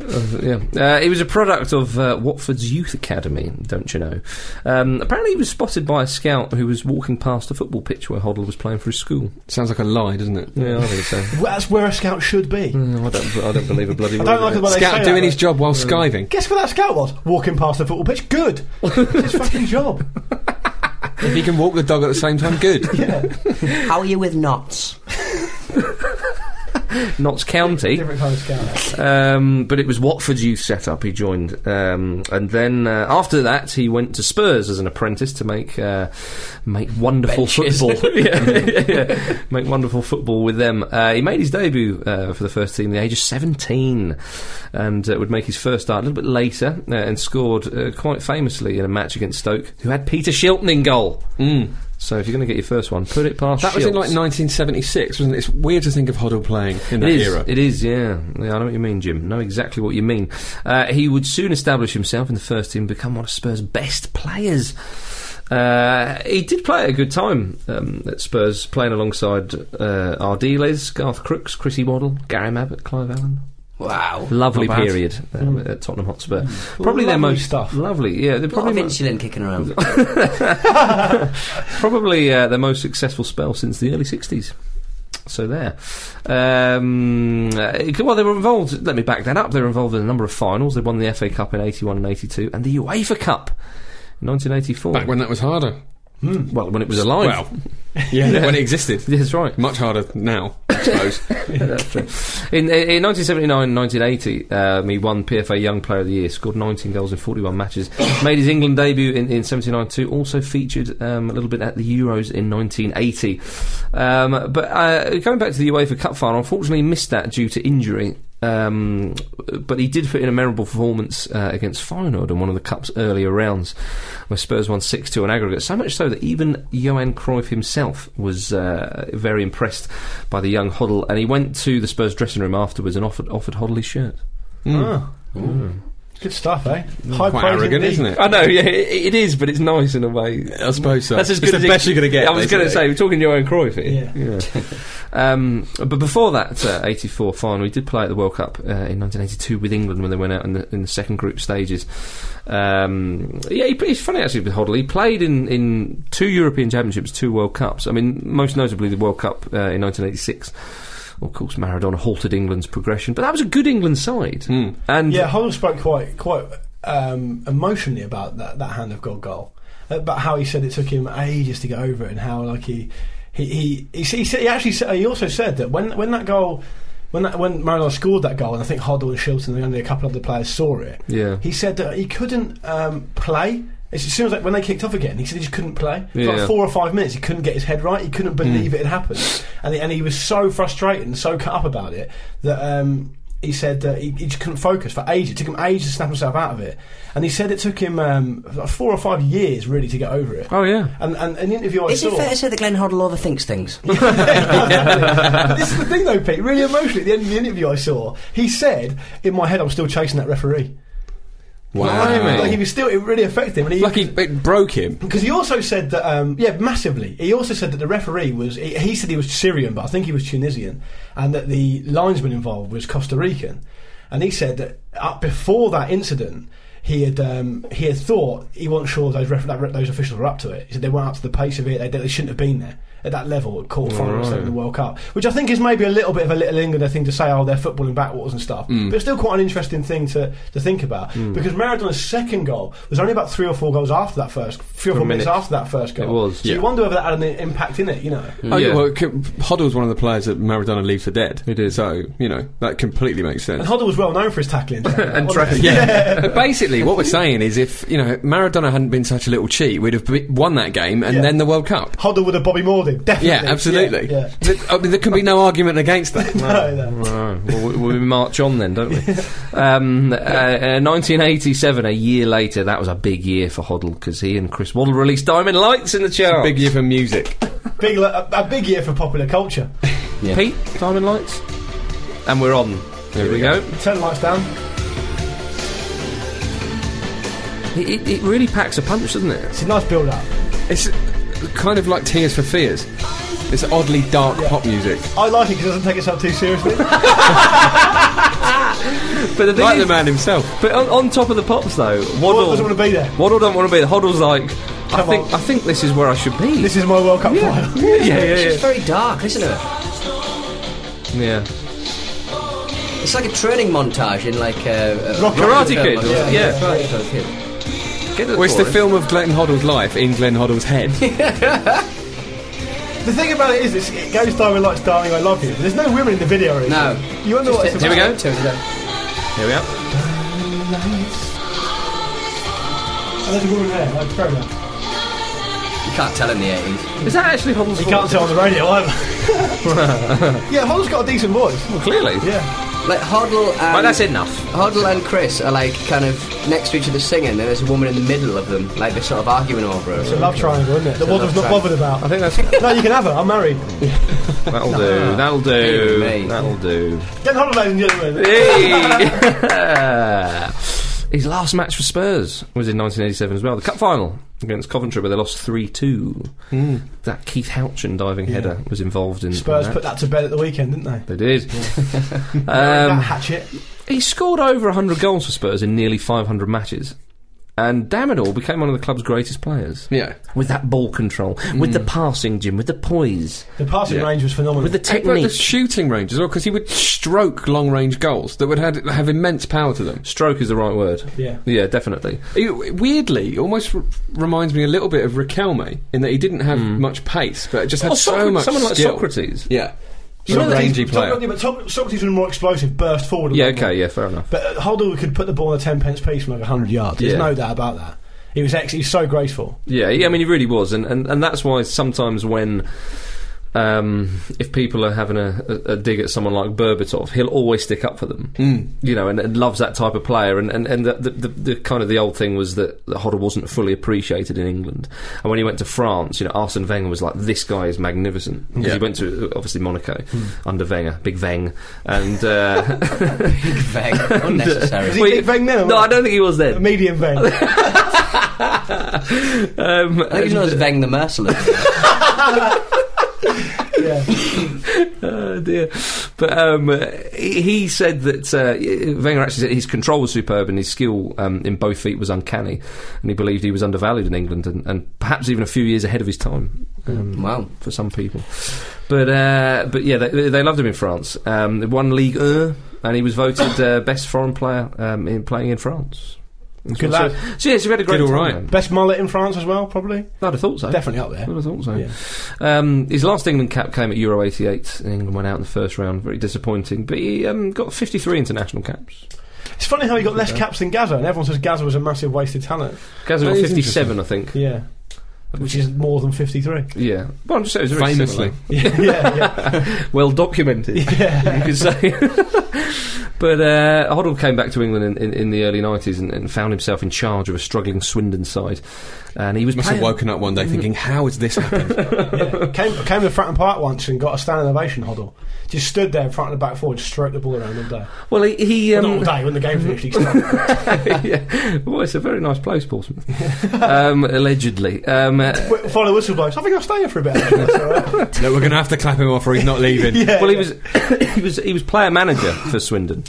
[SPEAKER 2] Uh, yeah. Uh, he was a product of uh, Watford's Youth Academy, don't you know? Um, apparently, he was spotted by a scout who was walking past a football pitch where Hoddle was playing for his school.
[SPEAKER 5] Sounds like a lie, doesn't it?
[SPEAKER 2] Yeah, I think so.
[SPEAKER 4] Well, that's where a scout should be.
[SPEAKER 2] No, I don't. I don't believe a bloody.
[SPEAKER 4] I
[SPEAKER 2] word of
[SPEAKER 4] don't like
[SPEAKER 2] it.
[SPEAKER 4] the way they say
[SPEAKER 5] Scout
[SPEAKER 4] that,
[SPEAKER 5] doing his
[SPEAKER 4] though.
[SPEAKER 5] job while skiving.
[SPEAKER 4] Guess where that scout was? Walking past the football pitch. Good. it's his fucking job.
[SPEAKER 5] If he can walk the dog at the same time, good.
[SPEAKER 3] How are you with knots?
[SPEAKER 2] Notts County.
[SPEAKER 4] Different kind of scout.
[SPEAKER 2] Um, but it was Watford's youth setup he joined, um, and then uh, after that he went to Spurs as an apprentice to make uh, make wonderful
[SPEAKER 3] Benches.
[SPEAKER 2] football. yeah, yeah, yeah. make wonderful football with them. Uh, he made his debut uh, for the first team at the age of seventeen, and uh, would make his first start a little bit later uh, and scored uh, quite famously in a match against Stoke, who had Peter Shilton in goal. So if you're going to get your first one, put it past.
[SPEAKER 5] Hmm. That was in like
[SPEAKER 2] Shields.
[SPEAKER 5] 1976, wasn't it? It's weird to think of Hoddle playing in that
[SPEAKER 2] It is.
[SPEAKER 5] era.
[SPEAKER 2] It is. Yeah. yeah. I know what you mean, Jim. Know exactly what you mean. Uh, he would soon establish himself in the first team, and become one of Spurs' best players. Uh, he did play at a good time um, at Spurs, playing alongside uh, Ardiles, Garth Crooks, Chrissy Waddle, Gary Abbott, Clive Allen.
[SPEAKER 3] Wow.
[SPEAKER 2] Lovely
[SPEAKER 5] Not bad. Mm.
[SPEAKER 2] period um, at Tottenham Hotspur. Probably their
[SPEAKER 4] Lovely
[SPEAKER 2] most
[SPEAKER 4] stuff.
[SPEAKER 2] Lovely, yeah. They're
[SPEAKER 3] A lot of
[SPEAKER 2] probably mo-
[SPEAKER 3] insulin kicking around.
[SPEAKER 2] probably uh, their most successful spell since the early 60s. So there. Um, uh, well, they were involved. Let me back that up. They were involved in a number of finals. They won the FA Cup in 81 and 82, and the UEFA Cup in 1984.
[SPEAKER 5] Back when that was harder.
[SPEAKER 2] well, when it was alive.
[SPEAKER 5] Well, yeah, when it existed.
[SPEAKER 2] that's right.
[SPEAKER 5] Much harder now, I suppose.
[SPEAKER 2] Ah. That's true. In, in 1979 and 1980, um, he won PFA Young Player of the Year, scored 19 goals in 41 matches, made his England debut in, in 79 too, also featured um, a little bit at the Euros in 1980. Um, but uh, going back to the UEFA Cup final, unfortunately he missed that due to injury. Um, but he did put in a memorable performance uh, against Feyenoord in one of the Cup's earlier rounds, where Spurs won 6 2 on aggregate. So much so that even Johan Cruyff himself was uh, very impressed by the young Hoddle, and he went to the Spurs dressing room afterwards and offered, offered Hoddle his shirt.
[SPEAKER 4] Ah. Good stuff, eh? High
[SPEAKER 5] Hmm. Mm, Quite
[SPEAKER 4] praise
[SPEAKER 5] arrogant,
[SPEAKER 4] indeed.
[SPEAKER 5] isn't it?
[SPEAKER 2] I know, yeah, it is, but it's nice in a way.
[SPEAKER 5] I suppose so.
[SPEAKER 2] That's as
[SPEAKER 5] It's
[SPEAKER 2] good
[SPEAKER 5] the
[SPEAKER 2] as
[SPEAKER 5] best
[SPEAKER 2] it-
[SPEAKER 5] you're going to get.
[SPEAKER 2] I was going to
[SPEAKER 5] basically.
[SPEAKER 2] say, we're talking Johan Cruyff here.
[SPEAKER 4] Yeah.
[SPEAKER 2] um, but before that uh, 84 final, he did play at the World Cup uh, in 1982 with England when they went out in the, in the second group stages. Um, yeah, he, he's funny actually with Hoddle. He played in, in two European Championships, two World Cups. I mean, most notably the World Cup uh, in 1986. Of course, Maradona halted England's progression, but that was a good England side. And
[SPEAKER 4] Yeah, Hoddle spoke quite quite um, emotionally about that, that hand of God goal, Uh, about how he said it took him ages to get over it, and how like he he he he, he, said, he actually said, he also said that when when that goal. When, that, when Maradona scored that goal, and I think Hoddle and Shilton and only a couple of other players saw it,
[SPEAKER 2] Yeah.
[SPEAKER 4] he said that he couldn't um, play. As soon as like, when they kicked off again, he said he just couldn't play. For
[SPEAKER 2] Yeah.
[SPEAKER 4] like four or five minutes, he couldn't get his head right. He couldn't believe it had happened, and he, and he was so frustrated and so cut up about it that um, he said that he, he just couldn't focus for ages. It took him ages to snap himself out of it, and he said it took him um, like four or five years really to get over it.
[SPEAKER 2] oh yeah,
[SPEAKER 4] And, and an
[SPEAKER 2] Oh,
[SPEAKER 4] interview I
[SPEAKER 3] Is
[SPEAKER 4] saw.
[SPEAKER 3] it fair to say that Glenn Hoddle overthinks things?
[SPEAKER 4] but this is the thing, though, Pete. Really emotionally, at the end of the interview I saw, he said, "In my head, I'm still chasing that referee."
[SPEAKER 5] Wow.
[SPEAKER 4] Like he was still, it really affected him. And he,
[SPEAKER 5] Lucky it broke him.
[SPEAKER 4] Because he also said that, um, yeah, massively. He also said that the referee was, he, he said he was Syrian, but I think he was Tunisian, and that the linesman involved was Costa Rican. And he said that up before that incident, he had um, he had thought he wasn't sure those ref- that, re- those officials were up to it. He said they weren't up to the pace of it. They, they shouldn't have been there at that level at quarter finals in the World Cup, which I think is maybe a little bit of a little Englander thing to say. Oh, they're footballing backwards and stuff,
[SPEAKER 5] Mm.
[SPEAKER 4] but it's still quite an interesting thing to, to think about because Maradona's second goal was only about three or four goals after that first, three or four minutes
[SPEAKER 2] minutes.
[SPEAKER 4] after that first goal.
[SPEAKER 2] It was,
[SPEAKER 4] So
[SPEAKER 5] yeah.
[SPEAKER 4] you wonder whether that had an impact in it. You know,
[SPEAKER 5] Oh, yeah.
[SPEAKER 2] Yeah.
[SPEAKER 5] well, c- Hoddle's one of the players that Maradona leaves for dead.
[SPEAKER 2] He did.
[SPEAKER 5] So, you know, that completely makes sense.
[SPEAKER 4] and Hoddle was well known for his tackling
[SPEAKER 2] And
[SPEAKER 4] wasn't he?
[SPEAKER 2] tracking.
[SPEAKER 5] Yeah. but basically, what we're saying is if, you know, Maradona hadn't been such a little cheat, we'd have be- won that game and
[SPEAKER 4] Yeah.
[SPEAKER 5] then the World Cup.
[SPEAKER 4] Hoddle would have Bobby Moored him, definitely.
[SPEAKER 5] Yeah, absolutely.
[SPEAKER 4] Yeah,
[SPEAKER 5] Th- I mean, there can be no argument against that.
[SPEAKER 4] yeah. No, no.
[SPEAKER 2] Right. Well, we, we march on then, don't we? um, uh, uh, 1987, a year later, that was a big year for Hoddle because he and Chris Waddle released Diamond Lights in the charts.
[SPEAKER 5] Big year for music.
[SPEAKER 4] Big, le- a, a big year for popular culture.
[SPEAKER 2] Pete, Diamond Lights, and we're on. There we go.
[SPEAKER 4] Turn the lights down.
[SPEAKER 2] It, it, it really packs a punch, doesn't it?
[SPEAKER 4] It's a nice build up.
[SPEAKER 5] It's kind of like Tears for Fears. It's oddly dark
[SPEAKER 4] Yeah.
[SPEAKER 5] pop music.
[SPEAKER 4] I like it because it doesn't take itself too seriously.
[SPEAKER 2] But the thing
[SPEAKER 5] Like
[SPEAKER 2] is-
[SPEAKER 5] the man himself.
[SPEAKER 2] But on, on top of the pops, though,
[SPEAKER 4] Hoddle
[SPEAKER 2] Waddle
[SPEAKER 4] doesn't want to be there.
[SPEAKER 2] Waddle don't want to be. there. Hoddle's like, I
[SPEAKER 4] Come
[SPEAKER 2] think
[SPEAKER 4] on.
[SPEAKER 2] I think this is where I should be.
[SPEAKER 4] This is my World Cup final.
[SPEAKER 2] yeah, yeah, yeah.
[SPEAKER 3] It's very dark, isn't it?
[SPEAKER 2] yeah.
[SPEAKER 3] It's like a training montage in like uh, a, a
[SPEAKER 4] Rock-
[SPEAKER 2] Karate Kid,
[SPEAKER 3] film or something.
[SPEAKER 2] yeah.
[SPEAKER 3] Karate Kid.
[SPEAKER 2] Get
[SPEAKER 5] Well, it's the
[SPEAKER 2] chorus.
[SPEAKER 5] film of Glenn Hoddle's life in Glenn Hoddle's head.
[SPEAKER 4] The thing about it is, it's, it goes Darwin likes Darling, I love you. But there's no women in the video. Is
[SPEAKER 3] No.
[SPEAKER 4] there? You wonder what it's
[SPEAKER 3] Here
[SPEAKER 4] about.
[SPEAKER 3] we go.
[SPEAKER 2] Here we are.
[SPEAKER 4] And there's a woman there. Like, fair enough.
[SPEAKER 3] You can't tell in the 80s.
[SPEAKER 2] Is that actually Hoddle's
[SPEAKER 4] You can't tell on the radio either. yeah, Hoddle's got a decent voice.
[SPEAKER 2] Clearly.
[SPEAKER 4] Yeah.
[SPEAKER 3] Like Hoddle and
[SPEAKER 2] Well, that's enough.
[SPEAKER 3] Hoddle and Chris are like kind of next to each other singing, and there's a woman in the middle of them, like they're sort of arguing over her.
[SPEAKER 4] It's a love triangle, isn't it? That
[SPEAKER 3] a
[SPEAKER 4] Waddle's
[SPEAKER 3] love triangle.
[SPEAKER 4] not bothered about.
[SPEAKER 5] I think that's.
[SPEAKER 4] No, you can have her. I'm married.
[SPEAKER 2] That'll do. That'll
[SPEAKER 3] Hey,
[SPEAKER 2] do.
[SPEAKER 3] mate.
[SPEAKER 2] That'll do.
[SPEAKER 4] Get on, ladies and gentlemen.
[SPEAKER 2] Hey! His last match for Spurs was in 1987 as well, the cup final against Coventry, where they lost 3 2. That Keith Houchin diving header was involved in.
[SPEAKER 4] Spurs
[SPEAKER 2] in
[SPEAKER 4] put that to bed at the weekend, didn't they?
[SPEAKER 2] They did.
[SPEAKER 4] that
[SPEAKER 2] um,
[SPEAKER 4] hatchet.
[SPEAKER 2] he scored over 100 goals for Spurs in nearly 500 matches. And damn it all, became one of the club's greatest players.
[SPEAKER 5] Yeah.
[SPEAKER 2] With that ball control, with the passing, Jim, with the poise,
[SPEAKER 4] The passing
[SPEAKER 5] Yeah.
[SPEAKER 4] range was phenomenal.
[SPEAKER 2] with the
[SPEAKER 5] But the
[SPEAKER 2] technique.
[SPEAKER 5] shooting range as well, because he would stroke long range goals that would had, have immense power to them.
[SPEAKER 2] Stroke is the right word.
[SPEAKER 4] Yeah.
[SPEAKER 2] Yeah, definitely.
[SPEAKER 5] He, weirdly, almost r- reminds me a little bit of Raquelme in that he didn't have
[SPEAKER 4] Hmm.
[SPEAKER 5] much pace, but just had
[SPEAKER 4] Oh,
[SPEAKER 2] Or
[SPEAKER 5] so
[SPEAKER 2] Socrates-
[SPEAKER 5] much
[SPEAKER 2] someone like
[SPEAKER 5] skill.
[SPEAKER 2] Socrates.
[SPEAKER 5] Yeah.
[SPEAKER 4] You
[SPEAKER 5] Sort
[SPEAKER 4] know
[SPEAKER 5] of
[SPEAKER 4] that he's-
[SPEAKER 5] rangy player.
[SPEAKER 4] Socrates- yeah, but Soc- Socrates was more explosive, burst forward. a
[SPEAKER 2] Yeah,
[SPEAKER 4] lot more.
[SPEAKER 2] okay, yeah, fair enough.
[SPEAKER 4] But uh, Hoddle could put the ball on a ten pence piece from like hundred yards. There's
[SPEAKER 2] Yeah.
[SPEAKER 4] no doubt about that. He was ex- he was so graceful.
[SPEAKER 2] Yeah, he- I mean, he really was, and and, and that's why sometimes when. Um, if people are having a, a, a dig at someone like Berbatov, he'll always stick up for them, mm. you know, and, and loves that type of player. And and, and the, the, the, the kind of the old thing was that, that Hoddle wasn't fully appreciated in England. And when he went to France, you know, Arsene Wenger was like, "This guy is magnificent." 'Cause
[SPEAKER 5] Yeah.
[SPEAKER 2] he went to uh, obviously Monaco under Wenger, big Veng, and uh,
[SPEAKER 3] Vague, unnecessary.
[SPEAKER 4] Was he
[SPEAKER 2] Well,
[SPEAKER 4] big Veng then? or
[SPEAKER 2] no,
[SPEAKER 4] what?
[SPEAKER 2] I don't think he was then.
[SPEAKER 4] Medium Veng.
[SPEAKER 2] Um,
[SPEAKER 3] I think he's known as Veng the Merciless.
[SPEAKER 4] yeah.
[SPEAKER 2] Oh dear. But um, uh, he, he said that uh, Wenger actually said his control was superb and his skill um, in both feet was uncanny, and he believed he was undervalued in England and, and perhaps even a few years ahead of his time um,
[SPEAKER 3] wow.
[SPEAKER 2] for some people. But uh, but yeah, they, they loved him in France. Um, they won League One, and he was voted uh, best foreign player um, in playing in France.
[SPEAKER 4] Good
[SPEAKER 2] so,
[SPEAKER 4] lad.
[SPEAKER 2] so yeah, so we had a great
[SPEAKER 5] Did all
[SPEAKER 2] time.
[SPEAKER 5] right.
[SPEAKER 2] then.
[SPEAKER 4] Best mullet in France as well, probably.
[SPEAKER 2] I'd have thought so.
[SPEAKER 4] Definitely up
[SPEAKER 2] I
[SPEAKER 4] there.
[SPEAKER 2] would have thought so.
[SPEAKER 4] Yeah.
[SPEAKER 2] Um, his last England cap came at Euro 88 and England went out in the first round. Very disappointing. But he um, got 53 international caps.
[SPEAKER 4] It's funny how he got less caps than Gaza, and everyone says Gaza was a massive wasted talent.
[SPEAKER 2] Gazza got
[SPEAKER 5] That is
[SPEAKER 2] 57, I think.
[SPEAKER 4] Yeah. Which is more than 53.
[SPEAKER 2] Yeah. Well, I'm just saying it was very
[SPEAKER 5] Famously.
[SPEAKER 4] yeah, yeah, yeah.
[SPEAKER 2] similar. Well documented, you could say. but uh, Hoddle came back to England in, in, in the early 90s and, and found himself in charge of a struggling Swindon side. And he was
[SPEAKER 5] Must have
[SPEAKER 2] playing-
[SPEAKER 5] woken up one day thinking, how has this happened?
[SPEAKER 4] yeah. Came, came to Fratton Park once and got a standing ovation huddle. Just stood there in front of the back four and just stroked the ball around all day.
[SPEAKER 2] Well, he. he
[SPEAKER 4] Well,
[SPEAKER 2] um,
[SPEAKER 4] not all day, when the game finished. he stopped.
[SPEAKER 2] yeah. Well, it's a very nice place, Portsmouth. um, allegedly. Um, uh,
[SPEAKER 4] Wait, Follow the whistle blows. I think I'll stay here for a bit. actually. That's all right.
[SPEAKER 5] no, we're going to have to clap him off or he's not leaving.
[SPEAKER 4] yeah,
[SPEAKER 2] well, he
[SPEAKER 4] yeah.
[SPEAKER 2] was he was he was player manager for Swindon.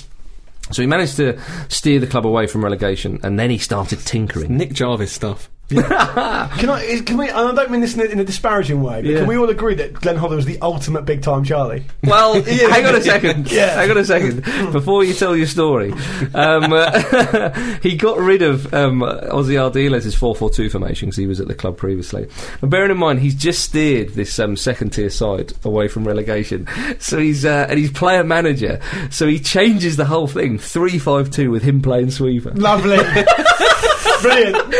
[SPEAKER 2] So he managed to steer the club away from relegation, and then he started tinkering.
[SPEAKER 5] Nick Jarvis stuff.
[SPEAKER 4] Can I? is- Can we? And I don't mean this in a, in a disparaging way, but
[SPEAKER 2] Yeah.
[SPEAKER 4] can we all agree that Glenn Hoddle was the ultimate big time Charlie?
[SPEAKER 2] Well, hang on a second.
[SPEAKER 4] Yeah.
[SPEAKER 2] Hang on a second. Before you tell your story, um, uh, he got rid of um, Ozzy Ardiles' 4 4 2 formation because he was at the club previously. And bearing in mind, he's just steered this um, second tier side away from relegation. So he's uh, and he's player manager. So he changes the whole thing 3 5 2 with him playing sweeper.
[SPEAKER 4] Lovely, brilliant,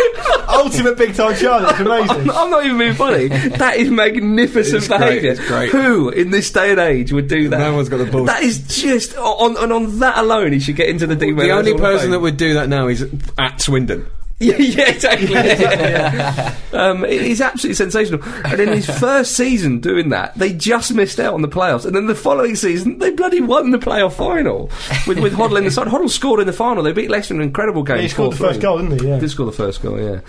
[SPEAKER 4] ultimate big time Charlie. It's amazing.
[SPEAKER 2] I'm not even being funny. That is magnificent
[SPEAKER 5] It's great,
[SPEAKER 2] behaviour.
[SPEAKER 5] it's great.
[SPEAKER 2] Who in this day and age would do that?
[SPEAKER 5] No one's got the balls.
[SPEAKER 2] That is just on and on that alone, he should get into the deep.
[SPEAKER 5] the only person that would do that now is at Swindon.
[SPEAKER 2] yeah, yeah, exactly. Um, it- it's absolutely sensational. And in his first season doing that, they just missed out on the playoffs. And then the following season, they bloody won the playoff final with, with Hoddle in the side. Hoddle scored in the final. They beat Leicester in an incredible game.
[SPEAKER 4] he scored
[SPEAKER 2] 4-3.
[SPEAKER 4] the first goal, didn't he? Yeah.
[SPEAKER 2] Did score the first goal, yeah.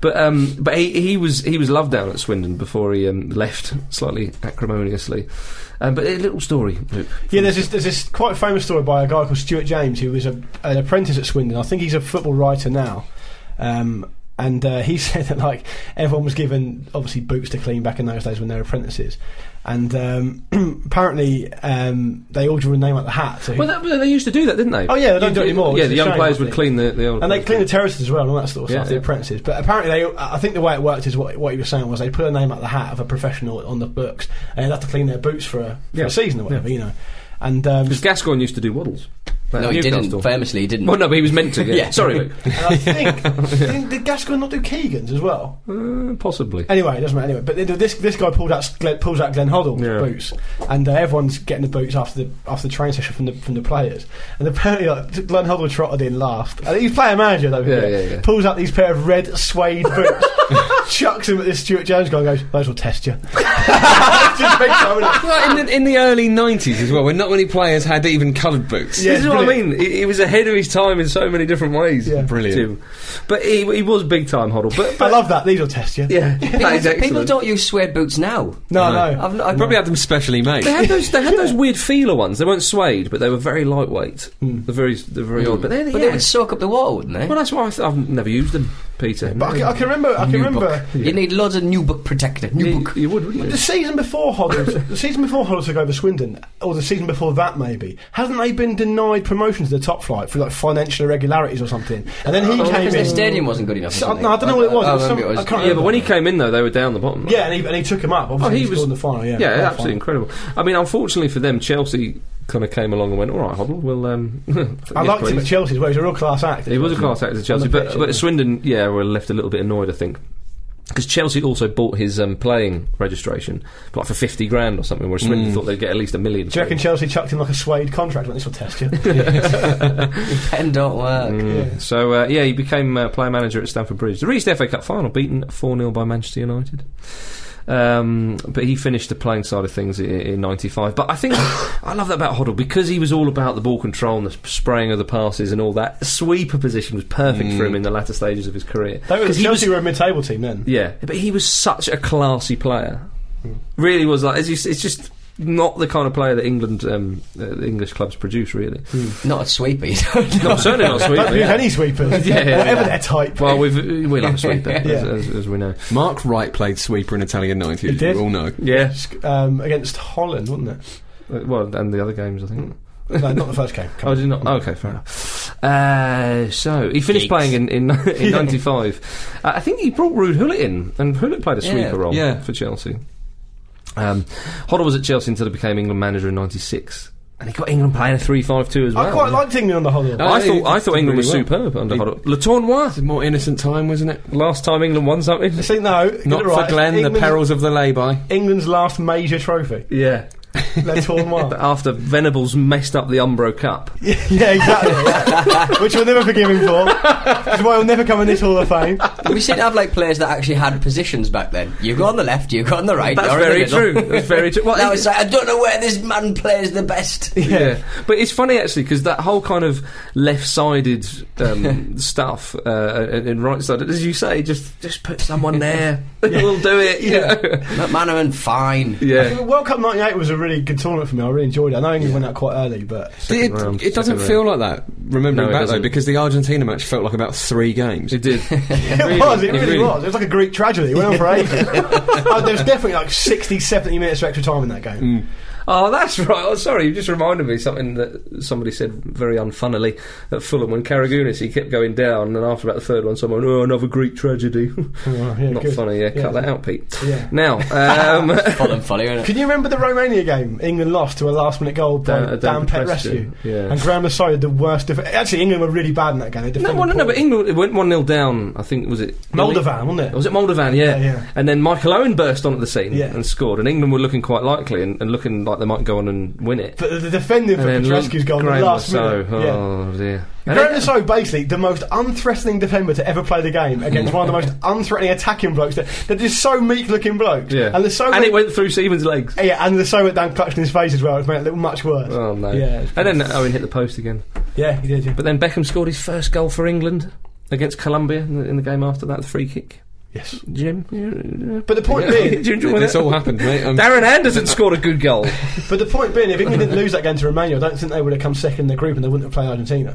[SPEAKER 2] But um, but he, he was he was loved down at Swindon before he um, left slightly acrimoniously. Um, but a little story, Luke.
[SPEAKER 4] Yeah, there's this, there's this quite famous story by a guy called Stuart James, who was a, an apprentice at Swindon. I think he's a football writer now. Um, and uh, he said that like everyone was given obviously boots to clean back in those days when they were apprentices, and um, apparently um, they all drew a name out the hat. So who-
[SPEAKER 2] Well, that, they used to do that, didn't they?
[SPEAKER 4] Oh, yeah, they don't
[SPEAKER 2] You
[SPEAKER 4] do it anymore,
[SPEAKER 2] Yeah,
[SPEAKER 4] which
[SPEAKER 2] the
[SPEAKER 4] is a
[SPEAKER 2] young
[SPEAKER 4] shame,
[SPEAKER 2] players
[SPEAKER 4] I
[SPEAKER 2] would
[SPEAKER 4] think.
[SPEAKER 2] clean the, the old.
[SPEAKER 4] and they clean the terraces as well and all that sort of
[SPEAKER 2] Yeah,
[SPEAKER 4] stuff.
[SPEAKER 2] yeah.
[SPEAKER 4] The apprentices, but apparently they, I think the way it worked is what what he was saying was they put a name out the hat of a professional on the books, and they'd have to clean their boots for a, for
[SPEAKER 2] Yeah.
[SPEAKER 4] a season or whatever, you know. And um,
[SPEAKER 2] because Gascoigne used to do waddles. But
[SPEAKER 3] No, he
[SPEAKER 2] Newcastle-
[SPEAKER 3] didn't. Famously, he didn't.
[SPEAKER 2] Well, no, but he was meant to. Yeah.
[SPEAKER 3] Yeah.
[SPEAKER 2] Sorry, Luke.
[SPEAKER 4] And I think did, did Gascoigne not do Keegan's as well?
[SPEAKER 2] Uh, possibly.
[SPEAKER 4] Anyway, it doesn't matter. Anyway, but th- this this guy pulled out Glenn, pulls out Glenn Hoddle's
[SPEAKER 2] Yeah.
[SPEAKER 4] boots, and uh, everyone's getting the boots after the after the train session from the from the players. And apparently, like, Glenn Hoddle trotted in last. And he's player manager though.
[SPEAKER 2] Yeah, yeah, yeah.
[SPEAKER 4] Pulls out these pair of red suede boots, chucks them at this Stuart Jones guy, and goes, "Those will test you." Just big time, isn't it?
[SPEAKER 5] Well, in the, in the early 90s as well, when not many players had even coloured boots.
[SPEAKER 4] Yeah,
[SPEAKER 2] this is what
[SPEAKER 4] brilliant.
[SPEAKER 2] I mean. He, he was ahead of his time in so many different ways.
[SPEAKER 4] Yeah.
[SPEAKER 5] Brilliant.
[SPEAKER 2] Jim. But he, he was big time Hoddle. But,
[SPEAKER 4] I
[SPEAKER 2] but
[SPEAKER 4] love that. These will test you.
[SPEAKER 2] yeah, that is
[SPEAKER 3] People,
[SPEAKER 2] excellent.
[SPEAKER 3] people don't use suede boots now.
[SPEAKER 4] No, no.
[SPEAKER 3] I've, I've
[SPEAKER 5] Probably had them specially made.
[SPEAKER 2] They had those. They had those weird feeler ones. They weren't suede, but they were very lightweight.
[SPEAKER 4] Hmm.
[SPEAKER 2] They're very, they're very odd. But they,
[SPEAKER 3] But
[SPEAKER 2] yeah.
[SPEAKER 3] they would soak up the water, wouldn't they?
[SPEAKER 2] well, that's why I th- I've never used them, Peter.
[SPEAKER 4] But I can, I can remember. I can
[SPEAKER 3] New
[SPEAKER 4] remember.
[SPEAKER 3] book. You need loads of new book protector. New
[SPEAKER 2] you,
[SPEAKER 3] book.
[SPEAKER 2] you would, wouldn't
[SPEAKER 4] The
[SPEAKER 2] you?
[SPEAKER 4] season before Hoddle, the season before Hoddle took over Swindon, or the season before that maybe, hasn't they been denied promotion to the top flight for like financial irregularities or something? And then he
[SPEAKER 3] Oh,
[SPEAKER 4] came
[SPEAKER 3] because
[SPEAKER 4] in.
[SPEAKER 3] their stadium wasn't good enough. or
[SPEAKER 4] So-
[SPEAKER 3] something.
[SPEAKER 4] no, I don't know what it was.
[SPEAKER 3] I
[SPEAKER 4] It was some-
[SPEAKER 3] remember
[SPEAKER 4] I can't
[SPEAKER 2] Yeah, but when he came in though, they were down the bottom. Oh,
[SPEAKER 4] yeah, and he, and he took him up. Obviously, he, scored in the final. Yeah,
[SPEAKER 2] yeah,
[SPEAKER 4] That
[SPEAKER 2] absolutely incredible. I mean, unfortunately for them, Chelsea kind of came along and went, "All right, Hoddle, we'll." Um,
[SPEAKER 4] final. I
[SPEAKER 2] yes,
[SPEAKER 4] liked him
[SPEAKER 2] please."
[SPEAKER 4] at Chelsea as well. He was a real class act.
[SPEAKER 2] He was a class act at Chelsea,
[SPEAKER 4] the
[SPEAKER 2] but,
[SPEAKER 4] pitch,
[SPEAKER 2] but
[SPEAKER 4] yeah.
[SPEAKER 2] Swindon, yeah, were left a little bit annoyed, I think. Because Chelsea also bought his um, playing registration, like for 50 grand or something, whereas Swindon thought they'd get at least a million.
[SPEAKER 4] Mm. Do you reckon Chelsea chucked him like a suede contract? Like, this will test you.
[SPEAKER 3] pen don't work.
[SPEAKER 4] Yeah.
[SPEAKER 2] So, uh, yeah, he became uh, player manager at Stamford Bridge. They reached the FA Cup final, beaten 4 0 by Manchester United. Um, but he finished the playing side of things in, in 95. But I think I love that about Hoddle because he was all about the ball control and the spraying of the passes and all that. Sweeper position was perfect
[SPEAKER 4] Mm.
[SPEAKER 2] for him in the latter stages of his career.
[SPEAKER 4] They were,
[SPEAKER 2] 'Cause he was-
[SPEAKER 4] Chelsea were a mid-table team then.
[SPEAKER 2] Yeah, but he was such a classy player. Really was like it's just, it's just not the kind of player that England um, uh, the English clubs produce really.
[SPEAKER 3] Not a sweeper. you don't
[SPEAKER 2] No, certainly not
[SPEAKER 4] Don't use
[SPEAKER 2] Sweeper.
[SPEAKER 4] any sweepers,
[SPEAKER 2] Yeah, yeah,
[SPEAKER 4] whatever
[SPEAKER 2] yeah.
[SPEAKER 4] their type.
[SPEAKER 2] Well, we've, we love Sweeper as,
[SPEAKER 4] Yeah.
[SPEAKER 2] as, as we know.
[SPEAKER 5] Mark Wright played sweeper in Italian 90s,
[SPEAKER 4] He did.
[SPEAKER 5] you all know.
[SPEAKER 2] Yeah,
[SPEAKER 4] um, against Holland, wasn't it?
[SPEAKER 2] uh, well, and the other games I think.
[SPEAKER 4] No, not the first game.
[SPEAKER 2] Oh, did he not? Okay, fair enough. Uh, so he finished playing in in, in '95. Uh, I think he brought Rude Hullett in, and Hullett played a sweeper role
[SPEAKER 5] yeah.
[SPEAKER 2] for Chelsea. Um, Hoddle was at Chelsea until he became England manager in '96, and he got England playing a three-five-two as well.
[SPEAKER 4] I quite liked England on the Holland.
[SPEAKER 5] Oh,
[SPEAKER 2] I
[SPEAKER 5] yeah, he
[SPEAKER 2] thought I
[SPEAKER 5] did
[SPEAKER 2] thought England was
[SPEAKER 5] really well.
[SPEAKER 2] superb under
[SPEAKER 5] He-
[SPEAKER 2] Hoddle. Le Tournois.
[SPEAKER 5] It's a more innocent time, wasn't it?
[SPEAKER 2] Last time England won something.
[SPEAKER 4] See, no, get
[SPEAKER 5] Not
[SPEAKER 4] it right.
[SPEAKER 5] for Glenn, the
[SPEAKER 4] England's-
[SPEAKER 5] perils of the lay-by.
[SPEAKER 4] England's last major trophy.
[SPEAKER 2] Yeah.
[SPEAKER 4] Let's all
[SPEAKER 2] But after Venables messed up the Umbro Cup.
[SPEAKER 4] Yeah, exactly. yeah. Which we'll never forgive him for. Which is why he'll never come in this Hall of Fame.
[SPEAKER 3] we seem to have like players that actually had positions back then. You go on the left, you go on the right.
[SPEAKER 2] That's
[SPEAKER 3] you're in the
[SPEAKER 2] very
[SPEAKER 3] middle.
[SPEAKER 2] true. That's very true. Well,
[SPEAKER 3] Now
[SPEAKER 2] it-
[SPEAKER 3] it's like I don't know where this man plays the best.
[SPEAKER 2] yeah. but it's funny actually because that whole kind of left-sided um, stuff uh, and, and right-sided, as you say, just just put someone there, we'll do it. Yeah,
[SPEAKER 3] McManaman, fine.
[SPEAKER 2] yeah.
[SPEAKER 4] World Cup 98 was a really good tournament for me. I really enjoyed it. I know England went out quite early, but.
[SPEAKER 5] It,
[SPEAKER 2] Second round,
[SPEAKER 5] it doesn't
[SPEAKER 2] second
[SPEAKER 5] feel like that, remembering
[SPEAKER 2] No, it
[SPEAKER 5] back though,
[SPEAKER 2] doesn't.
[SPEAKER 5] because the Argentina match felt like about three games.
[SPEAKER 2] It did.
[SPEAKER 4] It
[SPEAKER 2] really-
[SPEAKER 4] was, it really,
[SPEAKER 2] really-
[SPEAKER 4] was. It was like a Greek tragedy. It went on for ages. Oh, there was definitely like 60, 70 minutes of extra time in that game.
[SPEAKER 5] Mm.
[SPEAKER 2] Oh, that's right. Oh, sorry, you just reminded me of something that somebody said very unfunnily at Fulham when Karagounis he kept going down, and after about the third one, someone oh another Greek tragedy.
[SPEAKER 4] Oh, yeah,
[SPEAKER 2] Not
[SPEAKER 4] good.
[SPEAKER 2] funny. Yeah,
[SPEAKER 4] Yeah.
[SPEAKER 2] cut that out, Pete.
[SPEAKER 4] Yeah.
[SPEAKER 2] Now, um,
[SPEAKER 3] Fulham folly, innit?
[SPEAKER 4] Can you remember the Romania game? England lost to a last minute goal by
[SPEAKER 2] Down-
[SPEAKER 4] Dan,
[SPEAKER 2] down
[SPEAKER 4] Pet
[SPEAKER 2] Preston.
[SPEAKER 4] Rescue.
[SPEAKER 2] Yeah.
[SPEAKER 4] And Graham Lasso, the worst. Def- Actually, England were really bad in that game.
[SPEAKER 2] no,
[SPEAKER 4] They defended
[SPEAKER 2] well, no,
[SPEAKER 4] poorly.
[SPEAKER 2] but England it went one 0 down. I think was it
[SPEAKER 4] Moldovan, wasn't it?
[SPEAKER 2] Was it Moldovan? Yeah.
[SPEAKER 4] Yeah, yeah.
[SPEAKER 2] And then Michael Owen burst onto the scene
[SPEAKER 4] Yeah.
[SPEAKER 2] and scored, and England were looking quite likely and, and looking like they might go on and win it.
[SPEAKER 4] But the, the defending for
[SPEAKER 2] and
[SPEAKER 4] Petrescu's goal in the
[SPEAKER 2] Graham
[SPEAKER 4] last
[SPEAKER 2] Lasso,
[SPEAKER 4] minute. Yeah.
[SPEAKER 2] Oh dear. And
[SPEAKER 4] Graham Lasso, basically the most unthreatening defender to ever play the game against one of the most unthreatening attacking blokes. That, they're just so meek looking blokes.
[SPEAKER 2] yeah.
[SPEAKER 4] And Lasso
[SPEAKER 2] and it went through Stevens' legs.
[SPEAKER 4] Yeah, and Lasso went down clutching his face as well, which made it look much worse.
[SPEAKER 2] Oh no!
[SPEAKER 4] Yeah, it's
[SPEAKER 2] and then Owen hit the post again.
[SPEAKER 4] Yeah, he did. Yeah.
[SPEAKER 2] But then Beckham scored his first goal for England against Colombia in the, in the game after that, the free kick.
[SPEAKER 4] yes.
[SPEAKER 2] Jim, you-
[SPEAKER 4] But the point
[SPEAKER 2] did
[SPEAKER 4] being,
[SPEAKER 2] you enjoy
[SPEAKER 5] This
[SPEAKER 2] that?
[SPEAKER 5] all happened, mate. Um,
[SPEAKER 2] Darren Anderson scored a good goal.
[SPEAKER 4] but the point being, if England didn't lose that game to Romania, I don't think they would have come second in the group and they wouldn't have played Argentina.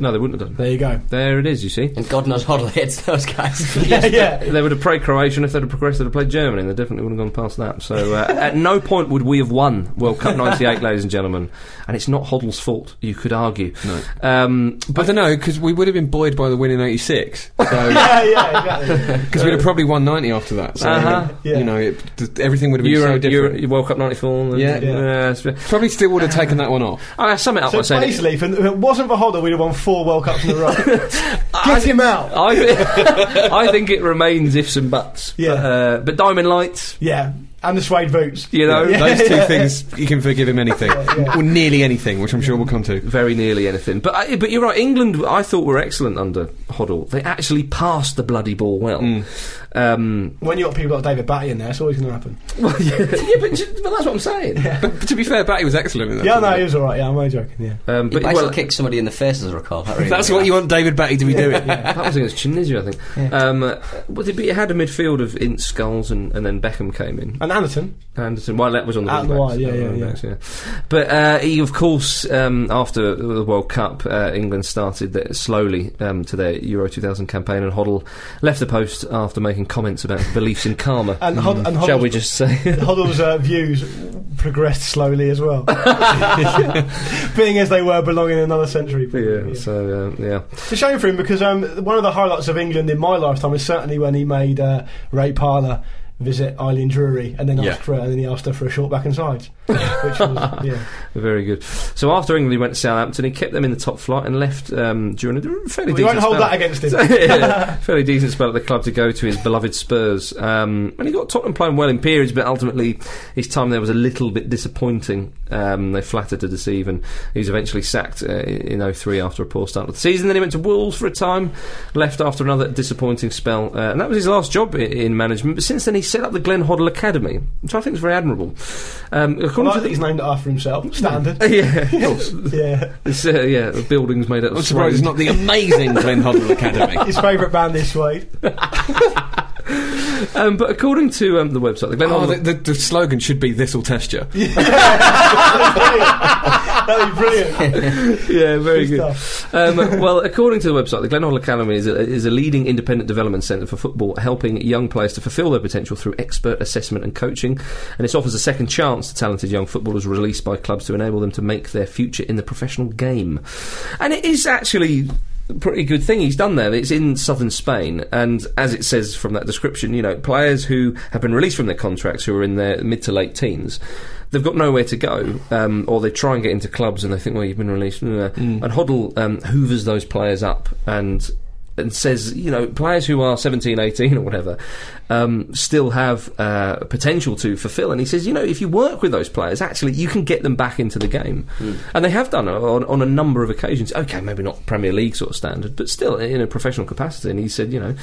[SPEAKER 2] No, they wouldn't have done.
[SPEAKER 4] There you go.
[SPEAKER 2] There it is, you see.
[SPEAKER 3] And God knows Hoddle hates those guys.
[SPEAKER 4] Yeah, yeah.
[SPEAKER 2] They would have played Croatia, and if they'd have progressed, they'd have played Germany, and they definitely wouldn't have gone past that. So uh, at no point would we have won World Cup 98, ladies and gentlemen. And it's not Hoddle's fault, you could argue. No. Um,
[SPEAKER 5] I don't know because we would have been buoyed by the win in '86
[SPEAKER 4] yeah, yeah, exactly.
[SPEAKER 5] because we'd have probably won 90 after that. So
[SPEAKER 2] Uh-huh.
[SPEAKER 4] Yeah.
[SPEAKER 5] you know, it, th- everything would have been
[SPEAKER 2] Euro,
[SPEAKER 5] so different.
[SPEAKER 2] Euro, World Cup 94. and-
[SPEAKER 5] Yeah.
[SPEAKER 2] yeah. it's-
[SPEAKER 5] Probably still would have taken that one off.
[SPEAKER 2] I sum it up by
[SPEAKER 4] So
[SPEAKER 2] saying.
[SPEAKER 4] basically, if it wasn't for Hodder, we'd have won four World Cups in a row. Get him out.
[SPEAKER 2] I, thi- I think it remains ifs and buts.
[SPEAKER 4] Yeah.
[SPEAKER 2] But, uh, but Diamond Lights,
[SPEAKER 4] Yeah, and the suede boots.
[SPEAKER 2] you know,
[SPEAKER 5] Those two things, you can forgive him anything, or nearly anything, which I'm sure we'll come to.
[SPEAKER 2] very nearly anything. But I, but you're right. England, I thought were excellent under Hoddle. They actually passed the bloody ball well. Um,
[SPEAKER 4] When you got people like David Batty in there, it's always going to happen.
[SPEAKER 2] well, yeah, yeah, but, j- but that's what I'm saying.
[SPEAKER 5] But to be fair, Batty was excellent in that.
[SPEAKER 4] Yeah, no,
[SPEAKER 5] tournament.
[SPEAKER 4] he was all right. Yeah, I'm only joking. Yeah,
[SPEAKER 2] Um,
[SPEAKER 3] He
[SPEAKER 2] but
[SPEAKER 3] might
[SPEAKER 2] well,
[SPEAKER 3] well, kick somebody in the face, as I recall. That really
[SPEAKER 5] That's what you want David Batty to be doing.
[SPEAKER 2] that was against Tunisia, I think. Um, uh, well, they- but it had a midfield of Ince, Skulls, and, and then Beckham came in.
[SPEAKER 4] and Anderton.
[SPEAKER 2] Anderson, well, that was on the
[SPEAKER 4] Out
[SPEAKER 2] wing
[SPEAKER 4] of the
[SPEAKER 2] backs.
[SPEAKER 4] wide, yeah,
[SPEAKER 2] on the
[SPEAKER 4] yeah,
[SPEAKER 2] wing
[SPEAKER 4] yeah.
[SPEAKER 2] backs, yeah. But uh, he, of course, um, after the World Cup, uh, England started the, slowly um, to their Euro 2000 campaign, and Hoddle left the post after making comments about beliefs in karma.
[SPEAKER 4] And, Hod- and Hoddle's,
[SPEAKER 2] Hmm. Shall we just say?
[SPEAKER 4] Hoddle's uh, views progressed slowly as well, being as they were belonging in another century.
[SPEAKER 2] yeah. So uh, yeah.
[SPEAKER 4] It's a shame for him because um, one of the highlights of England in my lifetime is certainly when he made uh, Ray Parler visit Eileen Drury and then
[SPEAKER 5] Yeah.
[SPEAKER 4] asked for and then he asked her for a short back and sides, which was yeah.
[SPEAKER 2] Very good. So after England, he went to Southampton. He kept them in the top flight and left um, during a fairly
[SPEAKER 4] We
[SPEAKER 2] decent
[SPEAKER 4] won't hold
[SPEAKER 2] spell.
[SPEAKER 4] that against him.
[SPEAKER 2] Yeah, fairly decent spell at the club to go to his beloved Spurs. Um, and he got Tottenham playing well in periods, but ultimately his time there was a little bit disappointing. Um, they flattered to deceive, and he was eventually sacked uh, in 03 after a poor start of the season. Then he went to Wolves for a time, left after another disappointing spell, uh, and that was his last job i- in management. But since then, he set up the Glenn Hoddle Academy, which I think is very admirable. Um, according to
[SPEAKER 4] Well, I think
[SPEAKER 2] the-
[SPEAKER 4] he's named it after himself. Standard.
[SPEAKER 2] yeah, of course.
[SPEAKER 4] yeah.
[SPEAKER 2] It's, uh, yeah, the building's made out of
[SPEAKER 5] I'm surprised it's
[SPEAKER 2] suede.
[SPEAKER 5] not the amazing Glenn Hoddle Academy.
[SPEAKER 4] His favourite band is Suede.
[SPEAKER 2] Um, but according to um, the website, the Glen
[SPEAKER 5] Oh,
[SPEAKER 2] Hoddle-
[SPEAKER 5] the, the, the slogan should be "This will test you."
[SPEAKER 4] That'd be brilliant.
[SPEAKER 2] yeah, very
[SPEAKER 4] Good
[SPEAKER 2] good. Um, well, according to the website, the Glen Hoddle Academy is a, is a leading independent development centre for football, helping young players to fulfil their potential through expert assessment and coaching. And it offers a second chance to talented young footballers released by clubs to enable them to make their future in the professional game. And it is actually. a Pretty good thing he's done there. It's in southern Spain, and as it says from that description, you know, players who have been released from their contracts who are in their mid to late teens, they've got nowhere to go, um, or they try and get into clubs and they think, well, you've been released. uh, And Hoddle um, hoovers those players up and and says, you know, players who are 17, 18 or whatever um, still have uh, potential to fulfil. And he says, you know, if you work with those players, actually, you can get them back into the game.
[SPEAKER 4] Hmm.
[SPEAKER 2] And they have done it on, on a number of occasions. Okay, maybe not Premier League sort of standard, but still in a professional capacity. And he said, you know,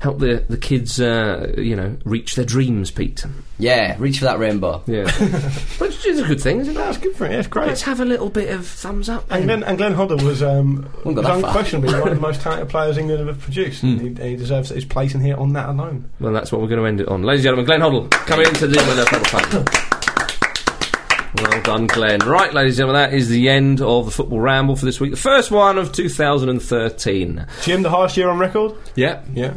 [SPEAKER 2] help the, the kids, uh, you know, reach their dreams, Pete.
[SPEAKER 3] Yeah, reach for that rainbow.
[SPEAKER 2] Yeah. Which is a good thing, isn't it?
[SPEAKER 4] That's good for him. That's
[SPEAKER 2] Let's
[SPEAKER 4] great.
[SPEAKER 2] have a little bit of thumbs up.
[SPEAKER 4] And Glenn, and Glenn Hodder was, um,
[SPEAKER 3] Wouldn't go
[SPEAKER 4] was
[SPEAKER 3] that far.
[SPEAKER 4] unquestionably one of the most talented players England have ever produced. And, he, and he deserves his place in here on that alone.
[SPEAKER 2] Well, that's what we're going to end it on. Ladies and gentlemen, Glenn Hoddle, coming into the with a football fan. Well done, Glenn. Right, ladies and gentlemen, that is the end of the Football Ramble for this week. The first one of 2013.
[SPEAKER 4] Jim, the highest year on record.
[SPEAKER 5] yeah,
[SPEAKER 4] Yeah.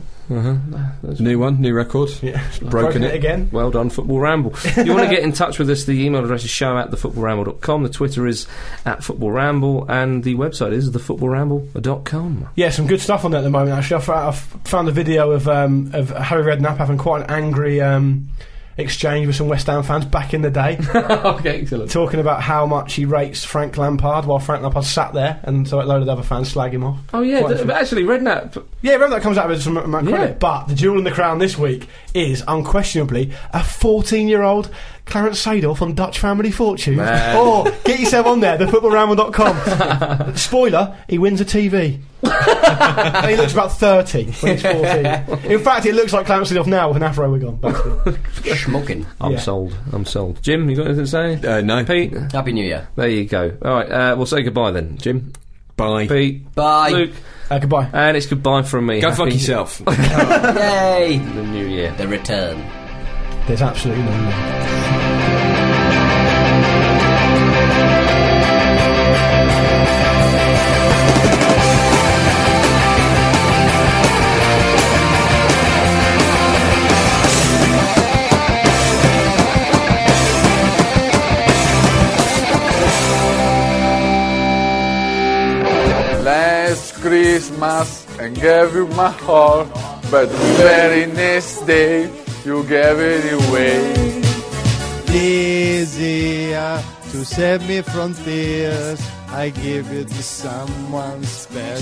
[SPEAKER 5] new one, new record.
[SPEAKER 4] Yeah.
[SPEAKER 5] Broken,
[SPEAKER 4] Broken
[SPEAKER 5] it.
[SPEAKER 4] it again.
[SPEAKER 2] Well done, Football Ramble. If you want to get in touch with us, the email address is show at thefootballramble.com. The Twitter is at Football Ramble, and the website is thefootballramble.com.
[SPEAKER 4] Yeah, some good stuff on there at the moment. Actually, I fo- I f- found a video of um, of Harry Redknapp having quite an angry um, exchange with some West Ham fans back in the day,
[SPEAKER 2] okay, excellent.
[SPEAKER 4] talking about how much he rates Frank Lampard while Frank Lampard sat there, and so a load of other fans slag him off.
[SPEAKER 2] Oh, yeah,
[SPEAKER 4] Quite
[SPEAKER 2] th-
[SPEAKER 4] interesting.
[SPEAKER 2] but actually, Redknapp.
[SPEAKER 4] Yeah, remember that comes out of some amount of
[SPEAKER 2] Yeah.
[SPEAKER 4] credit. But the jewel in the crown this week is unquestionably a 14 year old Clarence Sador from Dutch Family Fortune.
[SPEAKER 2] Man.
[SPEAKER 4] Or get yourself on there, thefootballramble.com. Spoiler, he wins a TV. And he looks about 30 when he's 14. In fact, it looks like Clarence Sador now with an afro wig on. basically.
[SPEAKER 3] Schmucking.
[SPEAKER 2] I'm
[SPEAKER 4] Yeah.
[SPEAKER 2] sold. I'm sold. Jim, you got anything to say?
[SPEAKER 5] Uh, no,
[SPEAKER 2] Pete?
[SPEAKER 3] Happy New Year.
[SPEAKER 2] There you go. All right, uh, we'll say goodbye then. Jim,
[SPEAKER 5] bye.
[SPEAKER 2] Pete,
[SPEAKER 3] Bye.
[SPEAKER 2] Luke,
[SPEAKER 4] Uh, goodbye.
[SPEAKER 2] and it's goodbye from me.
[SPEAKER 5] Go
[SPEAKER 2] Happy
[SPEAKER 5] fuck yourself.
[SPEAKER 3] Yay!
[SPEAKER 2] New Year.
[SPEAKER 3] The return.
[SPEAKER 4] There's absolutely no.
[SPEAKER 8] Football
[SPEAKER 9] last Christmas and gave you my heart, but the very next day you gave it away.
[SPEAKER 10] Easier to save me from tears. I give it to someone special.